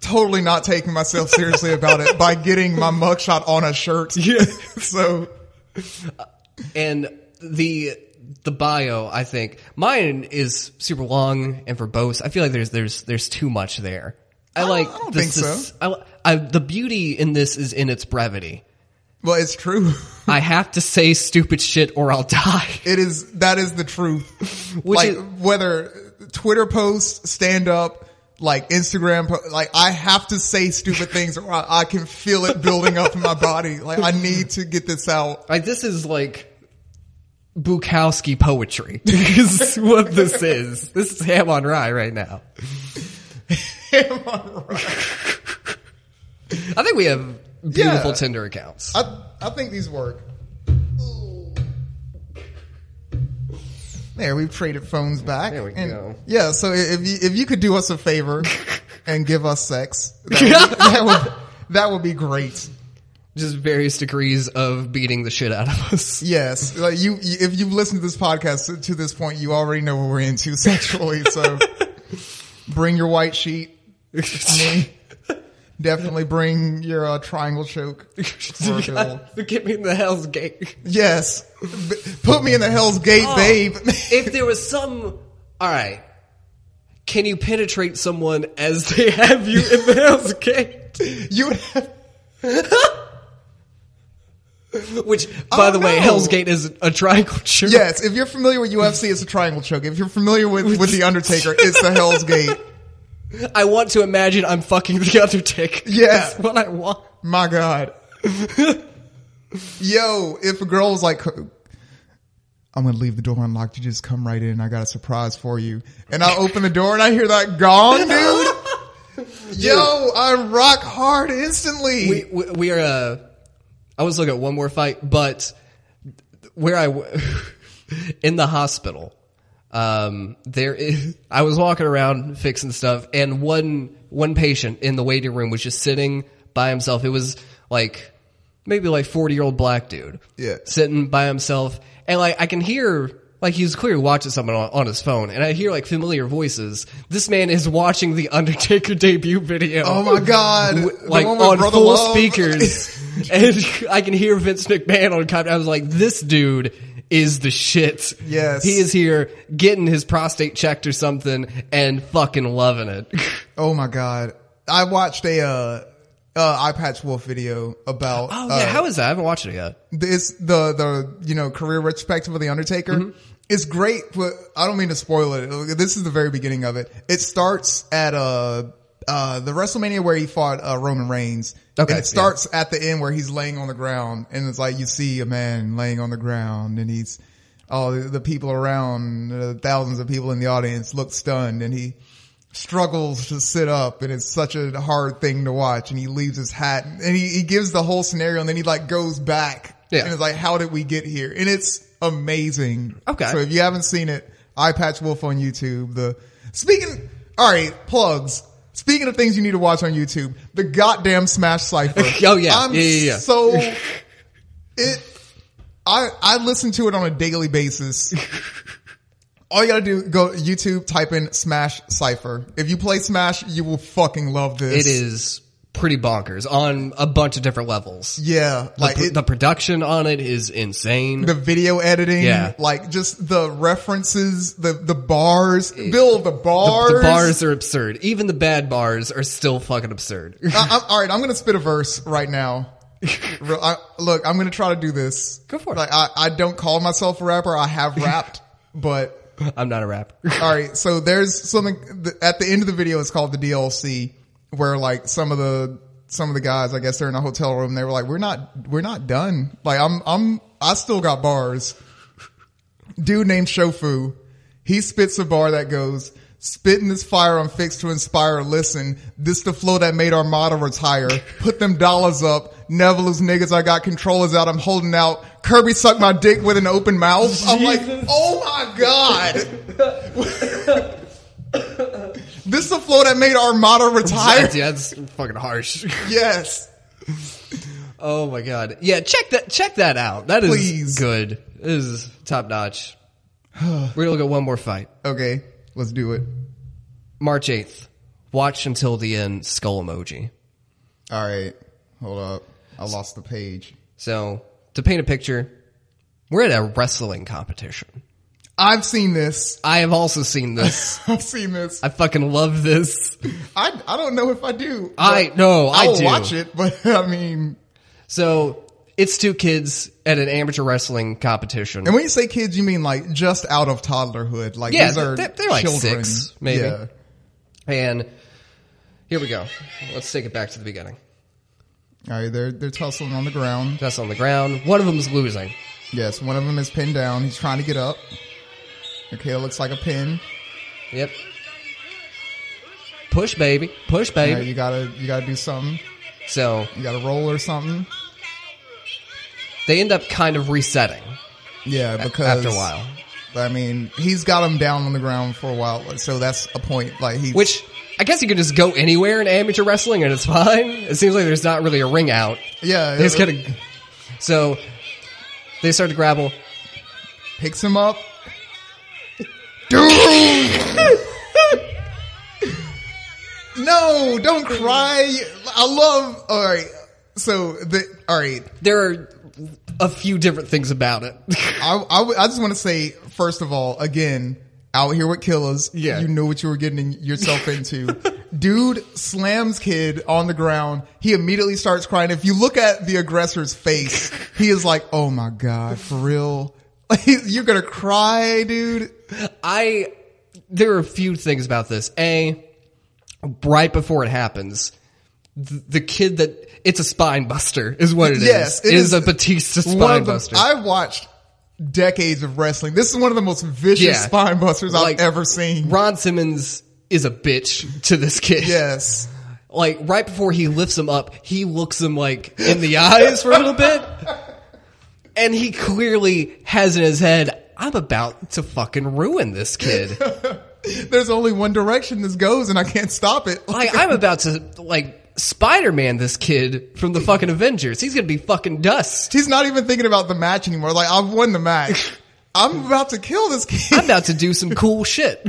Speaker 1: totally not taking myself seriously about it by getting my mugshot on a shirt. Yeah. so
Speaker 2: And the the bio, I think mine is super long and verbose. I feel like there's there's there's too much there. I,
Speaker 1: don't-
Speaker 2: like
Speaker 1: I don't
Speaker 2: this
Speaker 1: think
Speaker 2: is-
Speaker 1: so.
Speaker 2: I, I, the beauty in this is in its brevity.
Speaker 1: well it's true.
Speaker 2: I have to say stupid shit or I'll die.
Speaker 1: It is that is the truth.
Speaker 2: Which
Speaker 1: like
Speaker 2: is-
Speaker 1: whether Twitter posts, stand up, like Instagram, po- like I have to say stupid things, or I, I can feel it building up in my body. Like I need to get this out.
Speaker 2: Like this is like Bukowski poetry. is what this is. This is ham on rye right now.
Speaker 1: Am I right?
Speaker 2: I think we have beautiful
Speaker 1: Yeah.
Speaker 2: Tinder accounts.
Speaker 1: I I think these work. There, we've traded phones back.
Speaker 2: There we go.
Speaker 1: Yeah, so i- if you, if you could do us a favor and give us sex, that would, that would that would be great.
Speaker 2: Just various degrees of beating the shit out of us.
Speaker 1: Yes, like you, you- if you've listened to this podcast to- to this point, you already know what we're into sexually. So, bring your white sheet. I mean, definitely bring your uh, triangle choke. for Bill.
Speaker 2: Get me in the hell's gate.
Speaker 1: Yes, B- put me in the Hell's Gate, babe.
Speaker 2: Oh. if there was some, all right. Can you penetrate someone as they have you in the hell's gate?
Speaker 1: you would have,
Speaker 2: Which, by
Speaker 1: Oh,
Speaker 2: the way,
Speaker 1: no.
Speaker 2: Hell's Gate is a triangle church.
Speaker 1: yes. If you're familiar with UFC, it's a triangle choke. If you're familiar with with the Undertaker, it's the Hell's Gate.
Speaker 2: I want to imagine I'm fucking the Undertaker.
Speaker 1: Yeah.
Speaker 2: That's what I want.
Speaker 1: My God. Yo, if a girl was like, I'm going to leave the door unlocked. You just come right in. I got a surprise for you. And I open the door and I hear that gong, dude. Yo, I rock hard instantly.
Speaker 2: We, we, we are, uh, I was looking at one more fight, but where I, w- in the hospital, um, there is, I was walking around fixing stuff and one, one patient in the waiting room was just sitting by himself. It was like, maybe like 40 year old black dude.
Speaker 1: Yeah.
Speaker 2: Sitting by himself. And like, I can hear, Like he was clearly watching someone on, on his phone, and I hear like familiar voices. This man is watching the Undertaker debut video.
Speaker 1: Oh my god! The
Speaker 2: Like
Speaker 1: one with
Speaker 2: on
Speaker 1: Brother
Speaker 2: full
Speaker 1: Love?
Speaker 2: speakers, and I can hear Vince McMahon on comment. I was like, "This dude is the shit.
Speaker 1: Yes.
Speaker 2: he is here getting his prostate checked or something, and fucking loving it."
Speaker 1: oh my god! I watched a uh, uh, eye patch wolf video about
Speaker 2: Oh
Speaker 1: uh,
Speaker 2: yeah, how is that? I haven't watched it yet.
Speaker 1: this the the you know career retrospective of the Undertaker.
Speaker 2: Mm-hmm.
Speaker 1: It's great, but I don't mean to spoil it. This is the very beginning of it. It starts at uh uh the WrestleMania where he fought uh, Roman Reigns.
Speaker 2: Okay,
Speaker 1: And
Speaker 2: yeah.
Speaker 1: it starts at the end where he's laying on the ground, and it's like you see a man laying on the ground, and he's all the the people around, uh, thousands of people in the audience look stunned, and he struggles to sit up and it's such a hard thing to watch and he leaves his hat and he, he gives the whole scenario and then he like goes back
Speaker 2: Yeah.
Speaker 1: and it's like how did we get here and it's amazing
Speaker 2: Okay.
Speaker 1: so if you haven't seen it i patch wolf on youtube the speaking all right plugs speaking of things you need to watch on youtube the goddamn smash cypher
Speaker 2: Oh, yeah.
Speaker 1: i'm
Speaker 2: Yeah, yeah, yeah.
Speaker 1: so it i i listen to it on a daily basis all you gotta do, go to YouTube, type in Smash Cypher. If you play Smash, you will fucking love this.
Speaker 2: It is pretty bonkers on a bunch of different levels.
Speaker 1: Yeah. Like,
Speaker 2: the, pr-
Speaker 1: it-
Speaker 2: the
Speaker 1: the,
Speaker 2: production on it is insane.
Speaker 1: video editing.
Speaker 2: Yeah.
Speaker 1: Like, just the references, the, the bars. Bill, the bars.
Speaker 2: the bars are absurd. Even the bad bars are still fucking absurd.
Speaker 1: I, I'm, all right, I'm gonna spit a verse right now. Real- I, look, I'm gonna try to do this.
Speaker 2: Go for it.
Speaker 1: Like, I, I don't call myself a rapper. I have rapped, but
Speaker 2: I'm not a rapper.
Speaker 1: All right, so there's something th- at the end of the video. It's called the DLC, where like some of the some of the guys, I guess they're in a hotel room. They were like, "We're not, we're not done. Like, I'm, I'm, I still got bars." Dude named Shofu, he spits a bar that goes, "Spitting this fire, I'm fixed to inspire. Listen, this the flow that made Armada retire. Put them dollars up." Never lose niggas, I got controllers out, I'm holding out. Kirby sucked my dick with an open mouth. I'm like,
Speaker 2: Jesus.
Speaker 1: oh my god. This is the flow that made Armada retire.
Speaker 2: yeah, that's fucking harsh.
Speaker 1: Yes.
Speaker 2: Oh my god. Yeah, check that check that out. That is
Speaker 1: Please.
Speaker 2: good. This is top notch. We're gonna look at one more fight.
Speaker 1: Okay, let's do it.
Speaker 2: March eighth. Watch until the end skull emoji.
Speaker 1: All right, hold up. I lost the page.
Speaker 2: So to paint a picture, we're at a wrestling competition.
Speaker 1: I've seen this.
Speaker 2: I have also seen this.
Speaker 1: I've seen this.
Speaker 2: I fucking love this.
Speaker 1: I, I don't know if I do. but
Speaker 2: I- no, I
Speaker 1: will
Speaker 2: do.
Speaker 1: watch it, but I mean,
Speaker 2: So it's two kids at an amateur wrestling competition.
Speaker 1: and when you say kids, you mean like just out of toddlerhood. Like
Speaker 2: Yeah,
Speaker 1: these are
Speaker 2: they're- they're like
Speaker 1: children.
Speaker 2: six, maybe.
Speaker 1: Yeah.
Speaker 2: And here we go. Let's take it back to the beginning.
Speaker 1: All right, they're they're tussling on the ground.
Speaker 2: That's on the ground. One of them's losing.
Speaker 1: Yes, one of them is pinned down. He's trying to get up. Okay, it looks like a pin.
Speaker 2: Yep. Push, baby. Push,
Speaker 1: All right,
Speaker 2: baby.
Speaker 1: you gotta you gotta do something.
Speaker 2: So
Speaker 1: You gotta roll or something.
Speaker 2: they end up kind of resetting
Speaker 1: Yeah, because
Speaker 2: after a while.
Speaker 1: I mean, he's got him down on the ground for a while, so that's a point. Like he,
Speaker 2: Which I guess you can just go anywhere in amateur wrestling and it's fine. It seems like there's not really a ring out.
Speaker 1: yeah,
Speaker 2: They just gotta. So they start to grapple.
Speaker 1: picks him up. Dude, no, don't cry. I love. All right, so the all right.
Speaker 2: There are a few different things about it.
Speaker 1: I, I, w- I just want to say first of all, again, out here with killers,
Speaker 2: Yeah.
Speaker 1: you knew what you were getting in- yourself into. Dude slams kid on the ground. He immediately starts crying. If you look at the aggressor's face, he is like, "Oh my god, for real." You're gonna cry, dude.
Speaker 2: I there are a few things about this. A right before it happens, th- the kid that it's a spine buster is what it is.
Speaker 1: Yes, it
Speaker 2: it
Speaker 1: is
Speaker 2: is, a Batista
Speaker 1: One
Speaker 2: spine
Speaker 1: of
Speaker 2: buster.
Speaker 1: the, I've watched decades of wrestling. This is one of the most vicious
Speaker 2: Yeah.
Speaker 1: spine busters
Speaker 2: Like,
Speaker 1: I've ever seen.
Speaker 2: Ron Simmons is a bitch to this kid.
Speaker 1: Yes.
Speaker 2: Like right before he lifts him up, he looks him like in the eyes for a little bit. And he clearly has in his head, I'm about to fucking ruin this kid.
Speaker 1: There's only one direction this goes and I can't stop it.
Speaker 2: like I'm about to like Spider-Man this kid from the fucking Avengers. He's gonna be fucking dust.
Speaker 1: He's not even thinking about the match anymore. Like I've won the match. I'm about to kill this kid.
Speaker 2: I'm about to do some cool shit.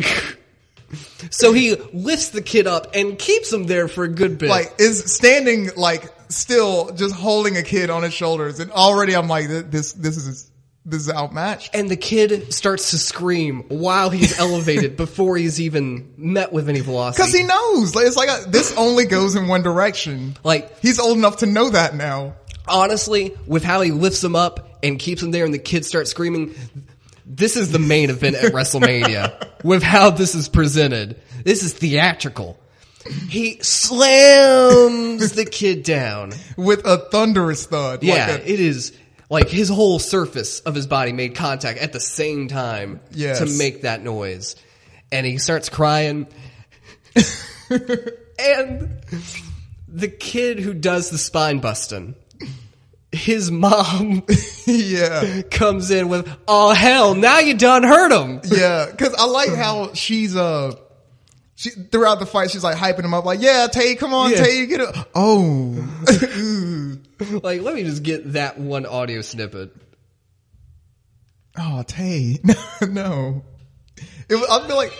Speaker 2: So he lifts the kid up and keeps him there for a good bit.
Speaker 1: like is standing like still just holding a kid on his shoulders and already I'm like th- this this is this is outmatched.
Speaker 2: and the kid starts to scream while he's elevated before he's even met with any velocity.
Speaker 1: Cause he knows, like, it's like a, this only goes in one direction.
Speaker 2: like
Speaker 1: He's old enough to know that now.
Speaker 2: honestly, with how he lifts him up and keeps him there, and the kids start screaming, this is the main event at WrestleMania. with how this is presented, this is theatrical. He slams the kid down.
Speaker 1: With a thunderous thud.
Speaker 2: Yeah,
Speaker 1: Like a,
Speaker 2: it is like his whole surface of his body made contact at the same time
Speaker 1: Yes.
Speaker 2: to make that noise. And he starts crying. and the kid who does the spine busting, his mom
Speaker 1: yeah.
Speaker 2: comes in with, "Oh hell, now you done hurt him."
Speaker 1: Yeah, because I like how she's uh, she throughout the fight she's like hyping him up, like, "Yeah, Tay, come on,
Speaker 2: Yeah.
Speaker 1: Tay, you get it." Oh,
Speaker 2: Like, let me just get that one audio snippet.
Speaker 1: oh, Tay, no. It was, I feel like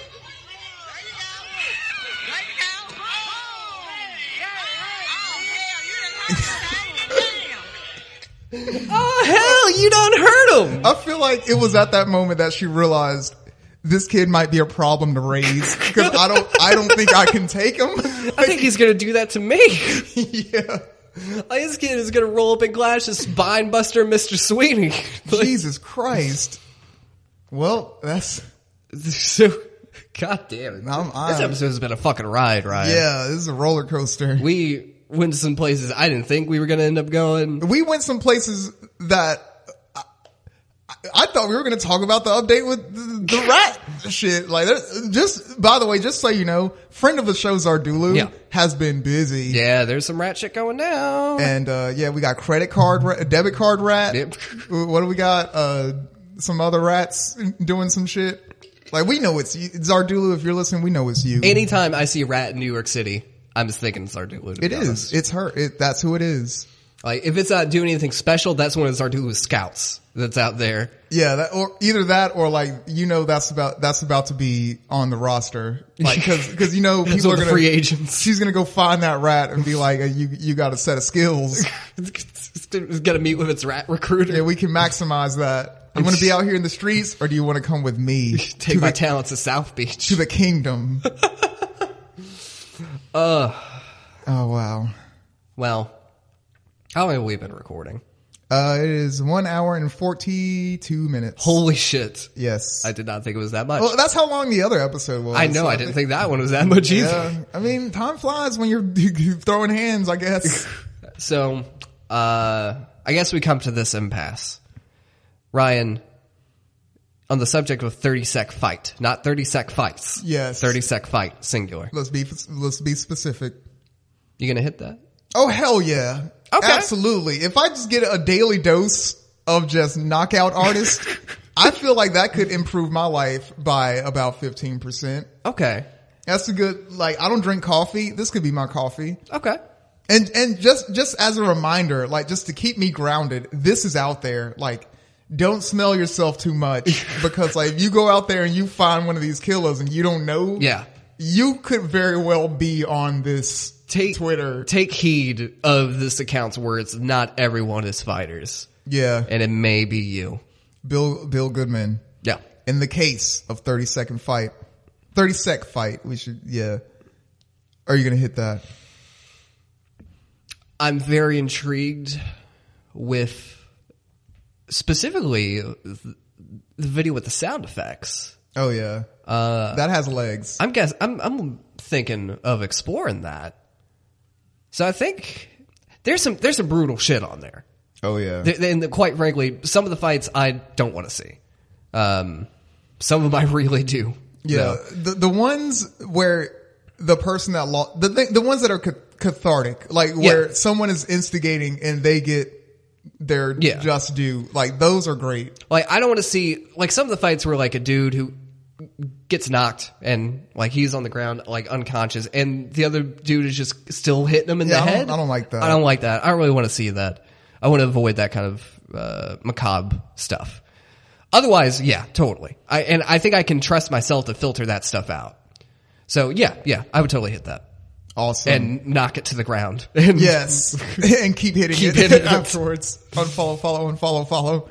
Speaker 2: Oh hell, you done hurt him.
Speaker 1: I feel like it was at that moment that she realized this kid might be a problem to raise because I don't I don't think I can take him.
Speaker 2: I think he's gonna do that to me.
Speaker 1: yeah,
Speaker 2: Like, this kid is gonna roll up in glass, just spine buster Mr. Sweeney. Like,
Speaker 1: Jesus Christ. Well, that's
Speaker 2: so, god damn it.
Speaker 1: I'm-
Speaker 2: this
Speaker 1: I'm-
Speaker 2: episode has been a fucking ride, Ryan.
Speaker 1: yeah. This is a roller coaster.
Speaker 2: We went to some places I didn't think we were gonna end up going.
Speaker 1: we went some places that I, I thought we were going to talk about the update with the, the rat shit. Like, there's- just by the way, just so you know, friend of the show Zardulu
Speaker 2: Yeah.
Speaker 1: has been busy.
Speaker 2: Yeah, there's some rat shit going down.
Speaker 1: And uh, yeah, we got credit card, ra- debit card rat.
Speaker 2: Yep.
Speaker 1: What do we got? Uh, some other rats doing some shit. Like we know it's you. Zardulu. If you're listening, we know it's you.
Speaker 2: Anytime I see a rat in New York City, I'm just thinking Sardulu.
Speaker 1: it is. It's her. It, that's who it is.
Speaker 2: Like, if it's not doing anything special, that's one of Sardulu's scouts that's out there.
Speaker 1: Yeah, that, or either that or like you know that's about that's about to be on the roster, like because you know
Speaker 2: That's
Speaker 1: people
Speaker 2: all
Speaker 1: are
Speaker 2: the
Speaker 1: gonna
Speaker 2: free agents.
Speaker 1: she's gonna go find that rat and be like uh, you you got a set of skills
Speaker 2: it's gonna meet with its rat recruiter.
Speaker 1: and we can maximize that. You want to be out here in the streets or do you want to come with me
Speaker 2: Take
Speaker 1: to,
Speaker 2: my
Speaker 1: the,
Speaker 2: talents to South Beach.
Speaker 1: to the kingdom? uh,
Speaker 2: Uh.
Speaker 1: oh wow,
Speaker 2: Well, how long have we been recording?
Speaker 1: uh, it is one hour and forty two minutes.
Speaker 2: Holy shit.
Speaker 1: yes,
Speaker 2: I did not think it was that much.
Speaker 1: well that's how long the other episode was.
Speaker 2: I know,
Speaker 1: so
Speaker 2: I didn't think that one was that much either.
Speaker 1: Yeah, I mean, time flies when you're throwing hands, I guess.
Speaker 2: So, uh, I guess we come to this impasse. Ryan, on the subject of 30 sec fight, not 30 sec fights.
Speaker 1: Yes.
Speaker 2: 30 sec fight, singular.
Speaker 1: Let's be let's be specific.
Speaker 2: You gonna hit that?
Speaker 1: Oh hell yeah!
Speaker 2: Okay.
Speaker 1: absolutely. If I just get a daily dose of just knockout artists, I feel like that could improve my life by about fifteen percent.
Speaker 2: Okay.
Speaker 1: That's a good. Like I don't drink coffee. This could be my coffee.
Speaker 2: Okay.
Speaker 1: And and just just as a reminder, like just to keep me grounded, this is out there. Like don't smell yourself too much because like if you go out there and you find one of these killers and you don't know,
Speaker 2: Yeah.
Speaker 1: you could very well be on this
Speaker 2: Take-
Speaker 1: Twitter.
Speaker 2: Take heed of this account's words. Not everyone is fighters,
Speaker 1: yeah,
Speaker 2: and it may be you.
Speaker 1: Bill Bill Goodman
Speaker 2: Yeah.
Speaker 1: in the case of 30 second fight. 30 sec fight. We should yeah. Are you going to hit that?
Speaker 2: I'm very intrigued with specifically the video with the sound effects.
Speaker 1: Oh yeah.
Speaker 2: Uh,
Speaker 1: that has legs.
Speaker 2: I'm guess I'm I'm thinking of exploring that. So I think there's some there's some brutal shit on there.
Speaker 1: Oh yeah.
Speaker 2: Th- And quite frankly, some of the fights I don't want to see. Um, some of them I really do.
Speaker 1: Yeah,
Speaker 2: though.
Speaker 1: the the ones where the person that lost the thing, the ones that are ca- cathartic, like where
Speaker 2: Yeah.
Speaker 1: someone is instigating and they get their
Speaker 2: Yeah.
Speaker 1: just due, like those are great.
Speaker 2: Like I don't want to see like some of the fights where like a dude who gets knocked and like he's on the ground like unconscious and the other dude is just still hitting him in
Speaker 1: Yeah,
Speaker 2: the
Speaker 1: I don't-
Speaker 2: head.
Speaker 1: I don't like that.
Speaker 2: I don't like that. I don't really want to see that. I want to avoid that kind of uh, macabre stuff. Otherwise, yeah, totally. I and I think I can trust myself to filter that stuff out. So yeah, yeah, I would totally hit that
Speaker 1: Awesome.
Speaker 2: and knock it to the ground. And
Speaker 1: yes, and keep hitting
Speaker 2: Keep
Speaker 1: it
Speaker 2: hitting it.
Speaker 1: afterwards. Unfollow, follow, unfollow, follow.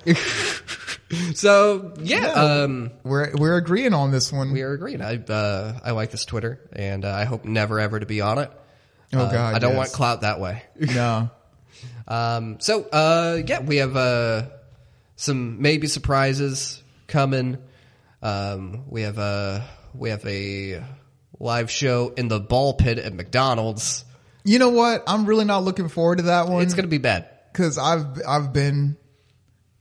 Speaker 2: So yeah, um,
Speaker 1: We're we're agreeing on this one.
Speaker 2: we are agreeing. I uh, I like this Twitter, and uh, I hope never ever to be on it.
Speaker 1: oh
Speaker 2: Uh,
Speaker 1: God,
Speaker 2: I don't
Speaker 1: yes.
Speaker 2: want clout that way.
Speaker 1: no.
Speaker 2: Um, so uh, yeah, we have uh, some maybe surprises coming. Um, we have a we have a live show in the ball pit at McDonald's.
Speaker 1: You know what? I'm really not looking forward to that one.
Speaker 2: It's gonna be bad.
Speaker 1: because I've I've been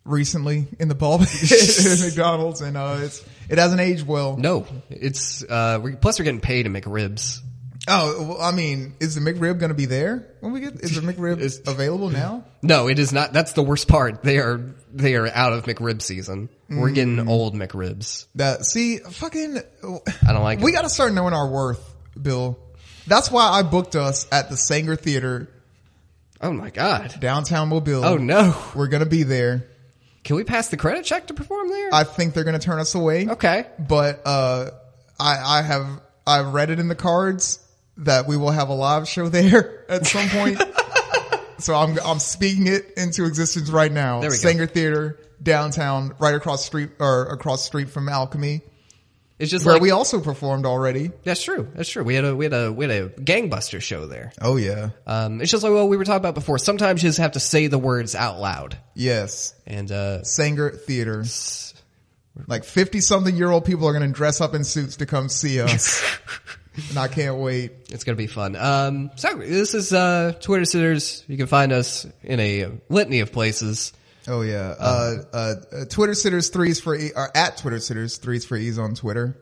Speaker 1: recently in the ball pit at McDonald's, and uh, it's it hasn't aged well.
Speaker 2: No, it's uh, we, plus we're getting paid to make ribs.
Speaker 1: Oh, well, I mean, is the McRib going to be there when we get? Is the McRib
Speaker 2: It's-
Speaker 1: available now?
Speaker 2: No, it is not. That's the worst part. They are they are out of McRib season. We're
Speaker 1: Mm.
Speaker 2: getting old McRibs.
Speaker 1: That see, fucking,
Speaker 2: I don't like
Speaker 1: we
Speaker 2: it.
Speaker 1: got to start knowing our worth, Bill. That's why I booked us at the Sanger Theater
Speaker 2: Oh my god.
Speaker 1: downtown Mobile.
Speaker 2: Oh no.
Speaker 1: we're gonna be there.
Speaker 2: Can we pass the credit check to perform there?
Speaker 1: I think they're gonna turn us away.
Speaker 2: okay.
Speaker 1: but uh, I, I have I've read it in the cards that we will have a live show there at some point. so I'm I'm speaking it into existence right now.
Speaker 2: There we go.
Speaker 1: Sanger Theater downtown, right across the street or across the street from Alchemy,
Speaker 2: It's just
Speaker 1: where
Speaker 2: like
Speaker 1: we also performed already.
Speaker 2: That's true. That's true. We had a we had a we had a gangbuster show there.
Speaker 1: Oh yeah,
Speaker 2: Um, it's just like what we were talking about before. Sometimes you just have to say the words out loud.
Speaker 1: yes.
Speaker 2: And uh,
Speaker 1: Sanger Theater. Like 50 something year old people are going to dress up in suits to come see us. and I can't wait.
Speaker 2: It's gonna be fun. Um, so this is uh, Twitter sitters. You can find us in a litany of places.
Speaker 1: Oh yeah. Uh, uh, uh, Twitter sitters threes for e, or at Twitter sitters threes for ease on Twitter,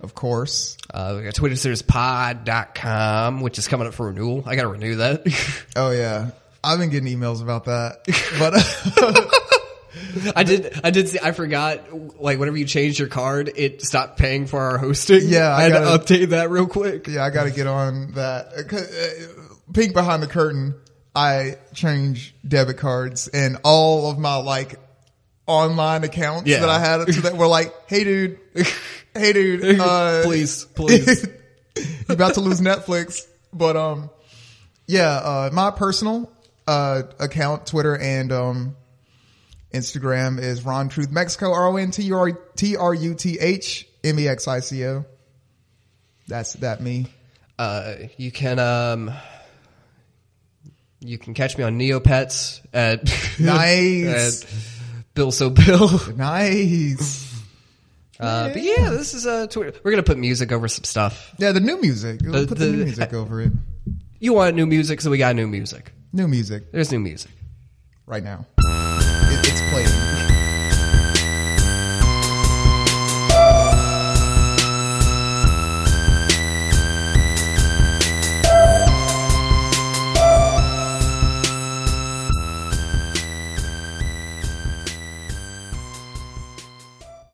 Speaker 1: of course.
Speaker 2: Uh, we got twittersitterspod.com, which is coming up for renewal. I gotta renew that.
Speaker 1: Oh yeah. I've been getting emails about that, but
Speaker 2: I did. I did. See, I forgot. Like whenever you changed your card, it stopped paying for our hosting.
Speaker 1: Yeah,
Speaker 2: I,
Speaker 1: I
Speaker 2: had
Speaker 1: gotta-
Speaker 2: to update that real quick.
Speaker 1: yeah, I got to get on that. Uh, 'cause, uh, Peek behind the curtain. I change debit cards and all of my like online accounts
Speaker 2: Yeah.
Speaker 1: that I had to that were like, Hey dude, hey dude, uh,
Speaker 2: please, please.
Speaker 1: You're about to lose Netflix. But um, yeah, uh, my personal uh account, Twitter and um, Instagram is Ron Truth Mexico R O N T U R T R U T H M E X I C O. That's that me.
Speaker 2: Uh, you can um, you can catch me on Neopets at
Speaker 1: Nice.
Speaker 2: at Bill So Bill.
Speaker 1: Nice.
Speaker 2: Uh, But yeah, this is uh, Twitter. We're gonna put music over some stuff.
Speaker 1: Yeah, the new music. We'll Put the,
Speaker 2: the-
Speaker 1: new music over it.
Speaker 2: You want new music, so we got new music.
Speaker 1: New music
Speaker 2: There's new music.
Speaker 1: right now. It, it's playing.